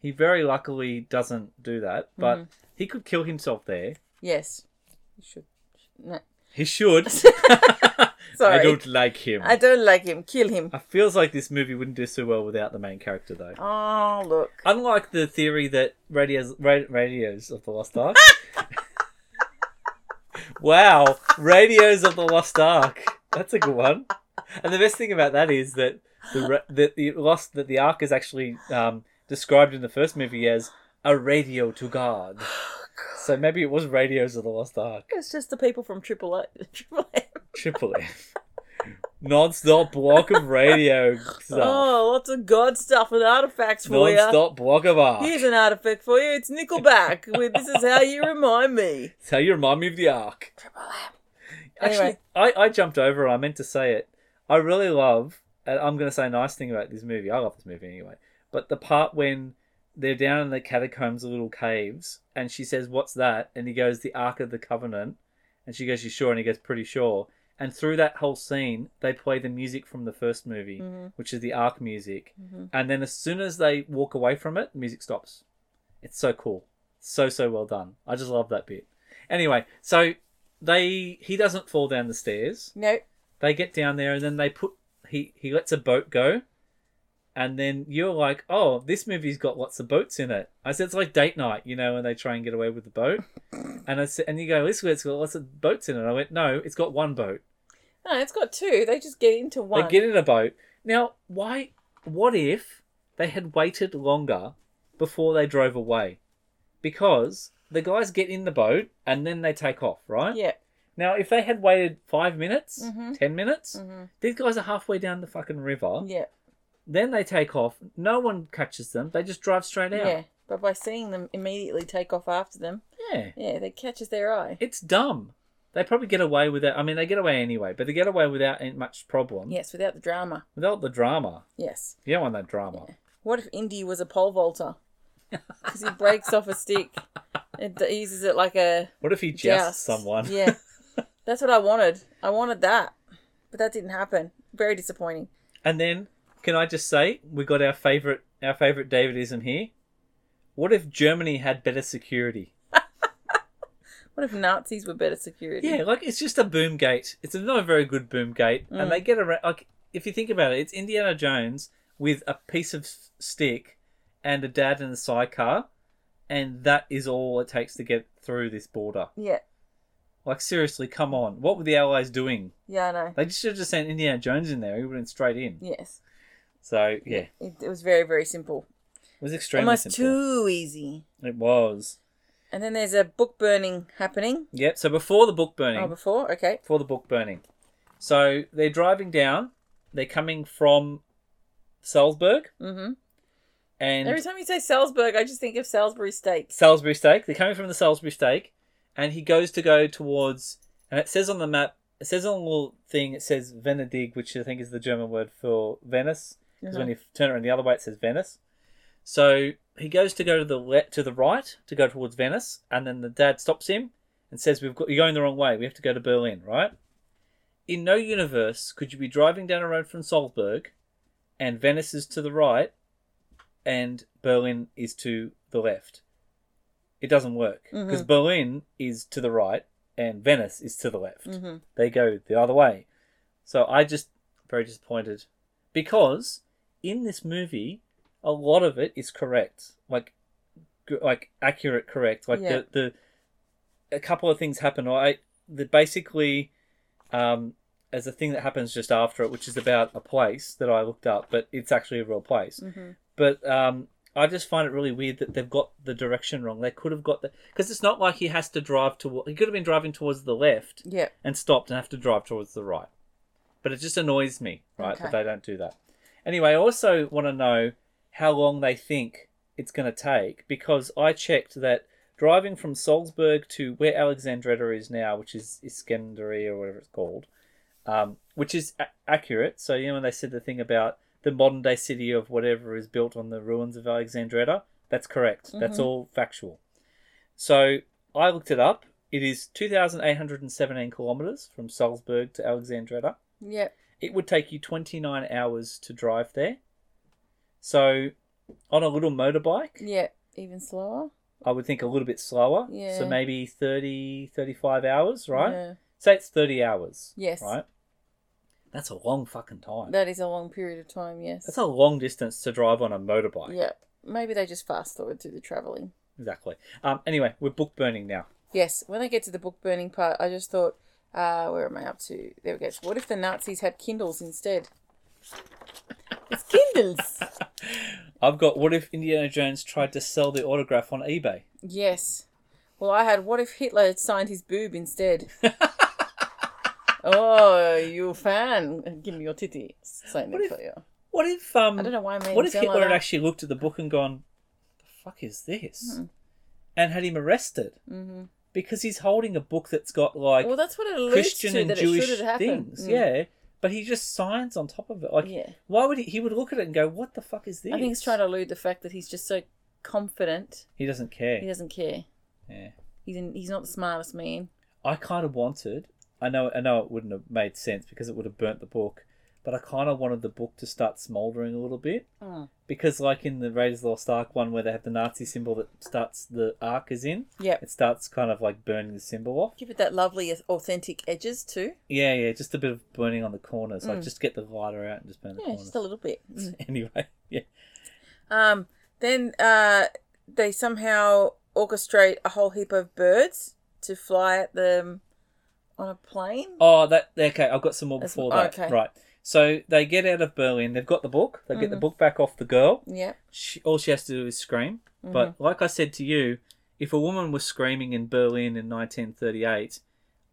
[SPEAKER 2] He very luckily doesn't do that, but he could kill himself there.
[SPEAKER 1] Yes, you should. No.
[SPEAKER 2] He should.
[SPEAKER 1] Sorry,
[SPEAKER 2] I don't like him.
[SPEAKER 1] I
[SPEAKER 2] I...
[SPEAKER 1] don't like him. Kill him.
[SPEAKER 2] feels like this movie wouldn't do so well without the main character, though.
[SPEAKER 1] Oh look.
[SPEAKER 2] Unlike the theory that radios, ra- radios of the Lost Ark. wow, radios of the Lost Ark. That's a good one. And the best thing about that is that the ra- that the lost that the Ark is actually um, described in the first movie as a radio to God. So maybe it was radios of the Lost Ark.
[SPEAKER 1] It's just the people from Triple A. Triple A.
[SPEAKER 2] Triple F. Non-stop block of radio stuff.
[SPEAKER 1] Oh, lots of God stuff and artifacts for you.
[SPEAKER 2] Non-stop block of art.
[SPEAKER 1] Here's an artifact for you. It's Nickelback. with This is how you remind me.
[SPEAKER 2] Tell your mum of the arc.
[SPEAKER 1] Anyway.
[SPEAKER 2] Actually, I, I jumped over. I meant to say it. I really love. And I'm going to say a nice thing about this movie. I love this movie anyway. But the part when they're down in the catacombs, the little caves, and she says, "What's that?" and he goes, "The Ark of the Covenant," and she goes, "You sure?" and he goes, "Pretty sure." And through that whole scene, they play the music from the first movie, which is the Ark music. And then as soon as they walk away from it, the music stops. It's so cool. So so well done. I just love that bit. Anyway, so they he doesn't fall down the stairs.
[SPEAKER 1] No.
[SPEAKER 2] They get down there and then they put he he lets a boat go. And then you're like, "Oh, this movie's got lots of boats in it." I said it's like date night, you know, when they try and get away with the boat. And I said, and you go, "This it's got lots of boats in it." I went, "No, it's got one boat."
[SPEAKER 1] No, it's got two. They just get into one.
[SPEAKER 2] They get in a boat. Now, why? What if they had waited longer before they drove away? Because the guys get in the boat and then they take off, right?
[SPEAKER 1] Yeah.
[SPEAKER 2] Now, if they had waited five minutes, ten minutes, these guys are halfway down the fucking river.
[SPEAKER 1] Mm-hmm. Yeah.
[SPEAKER 2] Then they take off. No one catches them. They just drive straight out.
[SPEAKER 1] Yeah. But by seeing them immediately take off after them,
[SPEAKER 2] yeah.
[SPEAKER 1] yeah, they catches their eye.
[SPEAKER 2] It's dumb. They probably get away with it. I mean, they get away anyway, but they get away without any- much problem.
[SPEAKER 1] Yes, without the drama.
[SPEAKER 2] Without the drama.
[SPEAKER 1] Yes.
[SPEAKER 2] You don't want that drama.
[SPEAKER 1] What if Indy was a pole vaulter? Because he breaks off a stick and d- uses it like a
[SPEAKER 2] What if he jousts
[SPEAKER 1] joust.
[SPEAKER 2] someone?
[SPEAKER 1] Yeah. That's what I wanted. I wanted that. But that didn't happen. Very disappointing.
[SPEAKER 2] And then, can I just say, we got our favorite our favorite Davidism here. What if Germany had better security?
[SPEAKER 1] What if Nazis were better security?
[SPEAKER 2] Yeah, like it's just a boom gate. It's not a very good boom gate,
[SPEAKER 1] Mm.
[SPEAKER 2] and they get around. Like if you think about it, it's Indiana Jones with a piece of s- stick and a dad in a sidecar, and that is all it takes to get through this border.
[SPEAKER 1] Yeah.
[SPEAKER 2] Like seriously, come on, what were the Allies doing?
[SPEAKER 1] Yeah, I know.
[SPEAKER 2] They just should have just sent Indiana Jones in there. He would have been straight in.
[SPEAKER 1] Yes.
[SPEAKER 2] So yeah, it
[SPEAKER 1] It, it was very, very simple.
[SPEAKER 2] was extremely
[SPEAKER 1] Almost
[SPEAKER 2] simple.
[SPEAKER 1] too easy.
[SPEAKER 2] It was.
[SPEAKER 1] And then there's a book burning happening.
[SPEAKER 2] Yep. So before the book burning,
[SPEAKER 1] Oh, before? Okay.
[SPEAKER 2] before the book burning, so they're driving down. They're coming from Salzburg,
[SPEAKER 1] Mhm.
[SPEAKER 2] and
[SPEAKER 1] Every time you say Salzburg, I just think of Salisbury steaks.
[SPEAKER 2] Salisbury steak. They're coming from the Salisbury steak, and he goes to go towards. And it says on the map. It says on the little thing. It says Venedig, which I think is the German word for Venice.
[SPEAKER 1] Mm-hmm.
[SPEAKER 2] Because
[SPEAKER 1] Uh-huh.
[SPEAKER 2] when you turn it around the other way, it says Venice. So he goes to go to the le- to the right to go towards Venice, and then the dad stops him and says we've got you're going the wrong way. We have to go to Berlin, right? In no universe could you be driving down a road from Salzburg, and Venice is to the right, and Berlin is to the left. It doesn't work because Berlin is to the right and Venice is to the left.
[SPEAKER 1] Mm-hmm.
[SPEAKER 2] They go the other way. So I just very disappointed because in this movie, a lot of it is correct, like g- like accurate, correct. Like
[SPEAKER 1] Yeah.
[SPEAKER 2] the the a couple of things happen. I that basically um, as a thing that happens just after it, which is about a place that I looked up, but it's actually a real place.
[SPEAKER 1] Mm. Mm-hmm.
[SPEAKER 2] But um, I just find it really weird that they've got the direction wrong. They could have got the because it's not like he has to drive toward. He could have been driving towards the left
[SPEAKER 1] Yeah.
[SPEAKER 2] and stopped and have to drive towards the right. But it just annoys me, right, that
[SPEAKER 1] Okay.
[SPEAKER 2] they don't do that. Anyway, I also want to know how long they think it's going to take because I checked that driving from Salzburg to where Alexandretta is now, which is Iskenderia or whatever it's called, um, which is a- accurate. So, you know, when they said the thing about the modern day city of whatever is built on the ruins of Alexandretta, that's correct. That's all factual. So I looked it up. It is 2,817 kilometres from Salzburg to Alexandretta.
[SPEAKER 1] Yeah.
[SPEAKER 2] It would take you 29 hours to drive there. So on a little motorbike,
[SPEAKER 1] Yeah. Even slower.
[SPEAKER 2] I would think a little bit slower.
[SPEAKER 1] Yeah.
[SPEAKER 2] So maybe 30, 35 hours, right?
[SPEAKER 1] Yeah.
[SPEAKER 2] Say it's 30 hours.
[SPEAKER 1] Yes.
[SPEAKER 2] Right? That's a long fucking time.
[SPEAKER 1] That is a long period of time, yes.
[SPEAKER 2] That's a long distance to drive on a motorbike.
[SPEAKER 1] yeah. Maybe they just fast forward through the travelling.
[SPEAKER 2] Exactly. Um, anyway, we're book burning now.
[SPEAKER 1] Yes, when I get to the book burning part, I just thought, uh, where am I up to? There we go. What if the Nazis had Kindles instead? It's Kindles!
[SPEAKER 2] I've got what if Indiana Jones tried to sell the autograph on eBay?
[SPEAKER 1] yes. Well, I had what if Hitler had signed his boob instead? oh, you fan. Give me your titty. Sign
[SPEAKER 2] What
[SPEAKER 1] it
[SPEAKER 2] if-
[SPEAKER 1] for you.
[SPEAKER 2] What if um
[SPEAKER 1] I don't know why I made
[SPEAKER 2] What
[SPEAKER 1] him
[SPEAKER 2] if
[SPEAKER 1] sound
[SPEAKER 2] Hitler
[SPEAKER 1] like
[SPEAKER 2] had
[SPEAKER 1] that.
[SPEAKER 2] actually looked at the book and gone, "The fuck is this?"
[SPEAKER 1] Mm-hmm.
[SPEAKER 2] and had him arrested
[SPEAKER 1] Mhm.
[SPEAKER 2] because he's holding a book that's got like
[SPEAKER 1] Well, that's what it alludes
[SPEAKER 2] Christian
[SPEAKER 1] to,
[SPEAKER 2] and
[SPEAKER 1] that it
[SPEAKER 2] Jewish
[SPEAKER 1] should have happened.
[SPEAKER 2] things,
[SPEAKER 1] Mm.
[SPEAKER 2] yeah. But he just signs on top of it. Like,
[SPEAKER 1] Yeah.
[SPEAKER 2] why would he? He would look at it and go, "What the fuck is this?"
[SPEAKER 1] I think he's trying to elude the fact that he's just so confident.
[SPEAKER 2] He doesn't care.
[SPEAKER 1] He doesn't care.
[SPEAKER 2] Yeah.
[SPEAKER 1] He's in, he's not the smartest man.
[SPEAKER 2] I kind of wanted. I know. I know it wouldn't have made sense because it would have burnt the book. But I kind of wanted the book to start smouldering a little bit. Because, like in the Raiders of the Lost Ark one, where they have the Nazi symbol that starts the ark is in,
[SPEAKER 1] Yep.
[SPEAKER 2] it starts kind of like burning the symbol off.
[SPEAKER 1] Give it that lovely authentic edges too.
[SPEAKER 2] Yeah, yeah, just a bit of burning on the corners. Like, just get the lighter out and just burn the
[SPEAKER 1] Mm. Yeah,
[SPEAKER 2] corners.
[SPEAKER 1] just a little bit.
[SPEAKER 2] anyway, yeah.
[SPEAKER 1] Mm. Um, then uh, they somehow orchestrate a whole heap of birds to fly at them on a plane.
[SPEAKER 2] Oh, that okay. I've got some more
[SPEAKER 1] That's-
[SPEAKER 2] before that.
[SPEAKER 1] oh, okay.
[SPEAKER 2] Right. So they get out of Berlin. They've got the book. They get
[SPEAKER 1] Mm-hmm.
[SPEAKER 2] the book back off the girl.
[SPEAKER 1] Yep.
[SPEAKER 2] She, all she has to do is scream.
[SPEAKER 1] Mm-hmm.
[SPEAKER 2] But like I said to you, if a woman was screaming in Berlin in 1938,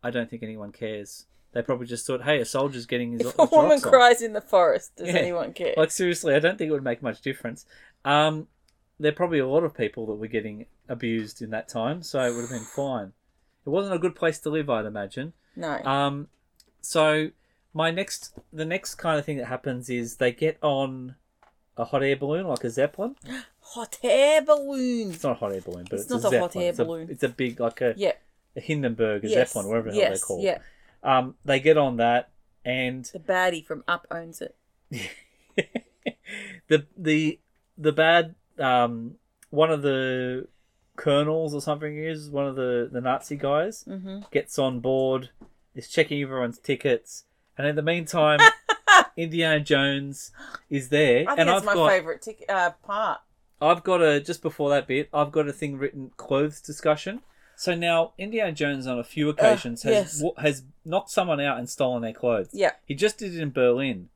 [SPEAKER 2] I don't think anyone cares. They probably just thought, "Hey, a soldier's getting his."
[SPEAKER 1] If a
[SPEAKER 2] his
[SPEAKER 1] woman
[SPEAKER 2] rocks off.
[SPEAKER 1] cries in the forest, does
[SPEAKER 2] Yeah.
[SPEAKER 1] anyone care?
[SPEAKER 2] Like seriously, I don't think it would make much difference. Um, there are probably a lot of people that were getting abused in that time, so it would have been fine. It wasn't a good place to live, I'd imagine.
[SPEAKER 1] no.
[SPEAKER 2] Um, so my next, the next kind of thing that happens is they get on a hot air balloon, like a zeppelin.
[SPEAKER 1] hot air balloon.
[SPEAKER 2] It's not a hot air balloon, but
[SPEAKER 1] It's
[SPEAKER 2] it's, a,
[SPEAKER 1] not a hot
[SPEAKER 2] zeppelin.
[SPEAKER 1] air
[SPEAKER 2] It's a-
[SPEAKER 1] balloon.
[SPEAKER 2] It's a, big, like a,
[SPEAKER 1] Yep.
[SPEAKER 2] a Hindenburg, a
[SPEAKER 1] yes.
[SPEAKER 2] zeppelin, whatever the hell
[SPEAKER 1] yes.
[SPEAKER 2] they're called.
[SPEAKER 1] Yeah.
[SPEAKER 2] Um, they get on that, and
[SPEAKER 1] The baddie from Up owns it.
[SPEAKER 2] the the the bad um one of the colonels or something is one of the the Nazi guys
[SPEAKER 1] Mhm.
[SPEAKER 2] gets on board, is checking everyone's tickets, and in the meantime, Indiana Jones is there,
[SPEAKER 1] I think
[SPEAKER 2] and
[SPEAKER 1] that's
[SPEAKER 2] I've
[SPEAKER 1] my
[SPEAKER 2] got
[SPEAKER 1] favorite tic- uh, part.
[SPEAKER 2] I've got a just before that bit, I've got a thing written clothes discussion. So now Indiana Jones on a few occasions has
[SPEAKER 1] Ah, yes.
[SPEAKER 2] wa- has knocked someone out and stolen their clothes.
[SPEAKER 1] Yeah.
[SPEAKER 2] He just did it in Berlin.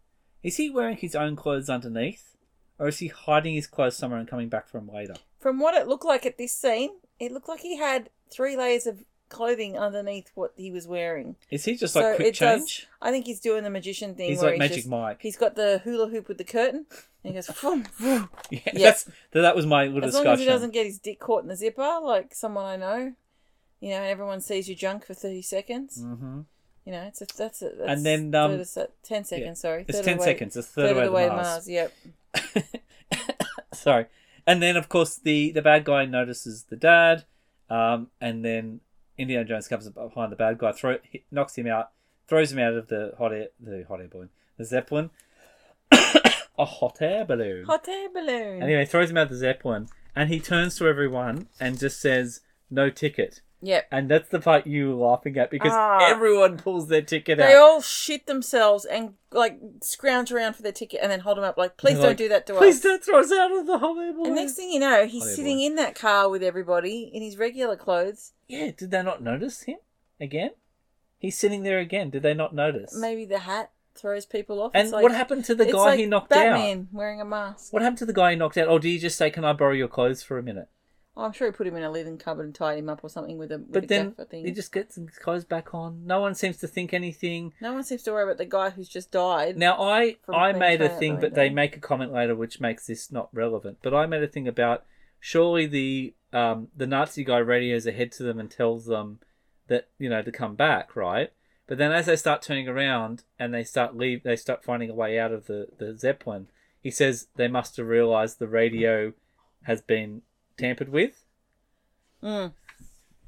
[SPEAKER 2] Is he wearing his own clothes underneath? Or is he hiding his clothes somewhere and coming back for him later?
[SPEAKER 1] From what it looked like at this scene, it looked like he had three layers of clothing underneath what he was wearing.
[SPEAKER 2] Is he just like quick change?
[SPEAKER 1] I think he's doing the magician thing.
[SPEAKER 2] He's
[SPEAKER 1] where
[SPEAKER 2] like Magic
[SPEAKER 1] just,
[SPEAKER 2] Mike.
[SPEAKER 1] He's got the hula hoop with the curtain, and he goes. vroom, vroom.
[SPEAKER 2] Yeah,
[SPEAKER 1] Yeah.
[SPEAKER 2] that's, that- that was my little
[SPEAKER 1] As long
[SPEAKER 2] discussion.
[SPEAKER 1] as he doesn't get his dick caught in the zipper, like someone I know, you know, everyone sees you drunk for thirty seconds.
[SPEAKER 2] hmm
[SPEAKER 1] You know, it's a, that's a that's
[SPEAKER 2] And then, um,
[SPEAKER 1] third of se- ten seconds. Sorry,
[SPEAKER 2] It's
[SPEAKER 1] Third of
[SPEAKER 2] 10
[SPEAKER 1] the way-
[SPEAKER 2] seconds. It's third,
[SPEAKER 1] of
[SPEAKER 2] away,
[SPEAKER 1] the way to Mars. Yep.
[SPEAKER 2] Sorry. And then, of course, the, the bad guy notices the dad, um, and then Indiana Jones comes up behind the bad guy, throw, hit, knocks him out, throws him out of the hot air, the hot air balloon, the zeppelin, a hot air balloon.
[SPEAKER 1] Hot air balloon.
[SPEAKER 2] Anyway, throws him out the zeppelin, and he turns to everyone and just says, "No ticket."
[SPEAKER 1] yep.
[SPEAKER 2] And that's the part you were laughing at because
[SPEAKER 1] Ah.
[SPEAKER 2] everyone pulls their ticket
[SPEAKER 1] They
[SPEAKER 2] out.
[SPEAKER 1] all shit themselves and like scrounge around for their ticket and then hold them up like, please
[SPEAKER 2] They're
[SPEAKER 1] don't
[SPEAKER 2] like,
[SPEAKER 1] do that to
[SPEAKER 2] Please
[SPEAKER 1] us.
[SPEAKER 2] don't throw us out of the hot air balloon.
[SPEAKER 1] And next thing you know, he's
[SPEAKER 2] Oh, yeah,
[SPEAKER 1] sitting
[SPEAKER 2] boy.
[SPEAKER 1] in that car with everybody in his regular clothes.
[SPEAKER 2] Yeah, did they not notice him again? He's sitting there again. Did they not notice?
[SPEAKER 1] Maybe the hat throws people off.
[SPEAKER 2] And
[SPEAKER 1] It's like-
[SPEAKER 2] what happened to the
[SPEAKER 1] it's
[SPEAKER 2] guy
[SPEAKER 1] like
[SPEAKER 2] he knocked out?
[SPEAKER 1] Batman wearing a mask.
[SPEAKER 2] What happened to the guy he knocked out? Oh, do you just say, "Can I borrow your clothes for a minute?"
[SPEAKER 1] Oh, I'm sure he put him in a linen cupboard and tied him up or something with a with
[SPEAKER 2] But
[SPEAKER 1] a
[SPEAKER 2] then
[SPEAKER 1] gaffer thing.
[SPEAKER 2] he just gets his clothes back on. No one seems to think anything.
[SPEAKER 1] No one seems to worry about the guy who's just died.
[SPEAKER 2] Now I
[SPEAKER 1] From
[SPEAKER 2] I
[SPEAKER 1] being
[SPEAKER 2] made a
[SPEAKER 1] thrown out
[SPEAKER 2] thing,
[SPEAKER 1] the
[SPEAKER 2] but they
[SPEAKER 1] window.
[SPEAKER 2] make a comment later which makes this not relevant. But I made a thing about surely the um the Nazi guy radios ahead to them and tells them that you know to come back, right? But then as they start turning around and they start leave, they start finding a way out of the the zeppelin. He says they must have realized the radio has been tampered with.
[SPEAKER 1] Mm.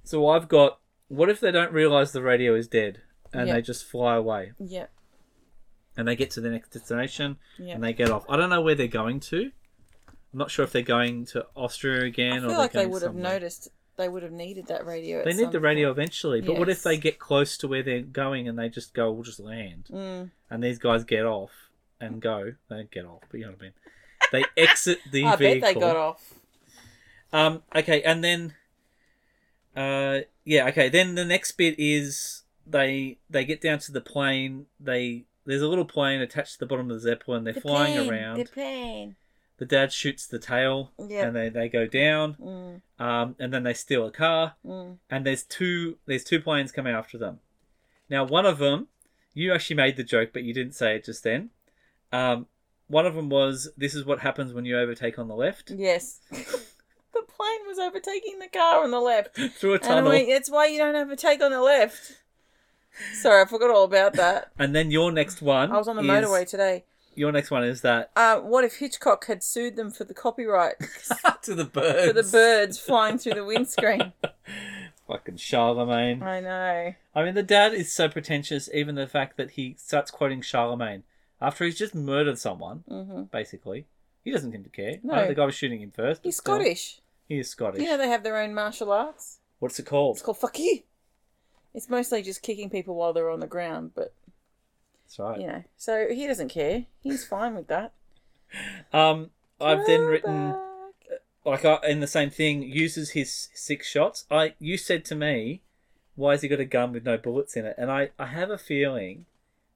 [SPEAKER 2] So I've got what if they don't realize the radio is dead and
[SPEAKER 1] Yeah.
[SPEAKER 2] they just fly away?
[SPEAKER 1] Yeah.
[SPEAKER 2] and they get to the next destination
[SPEAKER 1] Yeah.
[SPEAKER 2] and they get off. I don't know where they're going to. I'm not sure if they're going to Austria
[SPEAKER 1] I
[SPEAKER 2] again
[SPEAKER 1] feel
[SPEAKER 2] or
[SPEAKER 1] like
[SPEAKER 2] they're
[SPEAKER 1] they
[SPEAKER 2] going
[SPEAKER 1] would have
[SPEAKER 2] somewhere.
[SPEAKER 1] noticed. They would have needed that radio. at
[SPEAKER 2] They need
[SPEAKER 1] some
[SPEAKER 2] the radio
[SPEAKER 1] point.
[SPEAKER 2] eventually, but what if
[SPEAKER 1] Yes.
[SPEAKER 2] they get close to where they're going and they just go, we'll just land,
[SPEAKER 1] Mm.
[SPEAKER 2] and these guys get off and go? They don't get off, but you know what I mean. They exit the
[SPEAKER 1] I
[SPEAKER 2] vehicle.
[SPEAKER 1] bet they got off.
[SPEAKER 2] Um. Okay, and then, uh, yeah. Okay, then the next bit is they they get down to the plane. They there's a little plane attached to the bottom of the zeppelin. They're flying around.
[SPEAKER 1] The plane.
[SPEAKER 2] the dad shoots the tail
[SPEAKER 1] Yeah.
[SPEAKER 2] and they, they go down
[SPEAKER 1] Mm,
[SPEAKER 2] um, and then they steal a car
[SPEAKER 1] mm.
[SPEAKER 2] and there's two there's two planes coming after them now one of them you actually made the joke but you didn't say it just then um, one of them was this is what happens when you overtake on the left
[SPEAKER 1] Yes. the plane was overtaking the car on the left.
[SPEAKER 2] through a
[SPEAKER 1] And
[SPEAKER 2] tunnel
[SPEAKER 1] we, that's why you don't overtake on the left. Sorry, I forgot all about that.
[SPEAKER 2] and then your next one
[SPEAKER 1] I was on the
[SPEAKER 2] is-
[SPEAKER 1] motorway today.
[SPEAKER 2] your next one is that
[SPEAKER 1] Uh, what if Hitchcock had sued them for the copyright
[SPEAKER 2] to the birds
[SPEAKER 1] for the birds flying through the windscreen?
[SPEAKER 2] fucking Charlemagne
[SPEAKER 1] I know.
[SPEAKER 2] I mean, the dad is so pretentious, even the fact that he starts quoting Charlemagne after he's just murdered someone,
[SPEAKER 1] Mhm.
[SPEAKER 2] basically. He doesn't seem to care.
[SPEAKER 1] No.
[SPEAKER 2] I know the guy was shooting him first. but
[SPEAKER 1] He's
[SPEAKER 2] still,
[SPEAKER 1] Scottish.
[SPEAKER 2] He is Scottish.
[SPEAKER 1] Do you know they have their own martial arts?
[SPEAKER 2] What's it
[SPEAKER 1] It's
[SPEAKER 2] called?
[SPEAKER 1] called fuck you. It's mostly just kicking people while they're on the ground, but
[SPEAKER 2] That's right.
[SPEAKER 1] you know. So he doesn't care. He's fine with that.
[SPEAKER 2] Um, I've then written,
[SPEAKER 1] Throwback.
[SPEAKER 2] like, I, in the same thing, uses his six shots. I You said to me, why has he got a gun with no bullets in it? And I, I have a feeling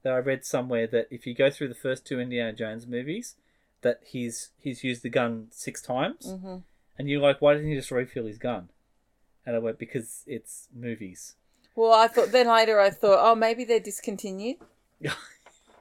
[SPEAKER 2] that I read somewhere that if you go through the first two Indiana Jones movies, that he's he's used the gun six times.
[SPEAKER 1] Mhm.
[SPEAKER 2] And you're like, why didn't he just refill his gun? And I went, because it's movies.
[SPEAKER 1] Well, I thought then later I thought, oh, maybe they're discontinued.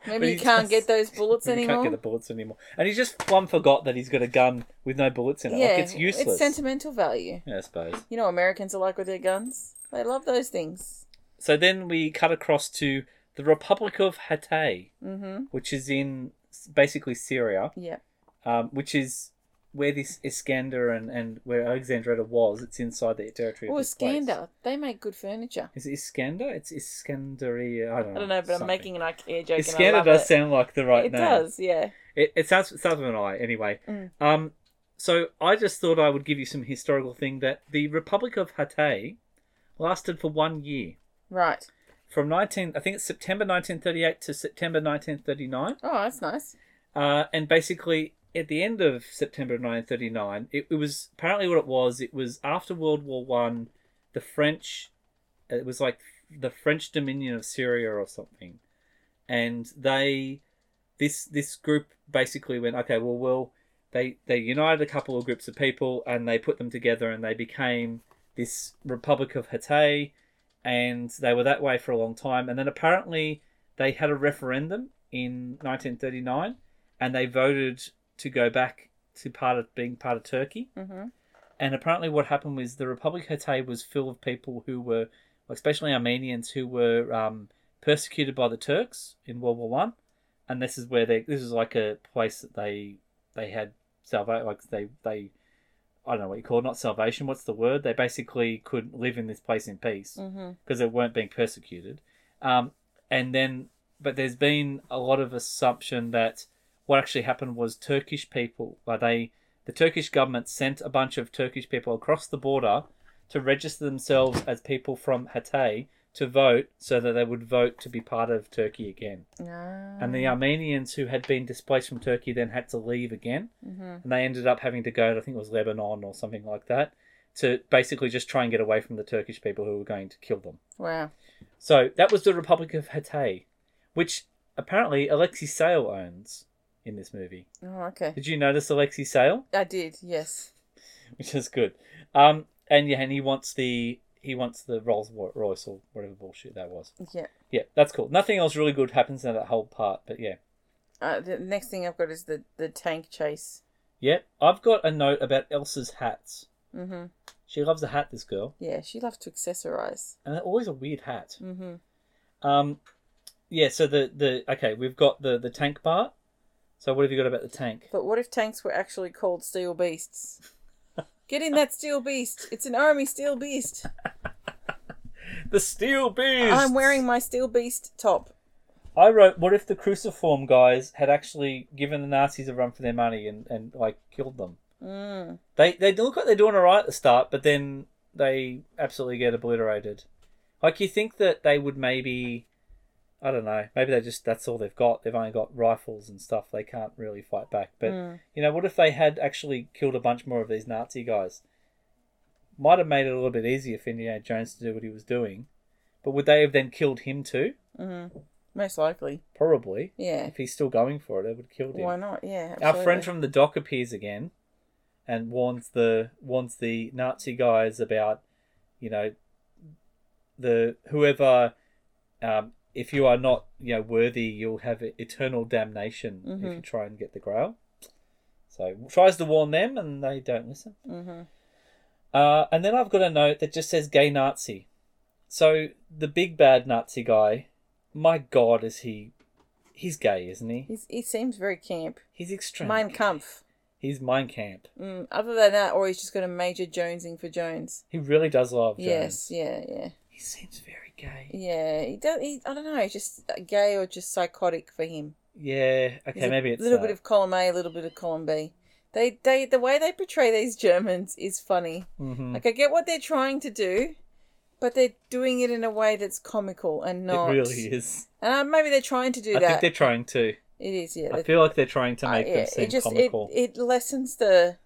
[SPEAKER 2] But
[SPEAKER 1] Maybe you
[SPEAKER 2] he
[SPEAKER 1] can't
[SPEAKER 2] just-
[SPEAKER 1] get those bullets
[SPEAKER 2] You
[SPEAKER 1] anymore.
[SPEAKER 2] can't get the bullets anymore. And he just one forgot that he's got a gun with no bullets in it.
[SPEAKER 1] yeah,
[SPEAKER 2] like, it's useless.
[SPEAKER 1] It's sentimental value.
[SPEAKER 2] yeah, I suppose.
[SPEAKER 1] You know, Americans are like with their guns. They love those things.
[SPEAKER 2] So then we cut across to the Republic of Hatay,
[SPEAKER 1] Mm-hmm.
[SPEAKER 2] which is in s- basically Syria,
[SPEAKER 1] Yeah.
[SPEAKER 2] um, which is where this Iskander and, and where Alexandretta was. It's inside the territory.
[SPEAKER 1] Oh,
[SPEAKER 2] of this place.
[SPEAKER 1] Iskander. They make good furniture.
[SPEAKER 2] Is it Iskander? It's Iskandaria. I don't know.
[SPEAKER 1] I don't know, but I'm
[SPEAKER 2] Oh, something.
[SPEAKER 1] making an IKEA joke. and I
[SPEAKER 2] Iskander
[SPEAKER 1] love
[SPEAKER 2] does
[SPEAKER 1] it.
[SPEAKER 2] sound like the right
[SPEAKER 1] It
[SPEAKER 2] name.
[SPEAKER 1] does, yeah.
[SPEAKER 2] It, it sounds it sounds with an I anyway.
[SPEAKER 1] Mm.
[SPEAKER 2] Um, so I just thought I would give you some historical thing that the Republic of Hatay lasted for one year
[SPEAKER 1] Right.
[SPEAKER 2] from nineteen I think it's September nineteen thirty eight to September nineteen thirty nine.
[SPEAKER 1] Oh, that's nice.
[SPEAKER 2] Uh, and basically at the end of September nineteen thirty nine, it, it was apparently what it was. It was after World War One, the French. It was like the French Dominion of Syria or something, and they this this group basically went okay well well they they united a couple of groups of people and they put them together and they became this republic of hatay and they were that way for a long time and then apparently they had a referendum in 1939 and they voted to go back to part of being part of turkey
[SPEAKER 1] Mm-hmm.
[SPEAKER 2] and apparently what happened was the republic of hatay was full of people who were especially armenians who were um, persecuted by the turks in world war one and this is where they this is like a place that they they had salva like they they I don't know what you call it, not salvation. What's the word? They basically could live in this place in peace
[SPEAKER 1] Mm.
[SPEAKER 2] because
[SPEAKER 1] mm-hmm.
[SPEAKER 2] they weren't being persecuted. Um, and then, but there's been a lot of assumption that what actually happened was Turkish people, like they, the Turkish government sent a bunch of Turkish people across the border to register themselves as people from Hatay to vote so that they would vote to be part of Turkey again. And
[SPEAKER 1] Mm. Ah,
[SPEAKER 2] the um, Armenians who had been displaced from Turkey then had to leave again.
[SPEAKER 1] mm-hmm.
[SPEAKER 2] And they ended up having to go to, I think it was Lebanon or something like that, to basically just try and get away from the Turkish people who were going to kill them.
[SPEAKER 1] Wow.
[SPEAKER 2] So that was the Republic of Hatay, which apparently Alexi Sale owns in this movie.
[SPEAKER 1] Oh, okay.
[SPEAKER 2] Did you notice Alexi Sale?
[SPEAKER 1] I did, yes.
[SPEAKER 2] Which is good. Um, and yeah, and he wants the he wants the Rolls Royce or whatever bullshit that was.
[SPEAKER 1] Yeah.
[SPEAKER 2] Yeah, that's cool. Nothing else really good happens in that whole part, but yeah.
[SPEAKER 1] Uh, the next thing I've got is the, the tank chase.
[SPEAKER 2] Yep, I've got a note about Elsa's hats.
[SPEAKER 1] Mm-hmm.
[SPEAKER 2] She loves a hat, this girl,
[SPEAKER 1] Yeah, she loves to accessorize.
[SPEAKER 2] and they're always a weird hat.
[SPEAKER 1] Mm-hmm.
[SPEAKER 2] Um, yeah. So the the okay, we've got the the tank part. So what have you got about the tank?
[SPEAKER 1] But what if tanks were actually called steel beasts? Get in that steel beast. It's an army steel beast.
[SPEAKER 2] The steel beast.
[SPEAKER 1] I'm wearing my steel beast top.
[SPEAKER 2] I wrote, what if the cruciform guys had actually given the Nazis a run for their money and and like killed them?
[SPEAKER 1] Mm.
[SPEAKER 2] They they look like they're doing all right at the start, but then they absolutely get obliterated. Like you think that they would maybe, I don't know, maybe they just that's all they've got. They've only got rifles and stuff. They can't really fight back. But you know, what if they had actually killed a bunch more of these Nazi guys? Might have made it a little bit easier for Indiana Jones to do what he was doing. But would they have then killed him too?
[SPEAKER 1] Most likely.
[SPEAKER 2] Probably.
[SPEAKER 1] Yeah.
[SPEAKER 2] Mm-hmm. If he's still going for it, they would have killed him.
[SPEAKER 1] Why not? Yeah.
[SPEAKER 2] Our friend
[SPEAKER 1] absolutely.
[SPEAKER 2] from the dock appears again, and warns the warns the Nazi guys about, you know, the whoever, um, if you are not you know worthy, you'll have eternal damnation if you try and get the Grail. So tries to warn them, and they don't listen.
[SPEAKER 1] Mm-hmm.
[SPEAKER 2] Uh, and then I've got a note that just says "gay Nazi." So the big bad Nazi guy, my God, is he? He's gay, isn't he?
[SPEAKER 1] He's, he seems very camp.
[SPEAKER 2] He's extreme.
[SPEAKER 1] Mein Kampf.
[SPEAKER 2] He's Mind Camp.
[SPEAKER 1] Mm, other than that, or he's just got a major Jonesing for Jones.
[SPEAKER 2] He really does love Jones.
[SPEAKER 1] Yes, yeah, yeah,
[SPEAKER 2] He seems very gay.
[SPEAKER 1] yeah. He does. He, I don't know. he's Just gay or just psychotic for him.
[SPEAKER 2] Yeah. Okay,
[SPEAKER 1] There's
[SPEAKER 2] maybe
[SPEAKER 1] a
[SPEAKER 2] it's
[SPEAKER 1] little
[SPEAKER 2] that.
[SPEAKER 1] bit of column A, a little bit of column B. They, they, the way they portray these Germans is funny.
[SPEAKER 2] Mhm.
[SPEAKER 1] Like I get what they're trying to do, but they're doing it in a way that's comical and not.
[SPEAKER 2] It really is.
[SPEAKER 1] And uh, maybe they're trying to do
[SPEAKER 2] I think
[SPEAKER 1] that.
[SPEAKER 2] they're trying to.
[SPEAKER 1] It is, yeah.
[SPEAKER 2] I
[SPEAKER 1] that-
[SPEAKER 2] feel like they're trying to
[SPEAKER 1] uh,
[SPEAKER 2] make
[SPEAKER 1] yeah,
[SPEAKER 2] them seem
[SPEAKER 1] it just it,
[SPEAKER 2] comical.
[SPEAKER 1] it lessens the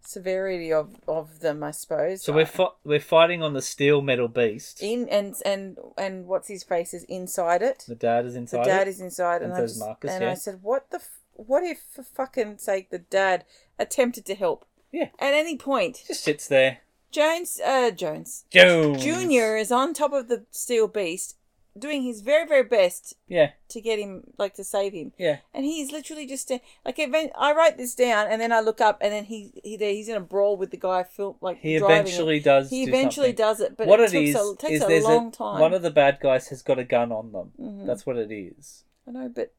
[SPEAKER 1] severity of of them, I suppose.
[SPEAKER 2] so we're
[SPEAKER 1] Uh,
[SPEAKER 2] fi- we're fighting on the steel metal beast.
[SPEAKER 1] in and and and what's his face is inside it.
[SPEAKER 2] The dad is
[SPEAKER 1] The
[SPEAKER 2] inside.
[SPEAKER 1] dad
[SPEAKER 2] it.
[SPEAKER 1] is inside, and,
[SPEAKER 2] And
[SPEAKER 1] I
[SPEAKER 2] so is
[SPEAKER 1] just,
[SPEAKER 2] Marcus,
[SPEAKER 1] and I
[SPEAKER 2] yeah.
[SPEAKER 1] said, "What the? F- what if, for fucking sake, the dad attempted to help
[SPEAKER 2] Yeah.
[SPEAKER 1] at any point?
[SPEAKER 2] Just sits there.
[SPEAKER 1] Jones, uh, Jones
[SPEAKER 2] Jones
[SPEAKER 1] Junior is on top of the steel beast, doing his very very best
[SPEAKER 2] Yeah.
[SPEAKER 1] to get him, like to save him,
[SPEAKER 2] Yeah.
[SPEAKER 1] and he's literally just sta- like. Even, I write this down, and then I look up, and then he, he there, he's in a brawl with the guy film like
[SPEAKER 2] He
[SPEAKER 1] driving it.
[SPEAKER 2] eventually does.
[SPEAKER 1] He
[SPEAKER 2] do
[SPEAKER 1] eventually
[SPEAKER 2] something.
[SPEAKER 1] does it, but
[SPEAKER 2] what
[SPEAKER 1] it,
[SPEAKER 2] it
[SPEAKER 1] takes
[SPEAKER 2] is
[SPEAKER 1] a, takes
[SPEAKER 2] is
[SPEAKER 1] a
[SPEAKER 2] there's
[SPEAKER 1] long time. Mm-hmm.
[SPEAKER 2] one of the bad guys has got a gun on them. That's what it is.
[SPEAKER 1] I know, but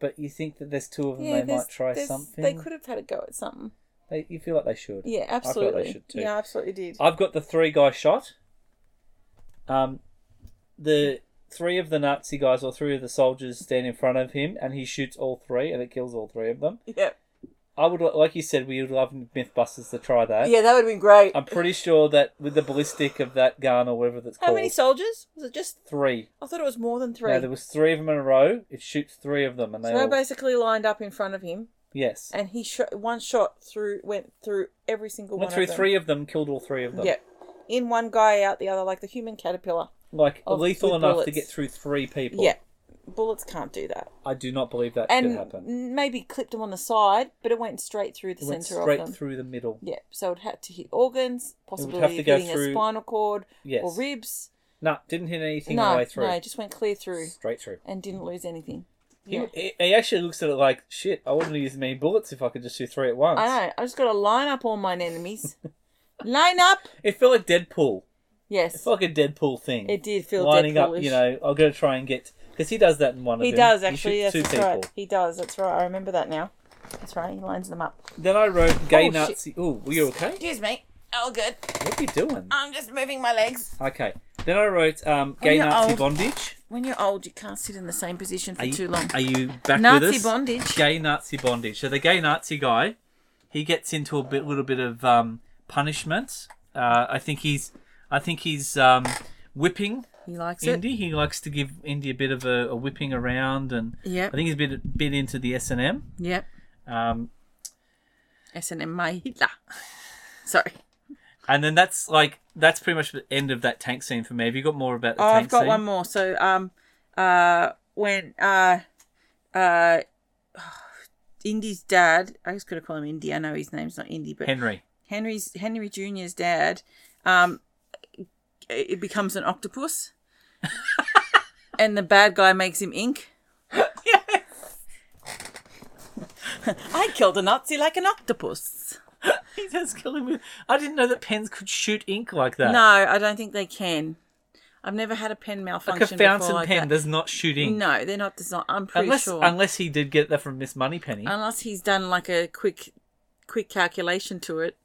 [SPEAKER 2] But you think that there's two of them,
[SPEAKER 1] yeah,
[SPEAKER 2] they
[SPEAKER 1] there's-
[SPEAKER 2] might try
[SPEAKER 1] there's-
[SPEAKER 2] something.
[SPEAKER 1] They could have had a go at something.
[SPEAKER 2] They, you feel like they should.
[SPEAKER 1] Yeah,
[SPEAKER 2] I felt they
[SPEAKER 1] absolutely.
[SPEAKER 2] should too.
[SPEAKER 1] Yeah, I absolutely did.
[SPEAKER 2] I've got the three guy shot. Um, the three of the Nazi guys or three of the soldiers stand in front of him, and he shoots all three, and it kills all three of them.
[SPEAKER 1] Yep.
[SPEAKER 2] I would, li- like you said, we would love MythBusters to try that.
[SPEAKER 1] Yeah, that would have been great.
[SPEAKER 2] I'm pretty sure that with the ballistic of that gun or whatever that's
[SPEAKER 1] How
[SPEAKER 2] called,
[SPEAKER 1] many soldiers? Was it just?
[SPEAKER 2] three.
[SPEAKER 1] I thought it was more than three.
[SPEAKER 2] No, there was three of them in a row. It shoots three of them, and
[SPEAKER 1] so
[SPEAKER 2] they
[SPEAKER 1] they
[SPEAKER 2] all
[SPEAKER 1] basically lined up in front of him,
[SPEAKER 2] yes
[SPEAKER 1] and he shot one shot through, went through every single
[SPEAKER 2] went
[SPEAKER 1] one.
[SPEAKER 2] through
[SPEAKER 1] of them.
[SPEAKER 2] three of them, killed all three of them.
[SPEAKER 1] Yep. In one guy, out the other, like the human caterpillar.
[SPEAKER 2] like
[SPEAKER 1] Of-
[SPEAKER 2] lethal
[SPEAKER 1] with
[SPEAKER 2] enough to
[SPEAKER 1] bullets.
[SPEAKER 2] get through three people.
[SPEAKER 1] Yeah. Bullets can't do that.
[SPEAKER 2] I do not believe that could happen.
[SPEAKER 1] And maybe clipped him on the side, but it went straight through the
[SPEAKER 2] It went
[SPEAKER 1] center
[SPEAKER 2] straight
[SPEAKER 1] of them.
[SPEAKER 2] through the middle.
[SPEAKER 1] Yeah, so it had to hit organs,
[SPEAKER 2] would have
[SPEAKER 1] possibly
[SPEAKER 2] to go
[SPEAKER 1] hitting
[SPEAKER 2] through-
[SPEAKER 1] a spinal cord
[SPEAKER 2] Yes.
[SPEAKER 1] or ribs.
[SPEAKER 2] No, didn't hit anything all
[SPEAKER 1] no,
[SPEAKER 2] the way through.
[SPEAKER 1] no, it just went clear through
[SPEAKER 2] Straight through.
[SPEAKER 1] and didn't lose anything.
[SPEAKER 2] He,
[SPEAKER 1] Yeah.
[SPEAKER 2] he, he actually looks at it like, shit, I wouldn't have used many bullets if I could just do three at once.
[SPEAKER 1] I know. I just got to line up all mine enemies. line up.
[SPEAKER 2] It felt like Deadpool. It
[SPEAKER 1] Yes,
[SPEAKER 2] felt like a Deadpool thing.
[SPEAKER 1] it did feel
[SPEAKER 2] Lining up,
[SPEAKER 1] Deadpool-ish.
[SPEAKER 2] you know, I'll go try and get. Because he does that in one
[SPEAKER 1] He
[SPEAKER 2] of them.
[SPEAKER 1] does
[SPEAKER 2] You
[SPEAKER 1] actually.
[SPEAKER 2] shoot
[SPEAKER 1] Yes,
[SPEAKER 2] two
[SPEAKER 1] that's
[SPEAKER 2] people.
[SPEAKER 1] right. He does. That's right. I remember that now. That's right. He lines them up.
[SPEAKER 2] Then I wrote gay
[SPEAKER 1] Oh, shit.
[SPEAKER 2] Nazi. Oh, were you okay?
[SPEAKER 1] Excuse me. Oh, good.
[SPEAKER 2] What are you doing?
[SPEAKER 1] I'm just moving my legs.
[SPEAKER 2] Okay. Then I wrote um, gay
[SPEAKER 1] you're
[SPEAKER 2] Nazi
[SPEAKER 1] old.
[SPEAKER 2] bondage.
[SPEAKER 1] When you're old, you can't sit in the same position for
[SPEAKER 2] Are you,
[SPEAKER 1] too long.
[SPEAKER 2] Are you back with
[SPEAKER 1] Nazi
[SPEAKER 2] us?
[SPEAKER 1] bondage.
[SPEAKER 2] Gay Nazi bondage. So the gay Nazi guy, he gets into a bit, little bit of um, punishment. Uh, I think he's, I think he's um, whipping
[SPEAKER 1] He likes it.
[SPEAKER 2] Indy. He likes to give Indy a bit of a, a whipping around, and
[SPEAKER 1] Yep.
[SPEAKER 2] I think he's a bit, bit into the S and M.
[SPEAKER 1] Yep.
[SPEAKER 2] Um,
[SPEAKER 1] S and M Mahila. Sorry.
[SPEAKER 2] And then that's like that's pretty much the end of that tank scene for me. Have you got more about the
[SPEAKER 1] Oh,
[SPEAKER 2] tank
[SPEAKER 1] I've got
[SPEAKER 2] scene?
[SPEAKER 1] one more. So, um, uh, when uh, uh, Indy's dad, I was going to call him Indy. I know his name's not Indy, but
[SPEAKER 2] Henry.
[SPEAKER 1] Henry's Henry Junior's dad, um, it it becomes an octopus, and the bad guy makes him ink. I killed a Nazi like an octopus.
[SPEAKER 2] he does kill him with. I didn't know that pens could shoot ink like that.
[SPEAKER 1] No, I don't think they can. I've never had a pen
[SPEAKER 2] like a
[SPEAKER 1] malfunction. before
[SPEAKER 2] fountain
[SPEAKER 1] like
[SPEAKER 2] pen
[SPEAKER 1] that.
[SPEAKER 2] does not shoot ink.
[SPEAKER 1] No, they're not designed. I'm pretty
[SPEAKER 2] unless
[SPEAKER 1] sure.
[SPEAKER 2] unless he did get that from Miss Moneypenny.
[SPEAKER 1] unless he's done like a quick quick calculation to it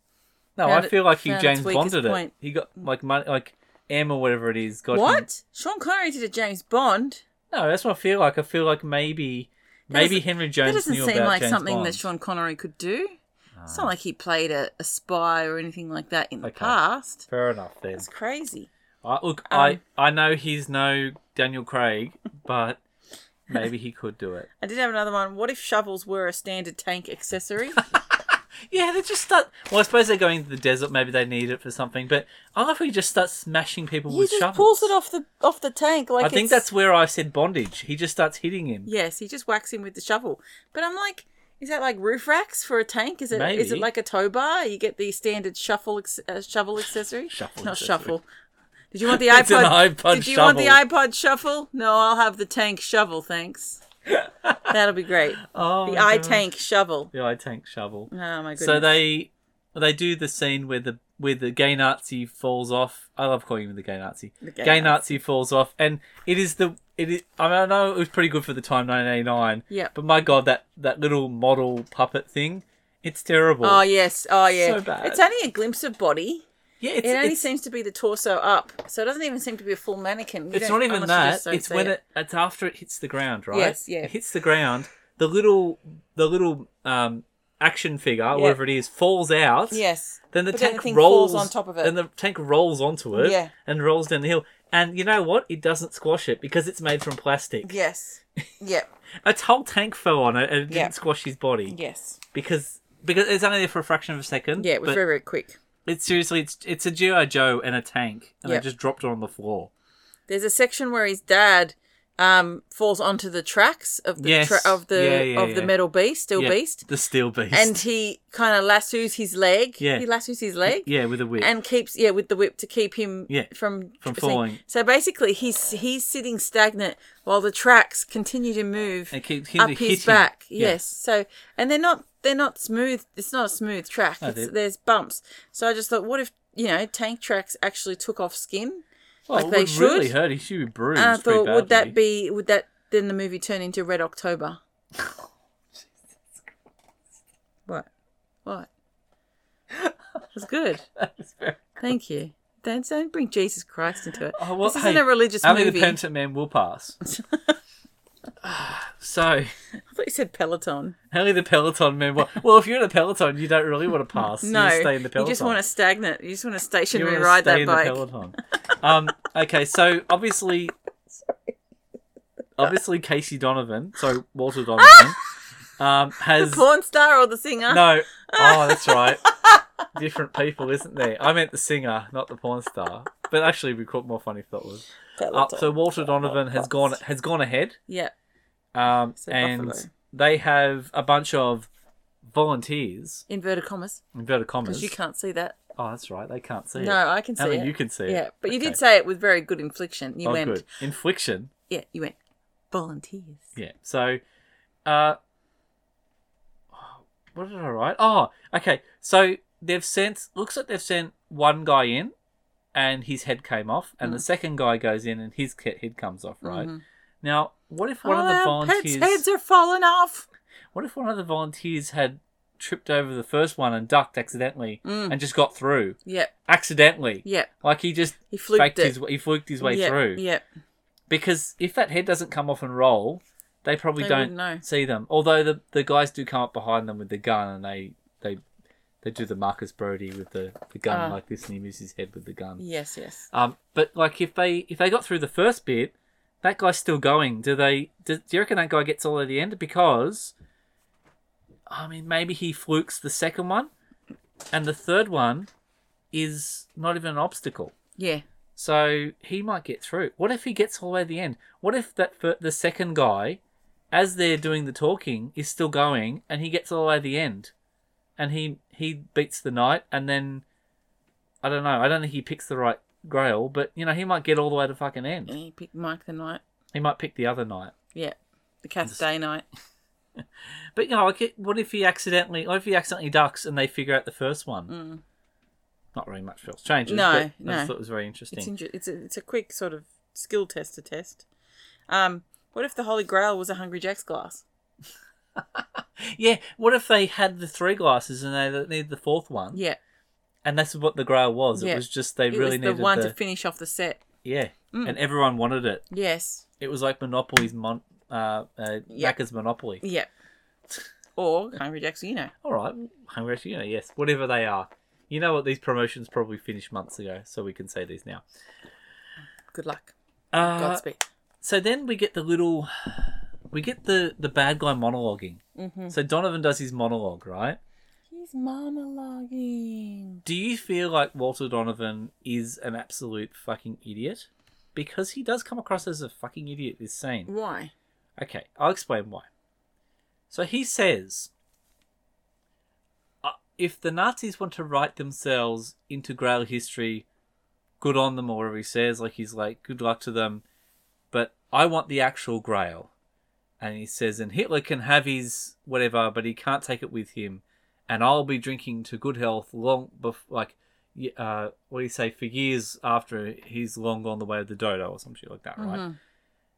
[SPEAKER 2] no,
[SPEAKER 1] found
[SPEAKER 2] I
[SPEAKER 1] it-
[SPEAKER 2] feel like he
[SPEAKER 1] found
[SPEAKER 2] James
[SPEAKER 1] its weakest
[SPEAKER 2] Bonded it.
[SPEAKER 1] point.
[SPEAKER 2] He got like money, like M or whatever it is. Got him-
[SPEAKER 1] what sean connery did a james bond
[SPEAKER 2] No, that's what I feel like. I feel like maybe maybe
[SPEAKER 1] doesn't-
[SPEAKER 2] Henry Jones
[SPEAKER 1] that doesn't
[SPEAKER 2] knew
[SPEAKER 1] seem
[SPEAKER 2] about
[SPEAKER 1] like
[SPEAKER 2] James
[SPEAKER 1] something
[SPEAKER 2] Bond. Ah.
[SPEAKER 1] that sean connery could do it's not like he played a, a spy or anything like that in the
[SPEAKER 2] Okay.
[SPEAKER 1] past
[SPEAKER 2] Fair enough then.
[SPEAKER 1] it's crazy
[SPEAKER 2] I, look, I I know he's no Daniel Craig, but maybe he could do it.
[SPEAKER 1] i did have another one what if shovels were a standard tank accessory
[SPEAKER 2] Yeah, they just start. Well, I suppose they're going to the desert. Maybe they need it for something. But I love how he just starts smashing people
[SPEAKER 1] he
[SPEAKER 2] with
[SPEAKER 1] just
[SPEAKER 2] shovels.
[SPEAKER 1] pulls it off the off the tank like
[SPEAKER 2] I think
[SPEAKER 1] it's-
[SPEAKER 2] that's where I said bondage. He just starts hitting him.
[SPEAKER 1] yes he just whacks him with the shovel but i'm like is that like roof racks for a tank? Is it is
[SPEAKER 2] Maybe.
[SPEAKER 1] it like a tow bar? You get the standard shuffle ex- uh, shovel accessory.
[SPEAKER 2] Shuffle
[SPEAKER 1] not
[SPEAKER 2] accessory.
[SPEAKER 1] shuffle. Did you want the iPod?
[SPEAKER 2] It's an iPod
[SPEAKER 1] Did you want the
[SPEAKER 2] shovel.
[SPEAKER 1] iPod shuffle? No, I'll have the tank shovel, thanks. That'll be great.
[SPEAKER 2] Oh,
[SPEAKER 1] The
[SPEAKER 2] my
[SPEAKER 1] i
[SPEAKER 2] God.
[SPEAKER 1] tank shovel.
[SPEAKER 2] The eye tank shovel.
[SPEAKER 1] Oh my goodness.
[SPEAKER 2] so they they do the scene where the where the gay Nazi falls off. I love calling him the gay Nazi.
[SPEAKER 1] The
[SPEAKER 2] gay,
[SPEAKER 1] gay
[SPEAKER 2] Nazi. falls off, and it is the it is. I mean, I know it was pretty good for the time, 1989.
[SPEAKER 1] Yep.
[SPEAKER 2] But my God, that that little model puppet thing, it's terrible.
[SPEAKER 1] Oh yes. Oh yeah.
[SPEAKER 2] So bad.
[SPEAKER 1] It's only a glimpse of body.
[SPEAKER 2] yeah, it's,
[SPEAKER 1] It only
[SPEAKER 2] it's-
[SPEAKER 1] seems to be the torso up, so it doesn't even seem to be a full mannequin. You
[SPEAKER 2] It's
[SPEAKER 1] don't-
[SPEAKER 2] not even
[SPEAKER 1] honestly
[SPEAKER 2] that.
[SPEAKER 1] just don't
[SPEAKER 2] It's
[SPEAKER 1] see
[SPEAKER 2] when it. it's after it hits the ground, right?
[SPEAKER 1] Yes, yeah.
[SPEAKER 2] It hits the ground. The little the little um action figure, whatever it is, falls out.
[SPEAKER 1] Yes.
[SPEAKER 2] Then the
[SPEAKER 1] But then
[SPEAKER 2] tank
[SPEAKER 1] the thing
[SPEAKER 2] rolls
[SPEAKER 1] falls on top of it.
[SPEAKER 2] And the tank rolls onto it.
[SPEAKER 1] Yeah.
[SPEAKER 2] And rolls down the hill. And you know what? It doesn't squash it because it's made from plastic.
[SPEAKER 1] Yes. Yep.
[SPEAKER 2] Its whole tank fell on it and it didn't
[SPEAKER 1] Yeah.
[SPEAKER 2] squash his body
[SPEAKER 1] yes.
[SPEAKER 2] because because it's only there for a fraction of a second.
[SPEAKER 1] Yeah. It was
[SPEAKER 2] but
[SPEAKER 1] very very quick.
[SPEAKER 2] it's seriously it's it's a GI Joe and a tank and
[SPEAKER 1] Yeah.
[SPEAKER 2] they just dropped it on the floor.
[SPEAKER 1] There's a section where his dad um, falls onto the tracks of the
[SPEAKER 2] Yes.
[SPEAKER 1] tra- of the
[SPEAKER 2] Yeah, yeah,
[SPEAKER 1] of the
[SPEAKER 2] yeah.
[SPEAKER 1] metal beast, steel
[SPEAKER 2] Yeah,
[SPEAKER 1] beast.
[SPEAKER 2] the steel beast.
[SPEAKER 1] and he kind of lassoes his leg.
[SPEAKER 2] Yeah.
[SPEAKER 1] he lassoes his leg.
[SPEAKER 2] yeah, with a whip.
[SPEAKER 1] And keeps yeah with the whip to keep him
[SPEAKER 2] Yeah,
[SPEAKER 1] from
[SPEAKER 2] from
[SPEAKER 1] slipping.
[SPEAKER 2] falling.
[SPEAKER 1] So basically, he's he's sitting stagnant while the tracks continue to move
[SPEAKER 2] And keep- keep
[SPEAKER 1] up
[SPEAKER 2] hitting.
[SPEAKER 1] his back.
[SPEAKER 2] Yeah.
[SPEAKER 1] Yes. So and they're not they're not smooth. It's not a smooth track.
[SPEAKER 2] No,
[SPEAKER 1] It's-
[SPEAKER 2] they-
[SPEAKER 1] there's bumps. So I just thought, what if you know tank tracks actually took off skin?
[SPEAKER 2] Well,
[SPEAKER 1] Like
[SPEAKER 2] Oh, it
[SPEAKER 1] they
[SPEAKER 2] would really
[SPEAKER 1] should.
[SPEAKER 2] hurt. He should be bruised.
[SPEAKER 1] And I
[SPEAKER 2] pretty
[SPEAKER 1] thought, Uh, would
[SPEAKER 2] badly.
[SPEAKER 1] that be would that then the movie turn into Red October? what? What? It was good. Thank you. Don't, don't bring Jesus Christ into it.
[SPEAKER 2] Oh, well,
[SPEAKER 1] this isn't
[SPEAKER 2] hey,
[SPEAKER 1] a religious
[SPEAKER 2] Only
[SPEAKER 1] movie.
[SPEAKER 2] the penitent man will pass. so,
[SPEAKER 1] I thought you said Peloton.
[SPEAKER 2] only the Peloton man will. Well, if you're in a Peloton, you don't really want to pass.
[SPEAKER 1] No,
[SPEAKER 2] you just stay in the Peloton.
[SPEAKER 1] you just want to stagnant. You just want to
[SPEAKER 2] You
[SPEAKER 1] stationary
[SPEAKER 2] wanna
[SPEAKER 1] ride
[SPEAKER 2] stay
[SPEAKER 1] that
[SPEAKER 2] in
[SPEAKER 1] bike.
[SPEAKER 2] The Peloton. Um, okay, so obviously, obviously Casey Donovan, sorry Walter Donovan, um,
[SPEAKER 1] The
[SPEAKER 2] has
[SPEAKER 1] porn star or the singer?
[SPEAKER 2] No. Oh, that's right. Different people, isn't there? I meant the singer, not the porn star. But actually, it'd be quite more funny if that was. Uh,
[SPEAKER 1] Peloton.
[SPEAKER 2] so Walter Donovan has gone has gone ahead,
[SPEAKER 1] yeah.
[SPEAKER 2] um,
[SPEAKER 1] So
[SPEAKER 2] and
[SPEAKER 1] Buffalo.
[SPEAKER 2] they have a bunch of volunteers.
[SPEAKER 1] Inverted commas.
[SPEAKER 2] Inverted
[SPEAKER 1] Because
[SPEAKER 2] commas.
[SPEAKER 1] you can't see that.
[SPEAKER 2] Oh, that's right. They can't see it.
[SPEAKER 1] No, I can see
[SPEAKER 2] Only
[SPEAKER 1] it.
[SPEAKER 2] you can see it.
[SPEAKER 1] Yeah, but you
[SPEAKER 2] Okay.
[SPEAKER 1] did say it with very good inflection. You
[SPEAKER 2] oh,
[SPEAKER 1] went,
[SPEAKER 2] good. Infliction.
[SPEAKER 1] yeah, you went volunteers.
[SPEAKER 2] Yeah. So, uh, what did I write? Oh, okay. So they've sent. Looks like they've sent one guy in, and his head came off, and
[SPEAKER 1] Mm.
[SPEAKER 2] the second guy goes in, and his ca- head comes off. Right. Now, what if one of the
[SPEAKER 1] Mm-hmm. Oh, our
[SPEAKER 2] volunteers?
[SPEAKER 1] pets' heads are falling off.
[SPEAKER 2] What if one of the volunteers had tripped over the first one and ducked accidentally
[SPEAKER 1] Mm.
[SPEAKER 2] and just got through
[SPEAKER 1] Yep.
[SPEAKER 2] accidentally?
[SPEAKER 1] Yep.
[SPEAKER 2] Like he just
[SPEAKER 1] He fluked
[SPEAKER 2] faked
[SPEAKER 1] it.
[SPEAKER 2] his he fluked his way
[SPEAKER 1] yep,
[SPEAKER 2] through
[SPEAKER 1] Yep.
[SPEAKER 2] because if that head doesn't come off and roll, they probably
[SPEAKER 1] They
[SPEAKER 2] don't
[SPEAKER 1] wouldn't know.
[SPEAKER 2] see them. Although the the guys do come up behind them with the gun and they they they do the Marcus Brody with the, the gun
[SPEAKER 1] Ah.
[SPEAKER 2] like this and he moves his head with the gun.
[SPEAKER 1] Yes. Yes.
[SPEAKER 2] Um, but like if they if they got through the first bit, that guy's still going. Do they? Do, do you reckon that guy gets all at the end? Because, I mean, maybe he flukes the second one, and the third one is not even an obstacle.
[SPEAKER 1] Yeah.
[SPEAKER 2] So he might get through. What if he gets all the way to the end? What if that fir- the second guy, as they're doing the talking, is still going and he gets all the way to the end, and he he beats the knight and then, I don't know. I don't think he picks the right grail, but you know he might get all the way to fucking
[SPEAKER 1] And
[SPEAKER 2] end.
[SPEAKER 1] he picked Mike the night.
[SPEAKER 2] He might pick the other knight.
[SPEAKER 1] Yeah. The cat's day night.
[SPEAKER 2] But you know, like, it- what if he accidentally? What if he accidentally ducks and they figure out the first one?
[SPEAKER 1] Mm.
[SPEAKER 2] Not really much else changes.
[SPEAKER 1] No,
[SPEAKER 2] but I
[SPEAKER 1] no.
[SPEAKER 2] just thought it was very interesting.
[SPEAKER 1] It's inter- it's a, it's a quick sort of skill test to test. Um, what if the Holy Grail was a Hungry Jack's glass?
[SPEAKER 2] yeah. What if they had the three glasses and they needed the fourth one?
[SPEAKER 1] Yeah,
[SPEAKER 2] and that's what the grail was. It
[SPEAKER 1] Yeah.
[SPEAKER 2] was just they
[SPEAKER 1] it
[SPEAKER 2] really
[SPEAKER 1] was the Mm.
[SPEAKER 2] needed
[SPEAKER 1] one
[SPEAKER 2] the
[SPEAKER 1] to finish off the set.
[SPEAKER 2] yeah, and everyone wanted it.
[SPEAKER 1] Yes,
[SPEAKER 2] It was like Monopoly's mon- uh, uh,
[SPEAKER 1] Yeah.
[SPEAKER 2] Macca's Monopoly.
[SPEAKER 1] yeah. Or Hungry Jack's, you know.
[SPEAKER 2] All right, Hungry Jack's, you know, yes, whatever they are. You know what? These promotions probably finished months ago, so we can say these now.
[SPEAKER 1] Good luck.
[SPEAKER 2] Uh,
[SPEAKER 1] Godspeed.
[SPEAKER 2] so then we get the little, we get the the bad guy monologuing.
[SPEAKER 1] Mm-hmm.
[SPEAKER 2] So Donovan does his monologue, right?
[SPEAKER 1] He's monologuing.
[SPEAKER 2] Do you feel like Walter Donovan is an absolute fucking idiot? Because he does come across as a fucking idiot this scene.
[SPEAKER 1] Why?
[SPEAKER 2] Okay, I'll explain why. So he says "Uh, if the Nazis want to write themselves into Grail history, good on them, or whatever he says. Like, he's like, good luck to them, but I want the actual Grail. And he says, and Hitler can have his whatever, but he can't take it with him. And I'll be drinking to good health long before, like, y- uh, what do you say, for years after he's long gone the way of the dodo or some shit like that, right?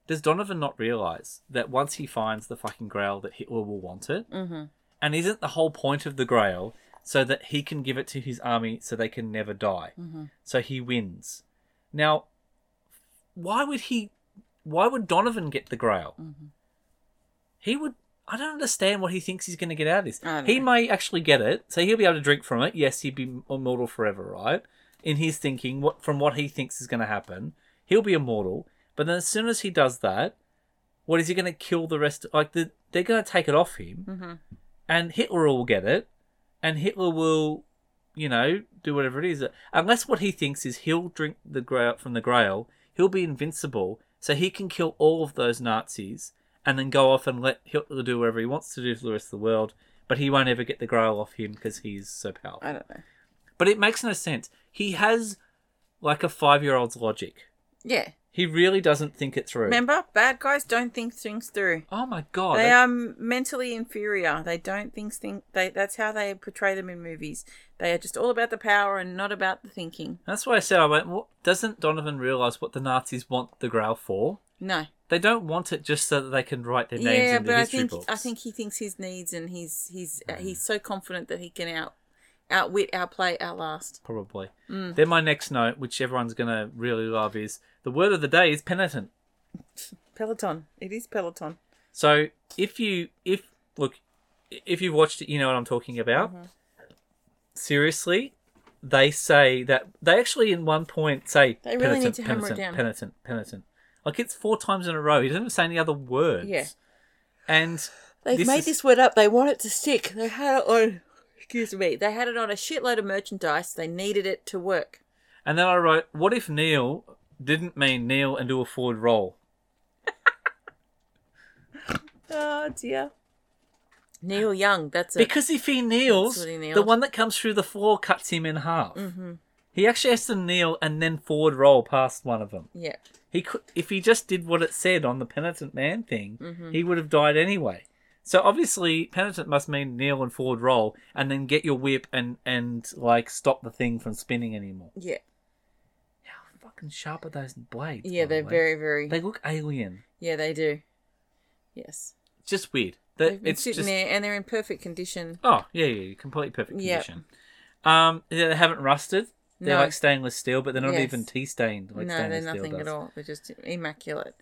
[SPEAKER 2] Does Donovan not realize that once he finds the fucking Grail, that Hitler will want it? Mm-hmm. And isn't the whole point of the Grail so that he can give it to his army so they can never die?
[SPEAKER 1] Mm-hmm.
[SPEAKER 2] So he wins. Now, why would he? Why would Donovan get the Grail?
[SPEAKER 1] Mm-hmm.
[SPEAKER 2] He would. I don't understand what he thinks he's going to get out of this.
[SPEAKER 1] I don't
[SPEAKER 2] He
[SPEAKER 1] know.
[SPEAKER 2] may actually get it, so he'll be able to drink from it. Yes, he'd be immortal forever, right? In his thinking, what from what he thinks is going to happen, he'll be immortal. But then, as soon as he does that, what is he going to kill the rest? Like the, they're going to take it off him, and Hitler will get it, and Hitler will, you know, do whatever it is. Unless what he thinks is he'll drink the grail from the Grail, he'll be invincible, so he can kill all of those Nazis and then go off and let Hitler do whatever he wants to do to the rest of the world. But he won't ever get the Grail off him because he's so powerful.
[SPEAKER 1] I don't know.
[SPEAKER 2] But it makes no sense. He has like a five-year-old's logic.
[SPEAKER 1] Yeah.
[SPEAKER 2] He really doesn't think it through.
[SPEAKER 1] Remember, bad guys don't think things through.
[SPEAKER 2] oh my god!
[SPEAKER 1] they
[SPEAKER 2] that-
[SPEAKER 1] are mentally inferior. They don't think think they. That's how they portray them in movies. They are just all about the power and not about the thinking.
[SPEAKER 2] That's why I said I went. Well, doesn't Donovan realize what the Nazis want the Grail for?
[SPEAKER 1] No.
[SPEAKER 2] They don't want it just so that they can write their names in the
[SPEAKER 1] I
[SPEAKER 2] history
[SPEAKER 1] think
[SPEAKER 2] books. Mm.
[SPEAKER 1] I think he thinks his needs and he's he's uh, he's so confident that he can out outwit, outplay, outlast.
[SPEAKER 2] probably.
[SPEAKER 1] Mm.
[SPEAKER 2] Then my next note, which everyone's gonna really love, is the word of the day is penitent.
[SPEAKER 1] Peloton, it is Peloton.
[SPEAKER 2] So if you if look if you've watched it, you know what I'm talking about.
[SPEAKER 1] Mm-hmm.
[SPEAKER 2] Seriously, they say that they actually in one point say
[SPEAKER 1] They really need
[SPEAKER 2] penitent,
[SPEAKER 1] to hammer it
[SPEAKER 2] penitent,
[SPEAKER 1] down.
[SPEAKER 2] penitent, penitent. Like it's four times in a row. He doesn't say any other words.
[SPEAKER 1] Yeah.
[SPEAKER 2] And
[SPEAKER 1] They've
[SPEAKER 2] This
[SPEAKER 1] made
[SPEAKER 2] is-
[SPEAKER 1] this word up. They want it to stick. They had it on. Excuse me. They had it on a shitload of merchandise. They needed it to work.
[SPEAKER 2] And then I wrote, "What if Neil didn't mean Neil and do a forward roll?"
[SPEAKER 1] Oh dear. Neil Young. That's it.
[SPEAKER 2] Because if he kneels,
[SPEAKER 1] That's what he
[SPEAKER 2] the
[SPEAKER 1] kneeled. Mm-hmm.
[SPEAKER 2] one that comes through the floor cuts him in half. He actually has to kneel and then forward roll past one of them.
[SPEAKER 1] yeah.
[SPEAKER 2] He could, if he just did what it said on the penitent man thing,
[SPEAKER 1] Mm-hmm.
[SPEAKER 2] he would have died anyway. So obviously, penitent must mean kneel and forward roll, and then get your whip and and like stop the thing from spinning anymore.
[SPEAKER 1] Yeah.
[SPEAKER 2] How fucking sharp are those blades?
[SPEAKER 1] Yeah.
[SPEAKER 2] by the
[SPEAKER 1] They're
[SPEAKER 2] way?
[SPEAKER 1] very very.
[SPEAKER 2] They look alien.
[SPEAKER 1] Yeah, they do. Yes.
[SPEAKER 2] Just weird. That
[SPEAKER 1] They've been
[SPEAKER 2] it's
[SPEAKER 1] sitting
[SPEAKER 2] just
[SPEAKER 1] there and they're in perfect condition.
[SPEAKER 2] oh yeah, yeah, completely perfect
[SPEAKER 1] Yep.
[SPEAKER 2] condition. Um, yeah, they haven't rusted. They're
[SPEAKER 1] No.
[SPEAKER 2] like stainless steel, but they're not
[SPEAKER 1] Yes.
[SPEAKER 2] even tea stained like
[SPEAKER 1] no, they're
[SPEAKER 2] stainless
[SPEAKER 1] nothing
[SPEAKER 2] steel
[SPEAKER 1] at
[SPEAKER 2] does.
[SPEAKER 1] all. They're just immaculate.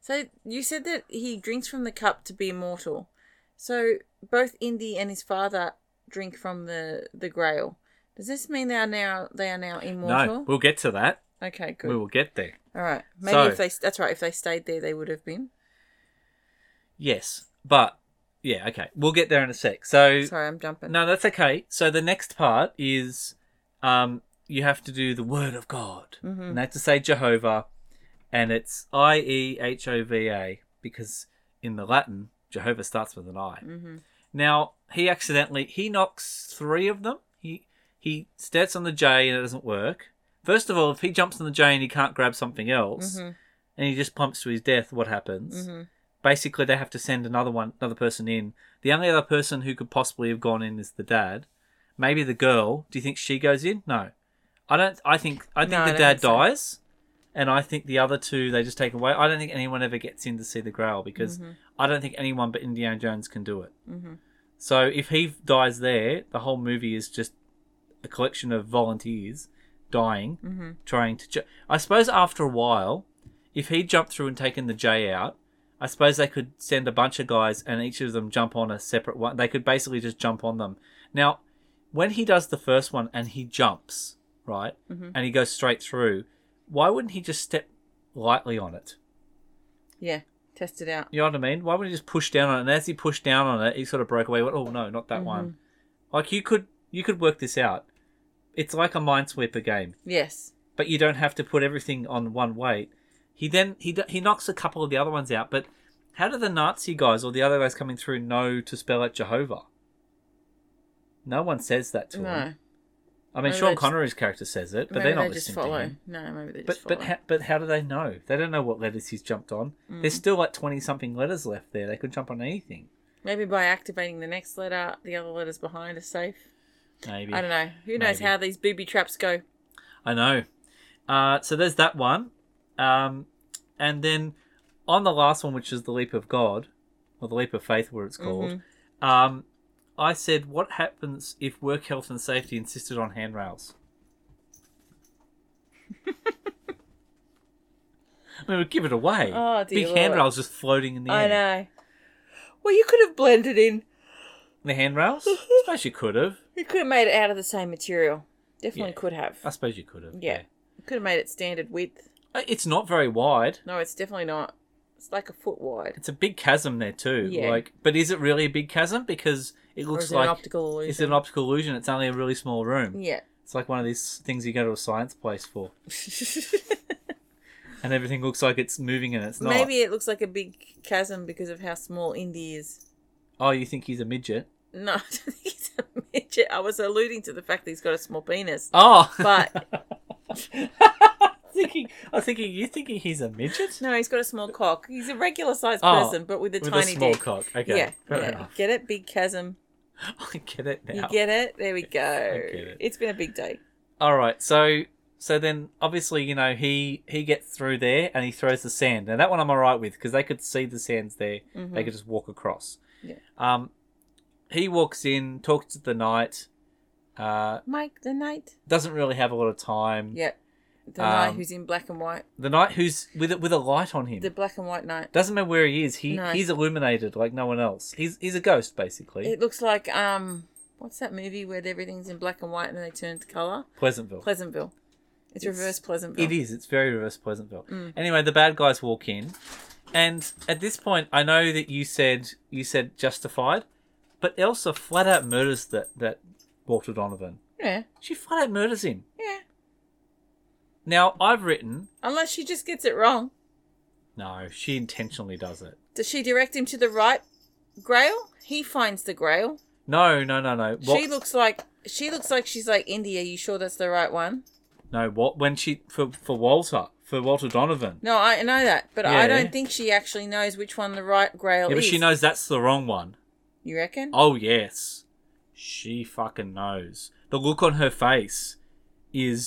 [SPEAKER 1] So you said that he drinks from the cup to be immortal. So both Indy and his father drink from the the Grail. Does this mean they are now they are now immortal?
[SPEAKER 2] No, we'll get to that.
[SPEAKER 1] okay, good.
[SPEAKER 2] We will get there.
[SPEAKER 1] All right. Maybe
[SPEAKER 2] So-
[SPEAKER 1] if they that's right. If they stayed there, they would have been.
[SPEAKER 2] Yes, but yeah, okay, we'll get there in a sec. So
[SPEAKER 1] Sorry, I'm jumping.
[SPEAKER 2] no, that's okay. So the next part is, um, you have to do the word of God, and they have to say Jehovah, and it's I E H O V A because in the Latin Jehovah starts with an I.
[SPEAKER 1] Mm-hmm.
[SPEAKER 2] Now he accidentally he knocks three of them. He he starts on the J and it doesn't work. First of all, if he jumps on the J and he can't grab something else,
[SPEAKER 1] Mhm.
[SPEAKER 2] and he just plumps to his death, what happens?
[SPEAKER 1] Mm-hmm.
[SPEAKER 2] basically they have to send another one another person in the only other person who could possibly have gone in is the dad maybe the girl do you think she goes in no i don't i think i think
[SPEAKER 1] No, I
[SPEAKER 2] the
[SPEAKER 1] don't think
[SPEAKER 2] dad
[SPEAKER 1] so.
[SPEAKER 2] dies and i think the other two they just take away i don't think anyone ever gets in to see the grail because
[SPEAKER 1] Mm-hmm.
[SPEAKER 2] i don't think anyone but indiana jones can do it
[SPEAKER 1] Mhm.
[SPEAKER 2] so if he dies there the whole movie is just a collection of volunteers dying
[SPEAKER 1] Mhm.
[SPEAKER 2] trying to ju- i suppose after a while if he jumped through and taken the j out I suppose they could send a bunch of guys and each of them jump on a separate one. They could basically just jump on them. Now, when he does the first one and he jumps, right, and he goes straight through, why wouldn't he just step lightly on it?
[SPEAKER 1] Yeah. Test it out.
[SPEAKER 2] You know what I mean? Why wouldn't he just push down on it? And as he pushed down on it, he sort of broke away. Went, oh no, not that one. Like you could, you could work this out. It's like a minesweeper game
[SPEAKER 1] Yes.
[SPEAKER 2] but you don't have to put everything on one weight. He then he d- he knocks a couple of the other ones out, but how do the Nazi guys or the other guys coming through know to spell out Jehovah? No one says that to
[SPEAKER 1] No.
[SPEAKER 2] him. I mean,
[SPEAKER 1] Maybe they
[SPEAKER 2] Sean
[SPEAKER 1] just-
[SPEAKER 2] Connery's character says it, but
[SPEAKER 1] maybe
[SPEAKER 2] they're not
[SPEAKER 1] they just
[SPEAKER 2] listening
[SPEAKER 1] follow.
[SPEAKER 2] to him.
[SPEAKER 1] No, maybe they
[SPEAKER 2] But
[SPEAKER 1] just follow. Mm.
[SPEAKER 2] but how, but how do they know? They don't know what letters he's jumped on. There's still like twenty something letters left there. They could jump on anything.
[SPEAKER 1] Maybe by activating the next letter, the other letters behind are safe.
[SPEAKER 2] Maybe
[SPEAKER 1] I don't know. Who knows
[SPEAKER 2] Maybe.
[SPEAKER 1] how these booby traps go?
[SPEAKER 2] I know. Uh, so there's that one. Um, and then on the last one, which is the leap of God, or the leap of faith, where it's called,
[SPEAKER 1] Mm-hmm.
[SPEAKER 2] um, I said, what happens if work health and safety insisted on handrails? I mean, we'd give it away.
[SPEAKER 1] Oh, dear
[SPEAKER 2] Big
[SPEAKER 1] Lord.
[SPEAKER 2] handrails just floating in the
[SPEAKER 1] I
[SPEAKER 2] air.
[SPEAKER 1] know. Well, you could have blended in.
[SPEAKER 2] The handrails? I suppose you could have.
[SPEAKER 1] You could have made it out of the same material. Definitely
[SPEAKER 2] Yeah.
[SPEAKER 1] could have.
[SPEAKER 2] I suppose you could have.
[SPEAKER 1] Yeah. You could have made it standard width.
[SPEAKER 2] Uh, It's not very wide.
[SPEAKER 1] No, it's definitely not. It's like a foot wide.
[SPEAKER 2] It's a big chasm there too.
[SPEAKER 1] Yeah.
[SPEAKER 2] Like, but is it really a big chasm? Because it
[SPEAKER 1] Or
[SPEAKER 2] looks
[SPEAKER 1] is it
[SPEAKER 2] like
[SPEAKER 1] an optical illusion?
[SPEAKER 2] it's an optical illusion. It's only a really small room.
[SPEAKER 1] yeah.
[SPEAKER 2] It's like one of these things you go to a science place for, and everything looks like it's moving and it's not.
[SPEAKER 1] Maybe it looks like a big chasm because of how small Indy is.
[SPEAKER 2] Oh, you think he's a midget?
[SPEAKER 1] No, I don't think he's a midget. I was alluding to the fact that he's got a small penis.
[SPEAKER 2] Oh,
[SPEAKER 1] But
[SPEAKER 2] thinking, I was thinking, you thinking he's a midget?
[SPEAKER 1] no, he's got a small cock. He's a regular sized
[SPEAKER 2] Oh,
[SPEAKER 1] person, but with a
[SPEAKER 2] With
[SPEAKER 1] tiny
[SPEAKER 2] a small
[SPEAKER 1] dick.
[SPEAKER 2] cock. Okay,
[SPEAKER 1] yeah,
[SPEAKER 2] fair
[SPEAKER 1] yeah.
[SPEAKER 2] enough.
[SPEAKER 1] Get it? Big chasm.
[SPEAKER 2] I get it now.
[SPEAKER 1] You get it? There we go.
[SPEAKER 2] get it.
[SPEAKER 1] It's been a big day.
[SPEAKER 2] All right, so so then obviously you know he he gets through there and he throws the sand. Now that one I'm alright with because they could see the sands there.
[SPEAKER 1] Mm-hmm.
[SPEAKER 2] They could just walk across.
[SPEAKER 1] Yeah.
[SPEAKER 2] Um, he walks in, talks to the knight. Uh,
[SPEAKER 1] Mike the Knight.
[SPEAKER 2] doesn't really have a lot of time.
[SPEAKER 1] Yep. The knight
[SPEAKER 2] Um,
[SPEAKER 1] who's in black and white.
[SPEAKER 2] The knight who's with a, with a light on him
[SPEAKER 1] The black and white knight.
[SPEAKER 2] doesn't matter where he is. He
[SPEAKER 1] No.
[SPEAKER 2] he's illuminated like no one else. He's he's a ghost basically.
[SPEAKER 1] It looks like um what's that movie where everything's in black and white and then they turn to colour?
[SPEAKER 2] Pleasantville.
[SPEAKER 1] Pleasantville. It's,
[SPEAKER 2] It's-
[SPEAKER 1] reverse Pleasantville.
[SPEAKER 2] It is. It's very reverse Pleasantville.
[SPEAKER 1] Mm.
[SPEAKER 2] Anyway, the bad guys walk in, and at this point, I know that you said you said justified, but Elsa flat out murders that that Walter Donovan.
[SPEAKER 1] Yeah.
[SPEAKER 2] She flat out murders him.
[SPEAKER 1] Yeah.
[SPEAKER 2] Now I've written
[SPEAKER 1] Unless she just gets it wrong.
[SPEAKER 2] no, she intentionally does it.
[SPEAKER 1] Does she direct him to the right grail? He finds the grail.
[SPEAKER 2] No, no, no, no. Wal-
[SPEAKER 1] She looks like she looks like she's like India, you sure that's the right one?
[SPEAKER 2] no. What when she for for Walter for Walter Donovan.
[SPEAKER 1] No, I know that, but I
[SPEAKER 2] Yeah.
[SPEAKER 1] don't think she actually knows which one the right grail
[SPEAKER 2] Yeah,
[SPEAKER 1] is.
[SPEAKER 2] but she knows that's the wrong one.
[SPEAKER 1] You reckon?
[SPEAKER 2] Oh yes, she fucking knows. The look on her face is,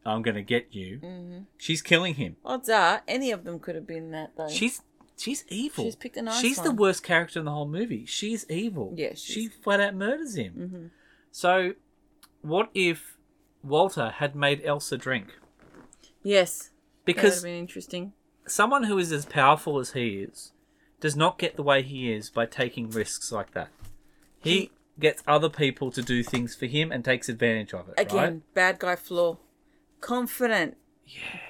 [SPEAKER 1] Mm-hmm.
[SPEAKER 2] "I'm gonna get you." She's killing him.
[SPEAKER 1] Odds are any of them could have been that though.
[SPEAKER 2] She's She's evil.
[SPEAKER 1] She's picked a nice
[SPEAKER 2] She's the
[SPEAKER 1] one.
[SPEAKER 2] worst character in the whole movie. She's evil.
[SPEAKER 1] Yeah,
[SPEAKER 2] she
[SPEAKER 1] she's-
[SPEAKER 2] flat out murders him.
[SPEAKER 1] Mhm.
[SPEAKER 2] So, what if Walter had made Elsa drink?
[SPEAKER 1] Yes.
[SPEAKER 2] Because
[SPEAKER 1] that would have been interesting.
[SPEAKER 2] someone who is as powerful as he is does not get the way he is by taking risks like that. He gets other people to do things for him and takes advantage of it.
[SPEAKER 1] Again,
[SPEAKER 2] right?
[SPEAKER 1] bad guy flaw. Confident. Yeah.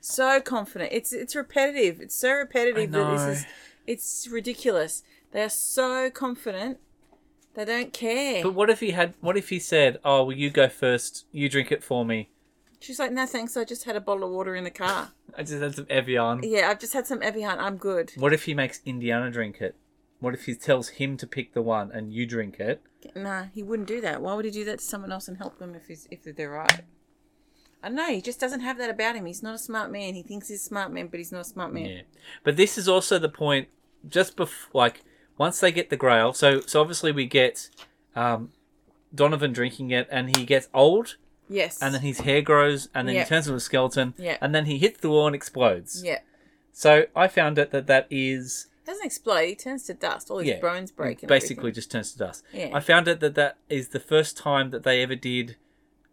[SPEAKER 1] So confident. It's it's repetitive. It's so repetitive that
[SPEAKER 2] know.
[SPEAKER 1] this is it's ridiculous. They are so confident. They don't care.
[SPEAKER 2] But what if he had? What if he said, "Oh, well, you go first. You drink it for me.
[SPEAKER 1] She's like, no thanks. I just had a bottle of water in the car.
[SPEAKER 2] I just had some Evian."
[SPEAKER 1] yeah, I've just had some Evian. I'm good.
[SPEAKER 2] What if he makes Indiana drink it? What if he tells him to pick the one and you drink it?
[SPEAKER 1] Nah, he wouldn't do that. Why would he do that to someone else and help them if he's if they're right? I don't know. He just doesn't have that about him. He's not a smart man. He thinks he's a smart man, but he's not a smart man.
[SPEAKER 2] Yeah. But this is also the point just before, like, once they get the grail, so so obviously we get um, Donovan drinking it and he gets old
[SPEAKER 1] Yes.
[SPEAKER 2] and then his hair grows and then
[SPEAKER 1] Yeah.
[SPEAKER 2] he turns into a skeleton
[SPEAKER 1] Yeah.
[SPEAKER 2] and then he hits the wall and explodes.
[SPEAKER 1] yeah.
[SPEAKER 2] So I found out that that is
[SPEAKER 1] doesn't explode. He turns to dust. All his
[SPEAKER 2] yeah,
[SPEAKER 1] bones break.
[SPEAKER 2] it
[SPEAKER 1] And
[SPEAKER 2] basically
[SPEAKER 1] everything.
[SPEAKER 2] just turns to dust.
[SPEAKER 1] Yeah.
[SPEAKER 2] I found out that that is the first time that they ever did.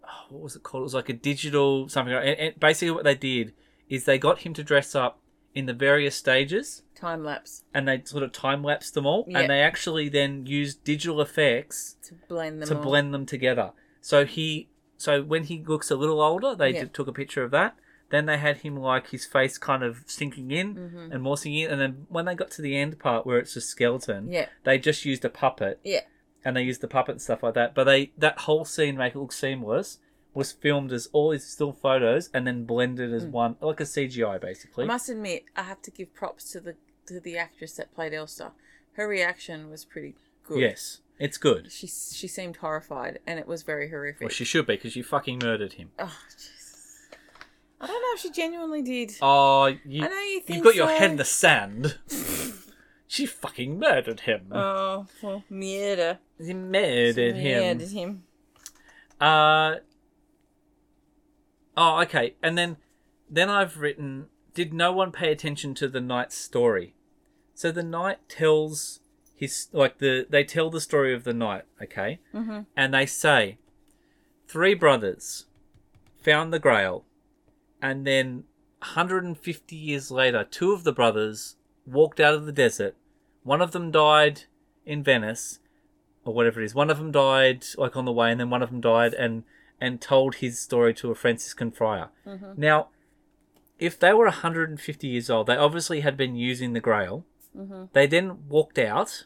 [SPEAKER 2] oh, what was it called? It was like a digital something. And, and basically, what they did is they got him to dress up in the various stages,
[SPEAKER 1] time lapse
[SPEAKER 2] and they sort of time lapsed them all,
[SPEAKER 1] Yeah.
[SPEAKER 2] and they actually then used digital effects
[SPEAKER 1] to blend them.
[SPEAKER 2] to
[SPEAKER 1] all.
[SPEAKER 2] blend them together. So he, so when he looks a little older, they
[SPEAKER 1] Yeah.
[SPEAKER 2] d- took a picture of that. Then they had him like his face kind of sinking in
[SPEAKER 1] Mm-hmm.
[SPEAKER 2] and more sinking in, and then when they got to the end part where it's a skeleton,
[SPEAKER 1] Yeah.
[SPEAKER 2] they just used a puppet
[SPEAKER 1] Yeah.
[SPEAKER 2] and they used the puppet and stuff like that. But they that whole scene make it look seamless was filmed as all these still photos and then blended as one, like a CGI
[SPEAKER 1] Mm. I
[SPEAKER 2] basically.
[SPEAKER 1] must admit, I have to give props to the to the actress that played Elsa. Her reaction was pretty good.
[SPEAKER 2] Yes, it's good.
[SPEAKER 1] She she seemed horrified, and it was very horrific.
[SPEAKER 2] Well, she should be because you fucking murdered him.
[SPEAKER 1] Oh, Jesus. I don't know if she genuinely did.
[SPEAKER 2] Oh, you,
[SPEAKER 1] I know you
[SPEAKER 2] have
[SPEAKER 1] think
[SPEAKER 2] got your
[SPEAKER 1] so.
[SPEAKER 2] head in the sand. she fucking murdered him.
[SPEAKER 1] Oh, well, murder.
[SPEAKER 2] he murdered him.
[SPEAKER 1] Murdered him.
[SPEAKER 2] Uh, oh, okay. And then, then I've written. Did no one pay attention to the knight's story? So the knight tells his like the they tell the story of the knight. Okay, mm-hmm. and they say three brothers found the Grail, and then 150 years later, two of the brothers walked out of the desert. One of them died in Venice, or whatever it is. One of them died like on the way, and then one of them died and and told his story to a Franciscan friar. Now, if they were 150 years old, they obviously had been using the Grail. They then walked out,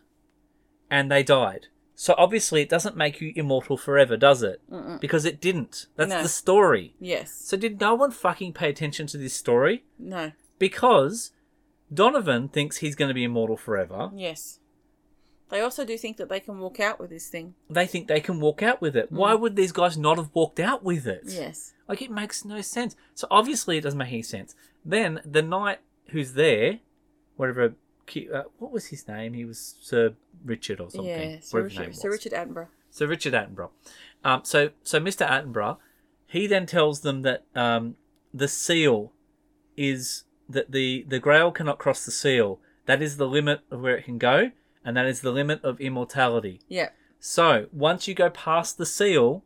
[SPEAKER 2] and they died. So obviously, it doesn't make you immortal forever, does it? Because it didn't. That's
[SPEAKER 1] No.
[SPEAKER 2] the story.
[SPEAKER 1] Yes.
[SPEAKER 2] So did no one fucking pay attention to this story?
[SPEAKER 1] No.
[SPEAKER 2] Because Donovan thinks he's going to be immortal forever.
[SPEAKER 1] Yes. They also do think that they can walk out with this thing.
[SPEAKER 2] They think they can walk out with it.
[SPEAKER 1] Mm.
[SPEAKER 2] Why would these guys not have walked out with it?
[SPEAKER 1] Yes.
[SPEAKER 2] Like it makes no sense. So obviously it doesn't make any sense. Then the knight who's there, whatever, ki- uh, what was his name? He was Sir Richard or something.
[SPEAKER 1] Yeah. Sir
[SPEAKER 2] whatever his name
[SPEAKER 1] Richard, Sir
[SPEAKER 2] was.
[SPEAKER 1] Richard Attenborough.
[SPEAKER 2] So Richard Attenborough. Um, so so Mr. Attenborough, he then tells them that um, the seal is that the the Grail cannot cross the seal. That is the limit of where it can go, and that is the limit of immortality.
[SPEAKER 1] Yeah.
[SPEAKER 2] So once you go past the seal,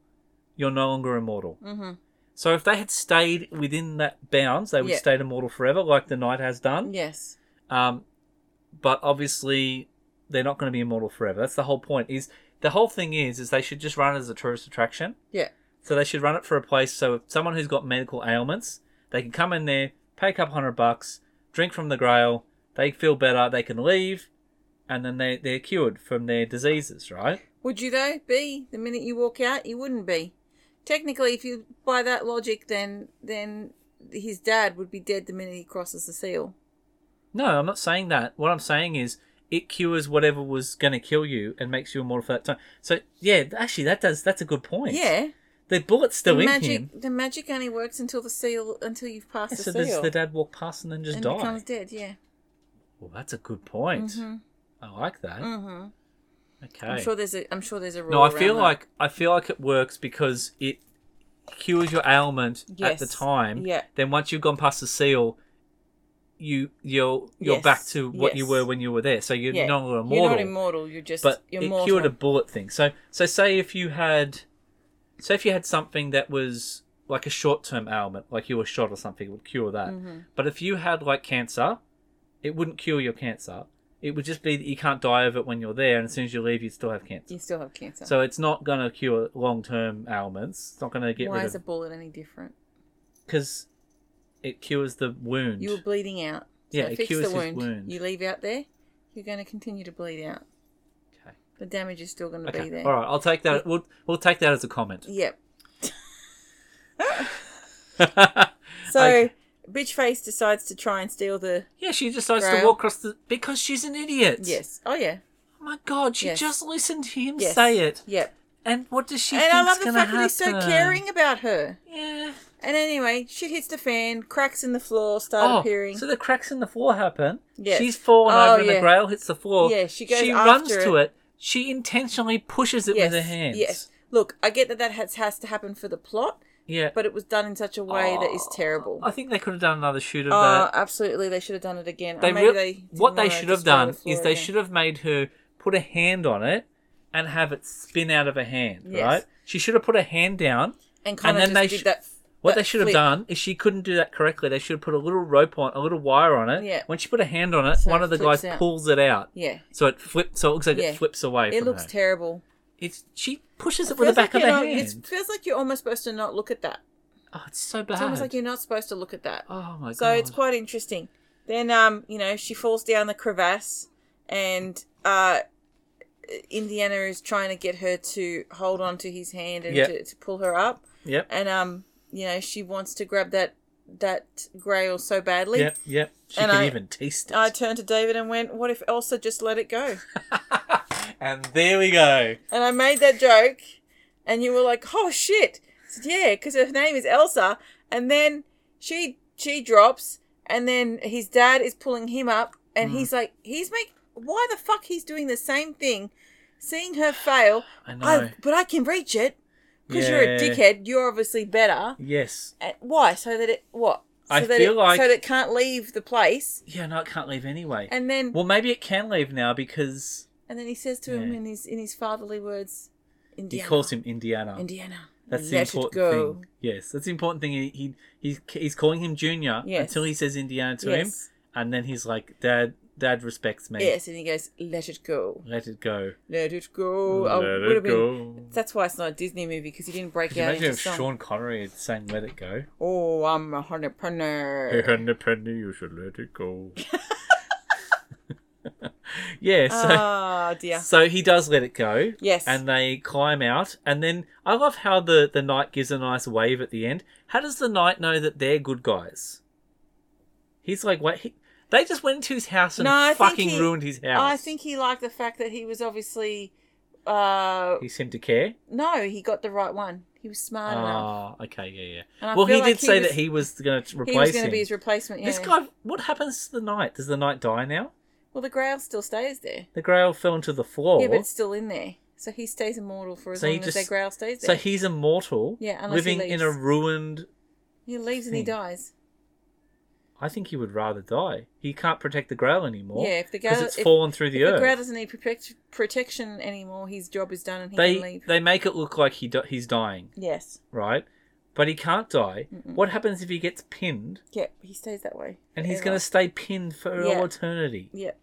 [SPEAKER 2] you're no longer immortal.
[SPEAKER 1] Mm-hmm.
[SPEAKER 2] So if they had stayed within that bounds, they would
[SPEAKER 1] Yeah.
[SPEAKER 2] stay immortal forever, like the knight has done.
[SPEAKER 1] Yes.
[SPEAKER 2] Um, but obviously, they're not going to be immortal forever. That's the whole point. Is the whole thing is is they should just run it as a tourist attraction.
[SPEAKER 1] Yeah.
[SPEAKER 2] So they should run it for a place so if someone who's got medical ailments, they can come in there, pay a couple hundred bucks, drink from the Grail, they feel better, they can leave, and then they they're cured from their diseases, right?
[SPEAKER 1] Would you though be the minute you walk out? You wouldn't be. Technically, if you by that logic, then then his dad would be dead the minute he crosses the seal.
[SPEAKER 2] No, I'm not saying that. What I'm saying is it cures whatever was going to kill you and makes you immortal for that time. So yeah, actually that does that's a good point.
[SPEAKER 1] Yeah.
[SPEAKER 2] The bullet's still
[SPEAKER 1] the
[SPEAKER 2] in
[SPEAKER 1] magic.
[SPEAKER 2] him.
[SPEAKER 1] The magic only works until the seal until you've passed
[SPEAKER 2] Yeah,
[SPEAKER 1] the
[SPEAKER 2] so
[SPEAKER 1] seal.
[SPEAKER 2] does the dad walk past and then just
[SPEAKER 1] and
[SPEAKER 2] die?
[SPEAKER 1] becomes dead. Yeah.
[SPEAKER 2] Well, that's a good point.
[SPEAKER 1] Mhm.
[SPEAKER 2] I like that.
[SPEAKER 1] Mm-hmm.
[SPEAKER 2] Okay.
[SPEAKER 1] I'm sure there's a. I'm sure there's a rule.
[SPEAKER 2] no, I
[SPEAKER 1] around
[SPEAKER 2] feel
[SPEAKER 1] that.
[SPEAKER 2] like I feel like it works because it cures your ailment at the
[SPEAKER 1] Yes.
[SPEAKER 2] time.
[SPEAKER 1] Yeah.
[SPEAKER 2] Then once you've gone past the seal, you you're you're
[SPEAKER 1] Yes,
[SPEAKER 2] back to what you
[SPEAKER 1] yes.
[SPEAKER 2] were when you were there. So you're
[SPEAKER 1] Yeah.
[SPEAKER 2] no longer
[SPEAKER 1] You're
[SPEAKER 2] immortal,
[SPEAKER 1] not immortal. You're just
[SPEAKER 2] but
[SPEAKER 1] you're
[SPEAKER 2] it
[SPEAKER 1] mortal.
[SPEAKER 2] cured a bullet thing. So so say if you had, say if you had something that was like a short term ailment, like you were shot or something, it would cure that.
[SPEAKER 1] Mm-hmm.
[SPEAKER 2] But if you had like cancer, it wouldn't cure your cancer. It would just be that you can't die of it when you're there, and as soon as you leave, you still have cancer.
[SPEAKER 1] You still have cancer.
[SPEAKER 2] So it's not going to cure long term ailments. It's not going to get
[SPEAKER 1] Why
[SPEAKER 2] rid
[SPEAKER 1] is
[SPEAKER 2] of
[SPEAKER 1] a bullet any different?
[SPEAKER 2] because it cures the wound.
[SPEAKER 1] You were bleeding out. So
[SPEAKER 2] Yeah, it
[SPEAKER 1] fix
[SPEAKER 2] cures
[SPEAKER 1] the
[SPEAKER 2] his
[SPEAKER 1] wound.
[SPEAKER 2] wound.
[SPEAKER 1] You leave out there, you're going to continue to bleed out.
[SPEAKER 2] Okay.
[SPEAKER 1] The damage is still going to be
[SPEAKER 2] Okay.
[SPEAKER 1] there.
[SPEAKER 2] All right. I'll take that. We'll we'll take that as a comment.
[SPEAKER 1] Yep. So,
[SPEAKER 2] Okay.
[SPEAKER 1] Bitchface decides to try and steal the.
[SPEAKER 2] yeah, she decides to
[SPEAKER 1] Grail.
[SPEAKER 2] walk across the because she's an idiot.
[SPEAKER 1] Yes. Oh, yeah.
[SPEAKER 2] Oh my God, she
[SPEAKER 1] Yes.
[SPEAKER 2] just listened to him
[SPEAKER 1] Yes.
[SPEAKER 2] say it,
[SPEAKER 1] Yep.
[SPEAKER 2] and what does she?
[SPEAKER 1] and I
[SPEAKER 2] think's
[SPEAKER 1] love the
[SPEAKER 2] gonna
[SPEAKER 1] fact that he's so
[SPEAKER 2] happen?
[SPEAKER 1] caring about her.
[SPEAKER 2] Yeah.
[SPEAKER 1] And anyway, shit hits the fan, cracks in the floor start
[SPEAKER 2] Oh,
[SPEAKER 1] appearing.
[SPEAKER 2] so the cracks in the floor happen.
[SPEAKER 1] Yes.
[SPEAKER 2] She's fallen
[SPEAKER 1] Oh,
[SPEAKER 2] over, and the
[SPEAKER 1] yeah.
[SPEAKER 2] grail hits the floor.
[SPEAKER 1] Yeah, she goes
[SPEAKER 2] runs
[SPEAKER 1] after
[SPEAKER 2] to it. She intentionally pushes it
[SPEAKER 1] yes.
[SPEAKER 2] with her hands.
[SPEAKER 1] Yes. Look, I get that that has, has to happen for the plot,
[SPEAKER 2] Yeah.
[SPEAKER 1] but it was done in such a way that is terrible.
[SPEAKER 2] Oh, I think they could have done another shoot of
[SPEAKER 1] Oh,
[SPEAKER 2] that.
[SPEAKER 1] absolutely. They should have done it again. Or
[SPEAKER 2] they,
[SPEAKER 1] maybe
[SPEAKER 2] real-
[SPEAKER 1] they
[SPEAKER 2] what
[SPEAKER 1] didn't
[SPEAKER 2] they
[SPEAKER 1] wanna
[SPEAKER 2] should
[SPEAKER 1] destroy
[SPEAKER 2] have
[SPEAKER 1] the
[SPEAKER 2] done
[SPEAKER 1] floor
[SPEAKER 2] is they
[SPEAKER 1] again.
[SPEAKER 2] should have made her put a hand on it and have it spin out of her hand,
[SPEAKER 1] Yes.
[SPEAKER 2] right? She should have put her hand down.
[SPEAKER 1] and kind
[SPEAKER 2] then
[SPEAKER 1] of just
[SPEAKER 2] they
[SPEAKER 1] did
[SPEAKER 2] sh-
[SPEAKER 1] that.
[SPEAKER 2] What
[SPEAKER 1] that
[SPEAKER 2] they should have
[SPEAKER 1] flip.
[SPEAKER 2] done is she couldn't do that correctly. They should have put a little rope on, a little wire on it.
[SPEAKER 1] Yeah.
[SPEAKER 2] When she put a hand on it,
[SPEAKER 1] So
[SPEAKER 2] one
[SPEAKER 1] it
[SPEAKER 2] of the
[SPEAKER 1] flips
[SPEAKER 2] guys
[SPEAKER 1] out.
[SPEAKER 2] pulls it out.
[SPEAKER 1] Yeah,
[SPEAKER 2] So it flips. So it looks like
[SPEAKER 1] Yeah.
[SPEAKER 2] it flips away.
[SPEAKER 1] it
[SPEAKER 2] from
[SPEAKER 1] looks
[SPEAKER 2] her.
[SPEAKER 1] terrible.
[SPEAKER 2] It's she pushes it, with the
[SPEAKER 1] Feels like
[SPEAKER 2] back of
[SPEAKER 1] you're
[SPEAKER 2] her
[SPEAKER 1] not-
[SPEAKER 2] hand.
[SPEAKER 1] It feels like you're almost supposed to not look at that.
[SPEAKER 2] Oh, it's so bad.
[SPEAKER 1] It's almost like you're not supposed to look at that.
[SPEAKER 2] oh my god.
[SPEAKER 1] so it's quite interesting. Then, um, you know, she falls down the crevasse, and uh, Indiana is trying to get her to hold on to his hand and
[SPEAKER 2] Yeah.
[SPEAKER 1] to, to pull her up.
[SPEAKER 2] Yep.
[SPEAKER 1] And um, you know, she wants to grab that that grail so badly.
[SPEAKER 2] Yep. Yep. She
[SPEAKER 1] And
[SPEAKER 2] can
[SPEAKER 1] I-
[SPEAKER 2] even taste it.
[SPEAKER 1] I turned to David and went, "What if Elsa just let it go?"
[SPEAKER 2] and there we go.
[SPEAKER 1] and I made that joke, and you were like, "Oh shit!" I said, "Yeah," because her name is Elsa, and then she she drops, and then his dad is pulling him up,
[SPEAKER 2] Mm.
[SPEAKER 1] and he's like, "He's make why the fuck he's doing the same thing, seeing her fail,
[SPEAKER 2] I know.
[SPEAKER 1] I, but I can reach it because you're a
[SPEAKER 2] Yeah.
[SPEAKER 1] dickhead. You're obviously better.
[SPEAKER 2] Yes.
[SPEAKER 1] And why? So that it what? So
[SPEAKER 2] I
[SPEAKER 1] that
[SPEAKER 2] feel
[SPEAKER 1] it,
[SPEAKER 2] like-
[SPEAKER 1] so that it can't leave the place,
[SPEAKER 2] Yeah, no, it can't leave anyway.
[SPEAKER 1] and then
[SPEAKER 2] well, maybe it can leave now because
[SPEAKER 1] and then he says to him
[SPEAKER 2] Yeah.
[SPEAKER 1] in his in his fatherly words,
[SPEAKER 2] he
[SPEAKER 1] "Indiana."
[SPEAKER 2] calls him Indiana.
[SPEAKER 1] Indiana.
[SPEAKER 2] that's the
[SPEAKER 1] let it
[SPEAKER 2] important
[SPEAKER 1] go.
[SPEAKER 2] thing. Yes, that's the important thing. He, he he's he's calling him Junior
[SPEAKER 1] Yes.
[SPEAKER 2] until he says Indiana to him,
[SPEAKER 1] yes.
[SPEAKER 2] and then he's like, "Dad, Dad respects me.
[SPEAKER 1] Yes, and he goes, "Let it go,
[SPEAKER 2] Let it go.
[SPEAKER 1] let it go." I
[SPEAKER 2] Let
[SPEAKER 1] would
[SPEAKER 2] it
[SPEAKER 1] have been.
[SPEAKER 2] go."
[SPEAKER 1] That's why it's not a Disney movie because he didn't break
[SPEAKER 2] Could you
[SPEAKER 1] out
[SPEAKER 2] imagine
[SPEAKER 1] into
[SPEAKER 2] if
[SPEAKER 1] song.
[SPEAKER 2] Sean Connery had sang "Let It Go"?
[SPEAKER 1] Oh, I'm a entrepreneur.
[SPEAKER 2] Hey, honey, penny, you should let it go. yeah. So.
[SPEAKER 1] Ah, dear.
[SPEAKER 2] So he does let it go.
[SPEAKER 1] Yes.
[SPEAKER 2] And they climb out. And then I love how the, the knight gives a nice wave at the end. How does the knight know that they're good guys? He's like, wait, he, they just went into his house and
[SPEAKER 1] No, I think
[SPEAKER 2] fucking
[SPEAKER 1] he-
[SPEAKER 2] ruined his house.
[SPEAKER 1] I think he liked the fact that he was obviously. Uh,
[SPEAKER 2] he seemed to care.
[SPEAKER 1] no, he got the right one. He was smart enough.
[SPEAKER 2] Ah, okay, yeah,
[SPEAKER 1] And
[SPEAKER 2] yeah.
[SPEAKER 1] I
[SPEAKER 2] Well, he
[SPEAKER 1] feel like
[SPEAKER 2] did
[SPEAKER 1] he
[SPEAKER 2] say
[SPEAKER 1] was-
[SPEAKER 2] that he was going to replace
[SPEAKER 1] He was going
[SPEAKER 2] him.
[SPEAKER 1] to be his replacement. Yeah.
[SPEAKER 2] This guy, what happens to the knight? Does the knight die now?
[SPEAKER 1] Well, the Grail still stays there.
[SPEAKER 2] The Grail fell into the floor.
[SPEAKER 1] Yeah, but it's still in there, so he stays immortal for as
[SPEAKER 2] Oh, So he
[SPEAKER 1] long as
[SPEAKER 2] just-
[SPEAKER 1] that Grail stays
[SPEAKER 2] so
[SPEAKER 1] there.
[SPEAKER 2] he's immortal,
[SPEAKER 1] Yeah, unless he
[SPEAKER 2] living in
[SPEAKER 1] leaves.
[SPEAKER 2] a ruined
[SPEAKER 1] he leaves and he
[SPEAKER 2] thing.
[SPEAKER 1] dies.
[SPEAKER 2] I think he would rather die. He can't protect the Grail anymore.
[SPEAKER 1] Yeah, if the
[SPEAKER 2] because
[SPEAKER 1] Grail-
[SPEAKER 2] it's
[SPEAKER 1] if-
[SPEAKER 2] fallen through the
[SPEAKER 1] If
[SPEAKER 2] earth.
[SPEAKER 1] the Grail doesn't need protect- protection anymore. His job is done, and he can
[SPEAKER 2] they
[SPEAKER 1] leave.
[SPEAKER 2] they make it look like he di- he's dying,
[SPEAKER 1] Yes.
[SPEAKER 2] right? But he can't die. What happens if he gets pinned
[SPEAKER 1] Yep. He stays that way.
[SPEAKER 2] and he's
[SPEAKER 1] forever.
[SPEAKER 2] going to stay pinned for all
[SPEAKER 1] Yeah.
[SPEAKER 2] eternity?
[SPEAKER 1] Yep.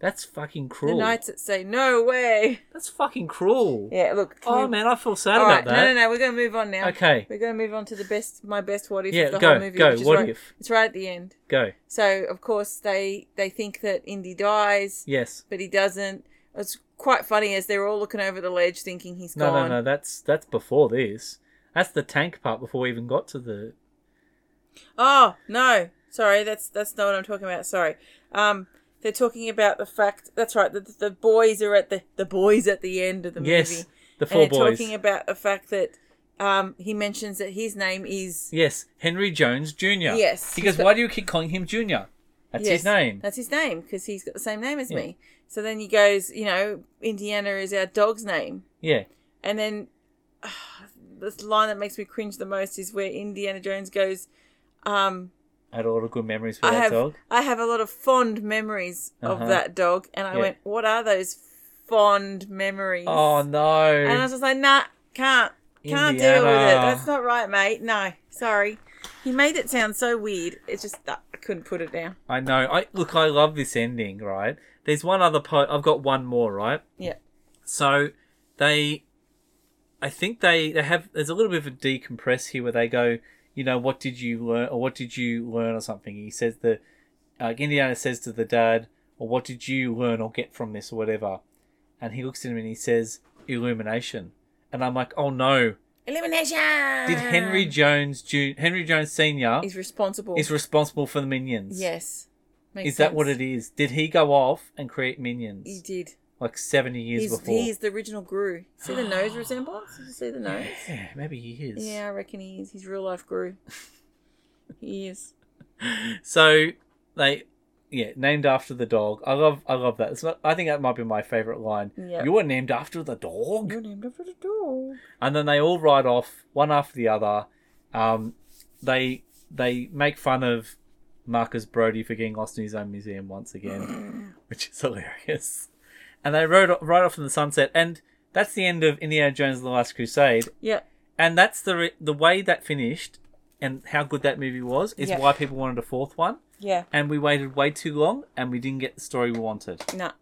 [SPEAKER 2] That's fucking cruel.
[SPEAKER 1] The knights that say no way.
[SPEAKER 2] That's fucking cruel.
[SPEAKER 1] Yeah. Look. can
[SPEAKER 2] Oh
[SPEAKER 1] we-
[SPEAKER 2] man, I feel sad
[SPEAKER 1] All
[SPEAKER 2] about
[SPEAKER 1] right.
[SPEAKER 2] that.
[SPEAKER 1] No, no, no. We're going to move on now.
[SPEAKER 2] Okay.
[SPEAKER 1] We're going to move on to the best, my best what if
[SPEAKER 2] Yeah,
[SPEAKER 1] of the
[SPEAKER 2] go,
[SPEAKER 1] whole movie.
[SPEAKER 2] go,
[SPEAKER 1] Which is
[SPEAKER 2] what
[SPEAKER 1] right,
[SPEAKER 2] if?
[SPEAKER 1] It's right at the end.
[SPEAKER 2] Go.
[SPEAKER 1] So of course they they think that Indy dies,
[SPEAKER 2] Yes.
[SPEAKER 1] but he doesn't. It's quite funny as they're all looking over the ledge, thinking he's
[SPEAKER 2] No,
[SPEAKER 1] gone.
[SPEAKER 2] no, no. That's that's before this. That's the tank part before we even got to the.
[SPEAKER 1] Oh no, sorry, that's that's not what I'm talking about. Sorry, um, they're talking about the fact. That's right. The, the boys are at the the boys at the end of the movie.
[SPEAKER 2] yes, the
[SPEAKER 1] and
[SPEAKER 2] four
[SPEAKER 1] they're
[SPEAKER 2] boys.
[SPEAKER 1] talking about the fact that um he mentions that his name is
[SPEAKER 2] Yes, Henry Jones Jr.
[SPEAKER 1] Yes.
[SPEAKER 2] He goes, why do you keep calling him Jr.? That's
[SPEAKER 1] Yes,
[SPEAKER 2] his name.
[SPEAKER 1] That's his name because he's got the same name as
[SPEAKER 2] Yeah.
[SPEAKER 1] me. So then he goes, you know, Indiana is our dog's name,
[SPEAKER 2] Yeah.
[SPEAKER 1] and then. this line that makes me cringe the most is where Indiana Jones goes, um,
[SPEAKER 2] I had a lot of good memories for
[SPEAKER 1] I
[SPEAKER 2] that
[SPEAKER 1] have
[SPEAKER 2] dog.
[SPEAKER 1] I have a lot of fond memories
[SPEAKER 2] Uh-huh.
[SPEAKER 1] of that dog, and I
[SPEAKER 2] Yeah.
[SPEAKER 1] went, "What are those fond memories?"
[SPEAKER 2] Oh no!
[SPEAKER 1] and I was just like, "Nah, can't, can't deal with it.
[SPEAKER 2] Indiana.
[SPEAKER 1] That's not right, mate. No, sorry." He made it sound so weird. It's just that I couldn't put it down.
[SPEAKER 2] I know. I look. I love this ending. Right. There's one other po I've got one more. Right.
[SPEAKER 1] Yeah.
[SPEAKER 2] So they, I think they they have. There's a little bit of a decompress here where they go. You know, what did you learn, or what did you learn, or something? He says the, uh, Indiana says to the dad, or what did you learn or get from this or whatever, and he looks at him and he says illumination, and I'm like, oh no,
[SPEAKER 1] Elimination.
[SPEAKER 2] did Henry Jones Jun- Henry Jones Senior
[SPEAKER 1] Ah. is responsible?
[SPEAKER 2] is responsible for the minions?
[SPEAKER 1] yes. Makes
[SPEAKER 2] Is that what
[SPEAKER 1] sense.
[SPEAKER 2] it is? Did he go off and create
[SPEAKER 1] He
[SPEAKER 2] minions
[SPEAKER 1] did.
[SPEAKER 2] like seventy years
[SPEAKER 1] He's,
[SPEAKER 2] before?
[SPEAKER 1] he's the original Gru. See the nose resemblance? Did you see the nose?
[SPEAKER 2] Yeah, maybe he is.
[SPEAKER 1] Yeah, I reckon he is. He's real life Gru. he is.
[SPEAKER 2] So they, yeah, named after the dog. I love, I love that. It's not, I think that might be my favorite line.
[SPEAKER 1] Yeah. Mm.
[SPEAKER 2] You were named after the dog,
[SPEAKER 1] You're named after the dog.
[SPEAKER 2] and then they all ride off one after the other. Um, they they make fun of Marcus Brody for getting lost in his own museum once again, which is hilarious. And they rode right off in the sunset, and that's the end of Indiana Jones and the Last Crusade.
[SPEAKER 1] Yeah.
[SPEAKER 2] and that's the re- the way that finished and how good that movie was is
[SPEAKER 1] Yeah.
[SPEAKER 2] why people wanted a fourth one
[SPEAKER 1] Yeah.
[SPEAKER 2] and we waited way too long and we didn't get the story we wanted
[SPEAKER 1] Nah.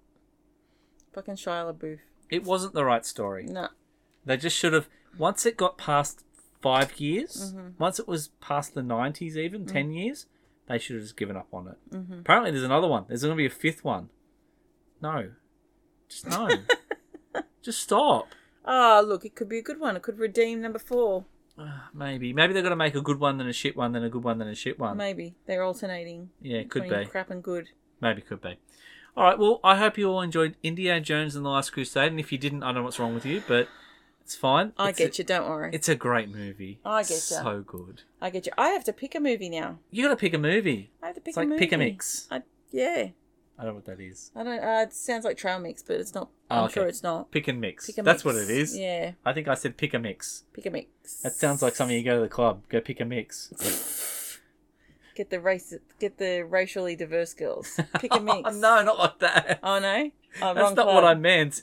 [SPEAKER 1] Fucking Shia LaBeouf.
[SPEAKER 2] it wasn't the right story
[SPEAKER 1] Nah.
[SPEAKER 2] they just should have once it got past five years once it was past the 90s even 10 years they should have just given up on it apparently there's another one there's going to be a fifth one no just no just stop
[SPEAKER 1] Oh, look, it could be a good one. It could redeem number four.
[SPEAKER 2] Ah, maybe maybe they're going to make a good one then a shit one then a good one then a shit one
[SPEAKER 1] Maybe. They're alternating.
[SPEAKER 2] yeah Um, could
[SPEAKER 1] between
[SPEAKER 2] be
[SPEAKER 1] Crap and good.
[SPEAKER 2] Maybe could be. All right. Well, I hope you all enjoyed Indiana Jones and the Last Crusade, and if you didn't, I don't know what's wrong with you, but it's fine.
[SPEAKER 1] I
[SPEAKER 2] it's
[SPEAKER 1] get
[SPEAKER 2] a,
[SPEAKER 1] you. Don't worry.
[SPEAKER 2] It's a great movie.
[SPEAKER 1] I get ya.
[SPEAKER 2] So good.
[SPEAKER 1] I get you. I have to pick a movie now.
[SPEAKER 2] You got to pick a movie.
[SPEAKER 1] I have to pick
[SPEAKER 2] It's
[SPEAKER 1] a
[SPEAKER 2] like
[SPEAKER 1] movie.
[SPEAKER 2] pick a mix.
[SPEAKER 1] I, yeah.
[SPEAKER 2] I don't know what that is.
[SPEAKER 1] I don't. Uh, it sounds like trail mix, but it's not.
[SPEAKER 2] Oh,
[SPEAKER 1] I'm
[SPEAKER 2] okay.
[SPEAKER 1] sure it's not.
[SPEAKER 2] Pick and mix.
[SPEAKER 1] Pick a
[SPEAKER 2] That's
[SPEAKER 1] mix.
[SPEAKER 2] what it is.
[SPEAKER 1] Yeah.
[SPEAKER 2] I think I said pick a mix.
[SPEAKER 1] Pick a mix.
[SPEAKER 2] That sounds like something you go to the club. Go pick a mix.
[SPEAKER 1] Get the race. Get the racially diverse girls. Pick a mix.
[SPEAKER 2] no, not like that.
[SPEAKER 1] Oh no. Oh,
[SPEAKER 2] That's
[SPEAKER 1] wrong
[SPEAKER 2] not
[SPEAKER 1] club.
[SPEAKER 2] what I meant.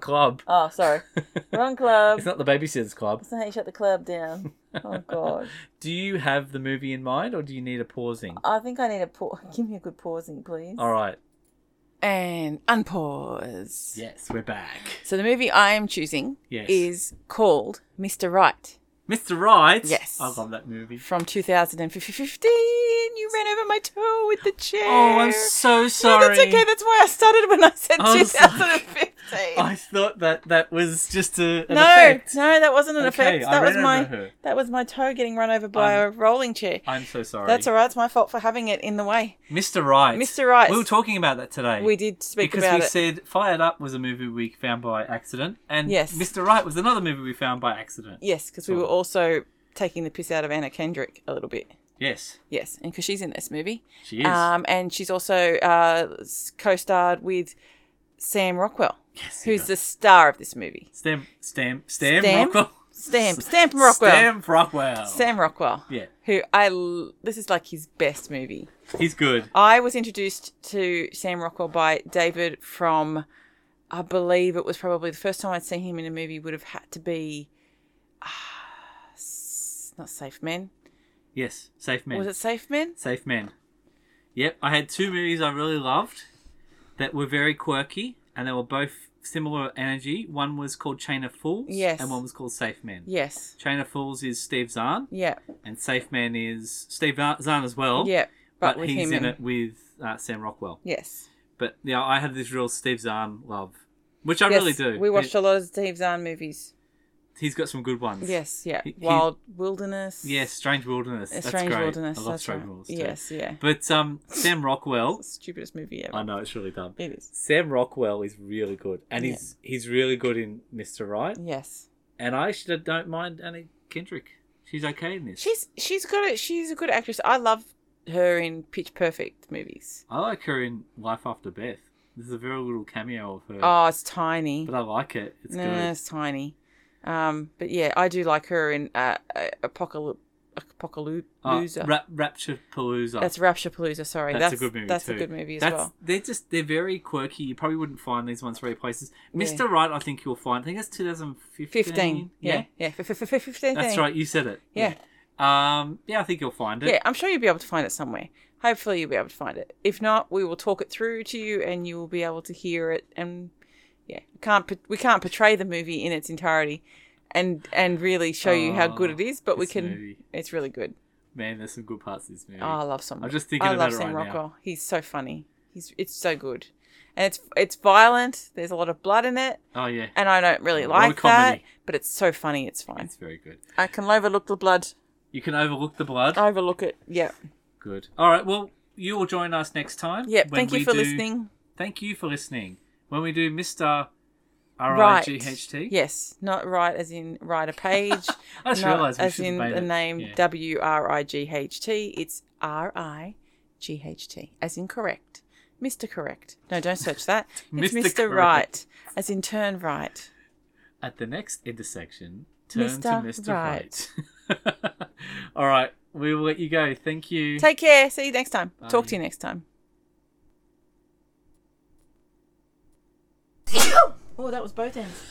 [SPEAKER 2] club.
[SPEAKER 1] Oh, sorry. Wrong club.
[SPEAKER 2] It's not the babysitters club.
[SPEAKER 1] That's not how you shut the club down. Oh god.
[SPEAKER 2] Do you have the movie in mind, or do you need a pausing?
[SPEAKER 1] I think I need a pause. Give me a good pausing, please.
[SPEAKER 2] All right.
[SPEAKER 1] And unpause.
[SPEAKER 2] Yes, we're back.
[SPEAKER 1] So the movie I am choosing
[SPEAKER 2] Yes.
[SPEAKER 1] is called Mr. Right
[SPEAKER 2] Mr. Right.
[SPEAKER 1] Yes.
[SPEAKER 2] I love that movie.
[SPEAKER 1] from 2015. You ran over my toe with the chair.
[SPEAKER 2] Oh, I'm so sorry.
[SPEAKER 1] No, that's okay. That's why I started when I said
[SPEAKER 2] I was like-
[SPEAKER 1] 2015.
[SPEAKER 2] I thought that that was just a an
[SPEAKER 1] no,
[SPEAKER 2] effect.
[SPEAKER 1] no, that wasn't an
[SPEAKER 2] Okay,
[SPEAKER 1] effect.
[SPEAKER 2] I
[SPEAKER 1] That was
[SPEAKER 2] ran
[SPEAKER 1] my
[SPEAKER 2] over her.
[SPEAKER 1] that was my toe getting run over by a rolling chair.
[SPEAKER 2] I'm so sorry.
[SPEAKER 1] That's all right. It's my fault for having it in the way.
[SPEAKER 2] Mr. Right.
[SPEAKER 1] Mr. Right.
[SPEAKER 2] We were talking about that today.
[SPEAKER 1] We did speak
[SPEAKER 2] because
[SPEAKER 1] about
[SPEAKER 2] we
[SPEAKER 1] it.
[SPEAKER 2] said Fired Up was a movie we found by accident, and
[SPEAKER 1] Yes.
[SPEAKER 2] Mr. Right was another movie we found by accident.
[SPEAKER 1] yes, because we were also taking the piss out of Anna Kendrick a little bit.
[SPEAKER 2] Yes,
[SPEAKER 1] Yes, and because she's in this movie.
[SPEAKER 2] she is.
[SPEAKER 1] Um, and she's also uh, s- co-starred with Sam Rockwell,
[SPEAKER 2] yes,
[SPEAKER 1] who's the star of this movie.
[SPEAKER 2] Stamp, stamp, stamp,
[SPEAKER 1] Stam?
[SPEAKER 2] Rockwell.
[SPEAKER 1] Stamp, Stamp Rockwell.
[SPEAKER 2] Stamp Rockwell.
[SPEAKER 1] Sam Rockwell.
[SPEAKER 2] Yeah.
[SPEAKER 1] Who I l- this is like his best movie.
[SPEAKER 2] He's good.
[SPEAKER 1] I was introduced to Sam Rockwell by David from, I believe it was probably the first time I'd seen him in a movie would have had to be, ah, s not Safe Men.
[SPEAKER 2] Yes, Safe Man.
[SPEAKER 1] Was it Safe Men?
[SPEAKER 2] Safe Man. Yep, I had two movies I really loved that were very quirky and they were both similar energy. One was called Chain of Fools,
[SPEAKER 1] Yes.
[SPEAKER 2] and one was called Safe Man.
[SPEAKER 1] Yes.
[SPEAKER 2] Chain of Fools is Steve Zahn,
[SPEAKER 1] Yeah.
[SPEAKER 2] and Safe Man is Steve Zahn as well.
[SPEAKER 1] Yeah.
[SPEAKER 2] but, he's in
[SPEAKER 1] and-
[SPEAKER 2] it with uh, Sam Rockwell.
[SPEAKER 1] Yes.
[SPEAKER 2] But yeah, I had this real Steve Zahn love, which I
[SPEAKER 1] yes,
[SPEAKER 2] really do.
[SPEAKER 1] We watched
[SPEAKER 2] He,
[SPEAKER 1] a lot of Steve Zahn movies.
[SPEAKER 2] he's got some good ones.
[SPEAKER 1] Yes, yeah.
[SPEAKER 2] He- he-
[SPEAKER 1] Wild Wilderness.
[SPEAKER 2] Yeah, Strange Wilderness.
[SPEAKER 1] A
[SPEAKER 2] That's
[SPEAKER 1] Strange
[SPEAKER 2] great.
[SPEAKER 1] Wilderness.
[SPEAKER 2] I love
[SPEAKER 1] that's
[SPEAKER 2] Strange
[SPEAKER 1] right.
[SPEAKER 2] Wilderness. too.
[SPEAKER 1] Yes, yeah.
[SPEAKER 2] But um, Sam Rockwell.
[SPEAKER 1] Stupidest movie ever.
[SPEAKER 2] I know it's really dumb.
[SPEAKER 1] It is.
[SPEAKER 2] Sam Rockwell is really good, and he's he's really good in Mister Right.
[SPEAKER 1] Yes.
[SPEAKER 2] And I actually don't mind Anna Kendrick; she's okay in this.
[SPEAKER 1] She's she's got a she's a good actress. I love her in Pitch Perfect movies.
[SPEAKER 2] I like her in Life After Beth. There's a very little cameo of her,
[SPEAKER 1] Oh, it's tiny.
[SPEAKER 2] but I like it. It's
[SPEAKER 1] No, no,
[SPEAKER 2] good.
[SPEAKER 1] it's tiny. Um, but yeah, I do like her in uh, uh, Apocalypse Apocalypse.
[SPEAKER 2] Oh, Ra- Rapture Palooza.
[SPEAKER 1] That's Rapture Palooza. Sorry,
[SPEAKER 2] Oh. That's
[SPEAKER 1] that's,
[SPEAKER 2] a good movie
[SPEAKER 1] That's
[SPEAKER 2] too.
[SPEAKER 1] a good movie as
[SPEAKER 2] That's-
[SPEAKER 1] well.
[SPEAKER 2] They're just they're very quirky. You probably wouldn't find these ones very places. Mister Right, I think you'll find. I think it's 2015.
[SPEAKER 1] Fifteen. Yeah, yeah. F- f- f- Fifteen.
[SPEAKER 2] that's right. You said it.
[SPEAKER 1] Yeah.
[SPEAKER 2] Yeah. Um. Yeah, I think you'll find it.
[SPEAKER 1] Yeah, I'm sure you'll be able to find it somewhere. Hopefully, you'll be able to find it. If not, we will talk it through to you, and you will be able to hear it. And yeah, we can't po- we can't portray the movie in its entirety, and and really show you how good
[SPEAKER 2] Oh,
[SPEAKER 1] it is. But we
[SPEAKER 2] this
[SPEAKER 1] can.
[SPEAKER 2] movie.
[SPEAKER 1] It's really good.
[SPEAKER 2] Man, there's some good parts of this movie.
[SPEAKER 1] Oh, I love Sam.
[SPEAKER 2] I'm just thinking
[SPEAKER 1] I
[SPEAKER 2] about
[SPEAKER 1] love
[SPEAKER 2] it
[SPEAKER 1] Sam
[SPEAKER 2] right now.
[SPEAKER 1] Rockwell. He's so funny. He's it's so good, and it's it's violent. There's a lot of blood in it,
[SPEAKER 2] oh yeah.
[SPEAKER 1] and I don't really
[SPEAKER 2] A lot of
[SPEAKER 1] like that.
[SPEAKER 2] comedy.
[SPEAKER 1] But it's so funny. It's fine.
[SPEAKER 2] It's very good.
[SPEAKER 1] I can overlook the blood.
[SPEAKER 2] You can overlook the blood.
[SPEAKER 1] Overlook it. Yeah.
[SPEAKER 2] Good. All right. Well, you will join us next time.
[SPEAKER 1] Yeah.
[SPEAKER 2] when
[SPEAKER 1] Thank you
[SPEAKER 2] we
[SPEAKER 1] for
[SPEAKER 2] do-
[SPEAKER 1] listening.
[SPEAKER 2] Thank you for listening. When we do Mister R I
[SPEAKER 1] Right.
[SPEAKER 2] G H T.
[SPEAKER 1] Yes, not right as in write a page.
[SPEAKER 2] I just
[SPEAKER 1] not
[SPEAKER 2] realised we
[SPEAKER 1] as
[SPEAKER 2] should have
[SPEAKER 1] in
[SPEAKER 2] made
[SPEAKER 1] the
[SPEAKER 2] it.
[SPEAKER 1] name
[SPEAKER 2] Yeah.
[SPEAKER 1] W R I G H T. It's R I G H T, as in correct. Mr. Correct. No, don't search that. It's
[SPEAKER 2] Mr.
[SPEAKER 1] Mr.
[SPEAKER 2] Correct.
[SPEAKER 1] Right, as in turn right.
[SPEAKER 2] At the next intersection, turn to Mr.
[SPEAKER 1] Mr.
[SPEAKER 2] Right. All right, we will let you go. Thank you.
[SPEAKER 1] Take care. See you next time. Talk to
[SPEAKER 2] Bye.
[SPEAKER 1] you next time. Oh, that was both ends.